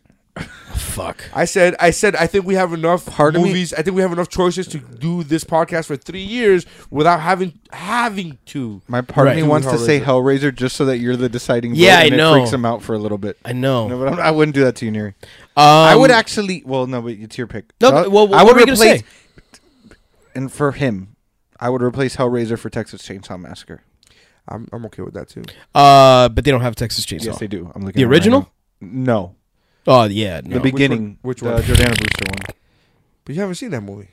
fuck.
I said, I said, I think we have enough
of me-
movies. I think we have enough choices to do this podcast for three years without having having to.
My part of
Right.
me wants to say Hellraiser just so that you're the deciding vote.
Yeah, I
and
know.
It freaks him out for a little bit.
I know.
No, but I'm- I wouldn't do that to you, Neri. I
Um,
would actually. Well, no, but it's your pick.
No,
Uh,
well, what
I would
were you gonna
replace.
say?
And for him, I would replace Hellraiser for Texas Chainsaw Massacre.
I'm, I'm okay with that too.
Uh, but they don't have Texas Chainsaw.
Yes, they do. I'm looking.
The
at it right
original?
now. no,
Oh yeah, no.
the beginning.
Which
Which
one?
one? The Jordana Brewster one.
But you haven't seen that movie.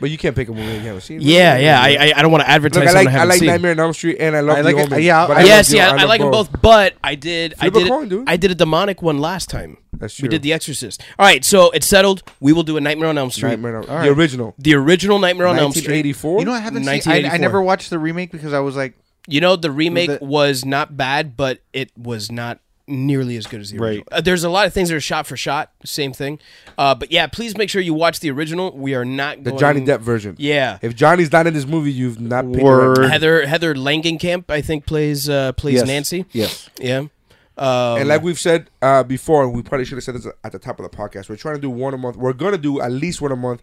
But you can't pick a movie you haven't seen.
yeah, yeah. I I, I don't want to advertise.
Look, I
something
like I,
haven't
like
seen.
Nightmare on Elm Street and I love
I
the
like it-
Omen.
yeah,
but
I
love
yes,
the-
yeah, I,
love
like them both, but I did,
Flip
I
a
did,
coin, dude.
I did a demonic one last time.
That's
We
true.
did The Exorcist. All right, so it's settled. We will do a Nightmare on Elm Street,
Nightmare on Elm- the original.
the original Nightmare on Elm Street.
1984.
You know, I haven't seen. I,
1984.
I never watched the remake because I was like,
You know, the remake
that-
was not bad, but it was not nearly as good as the original. Uh, there's a lot of things that are shot for shot, same thing. Uh, but yeah, please make sure you watch the original. We are not
the
going,
Johnny Depp version.
Yeah,
If Johnny's not in this movie, you've not picked the right
Word.
movie.
Heather Heather Langenkamp, I think plays uh, plays
Yes.
Nancy.
Yes.
yeah. Um,
Oh,
And like we've said uh, before, and we probably should have said this at the top of the podcast, we're trying to do one a month. We're gonna do at least one a month.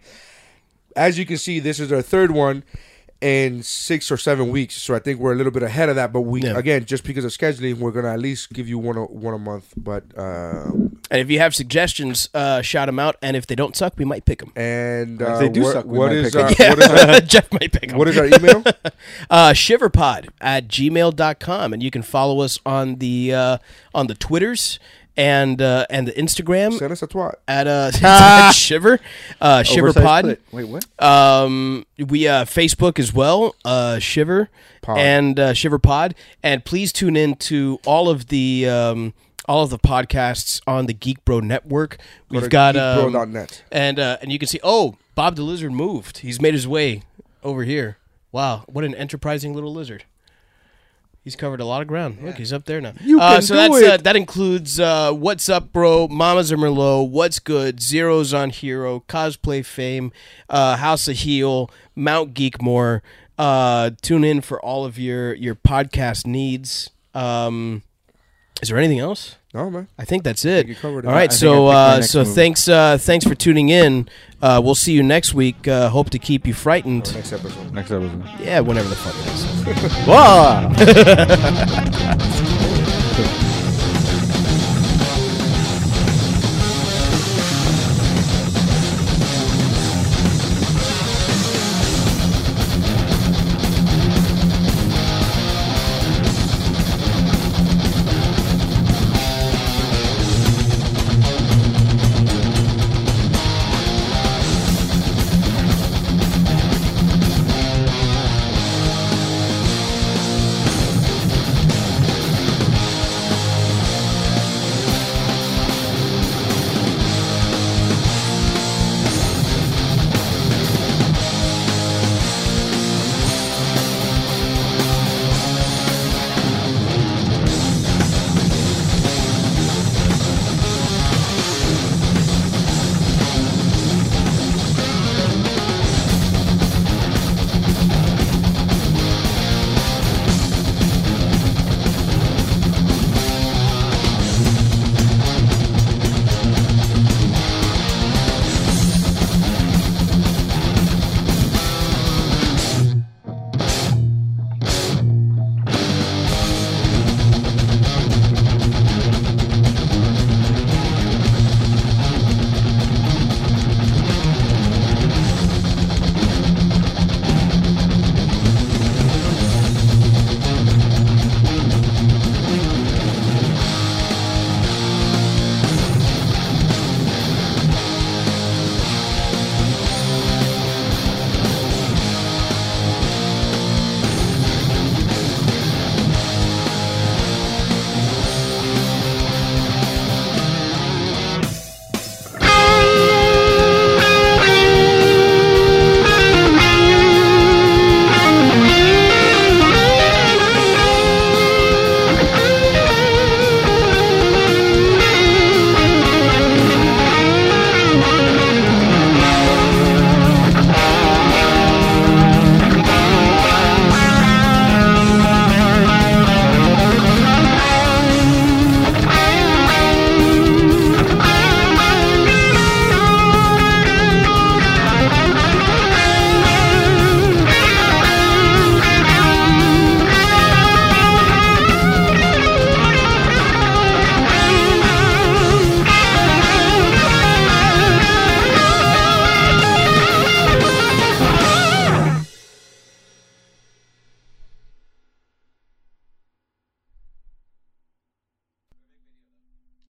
As you can see, this is our third one in six or seven weeks, so I think we're a little bit ahead of that. But we
Yeah.
again, just because of scheduling, we're gonna at least give you one a, one a month. But uh,
And if you have suggestions, uh, shout them out. And if they don't suck, we might pick them.
and
If
uh,
they do
what-
suck, we
what
might
is
pick
our,
Yeah.
what is our
Jeff might pick 'em.
what is our email?
uh, shiverpod at gmail.com. And you can follow us on the uh, on the Twitters and uh, and the Instagram
Send us a twat.
at uh,
Ah!
at shiver uh,
Oversized
shiverpod.
clit. Wait, what?
Um, we uh, Facebook as well, uh, Shiver and uh, Shiver Pod, and please tune in to all of the um, all of the podcasts on the Geek Bro Network. We've
to
got um,
geekbro.net.
and uh, and you can see. Oh, Bob the Lizard moved. He's made his way over here. Wow, what an enterprising little lizard. He's covered a lot of ground. Look, he's up there now. You uh,
can
so
do
that's
it.
Uh, that includes uh, What's Up, Bro, Mamas Are Merlot, What's Good, Zeros on Hero, Cosplay Fame, uh, House of Heel, Mount Geekmore. Uh, tune in for all of your your podcast needs. Um, is there anything else?
No man.
I think that's it.
you covered it.
All right,
I think
so
I picked my
uh,
next
so
move.
thanks uh, thanks for tuning in. Uh, we'll see you next week. Uh, hope to keep you frightened.
Next episode.
Next episode.
Yeah, whenever the fuck it is.
Whoa!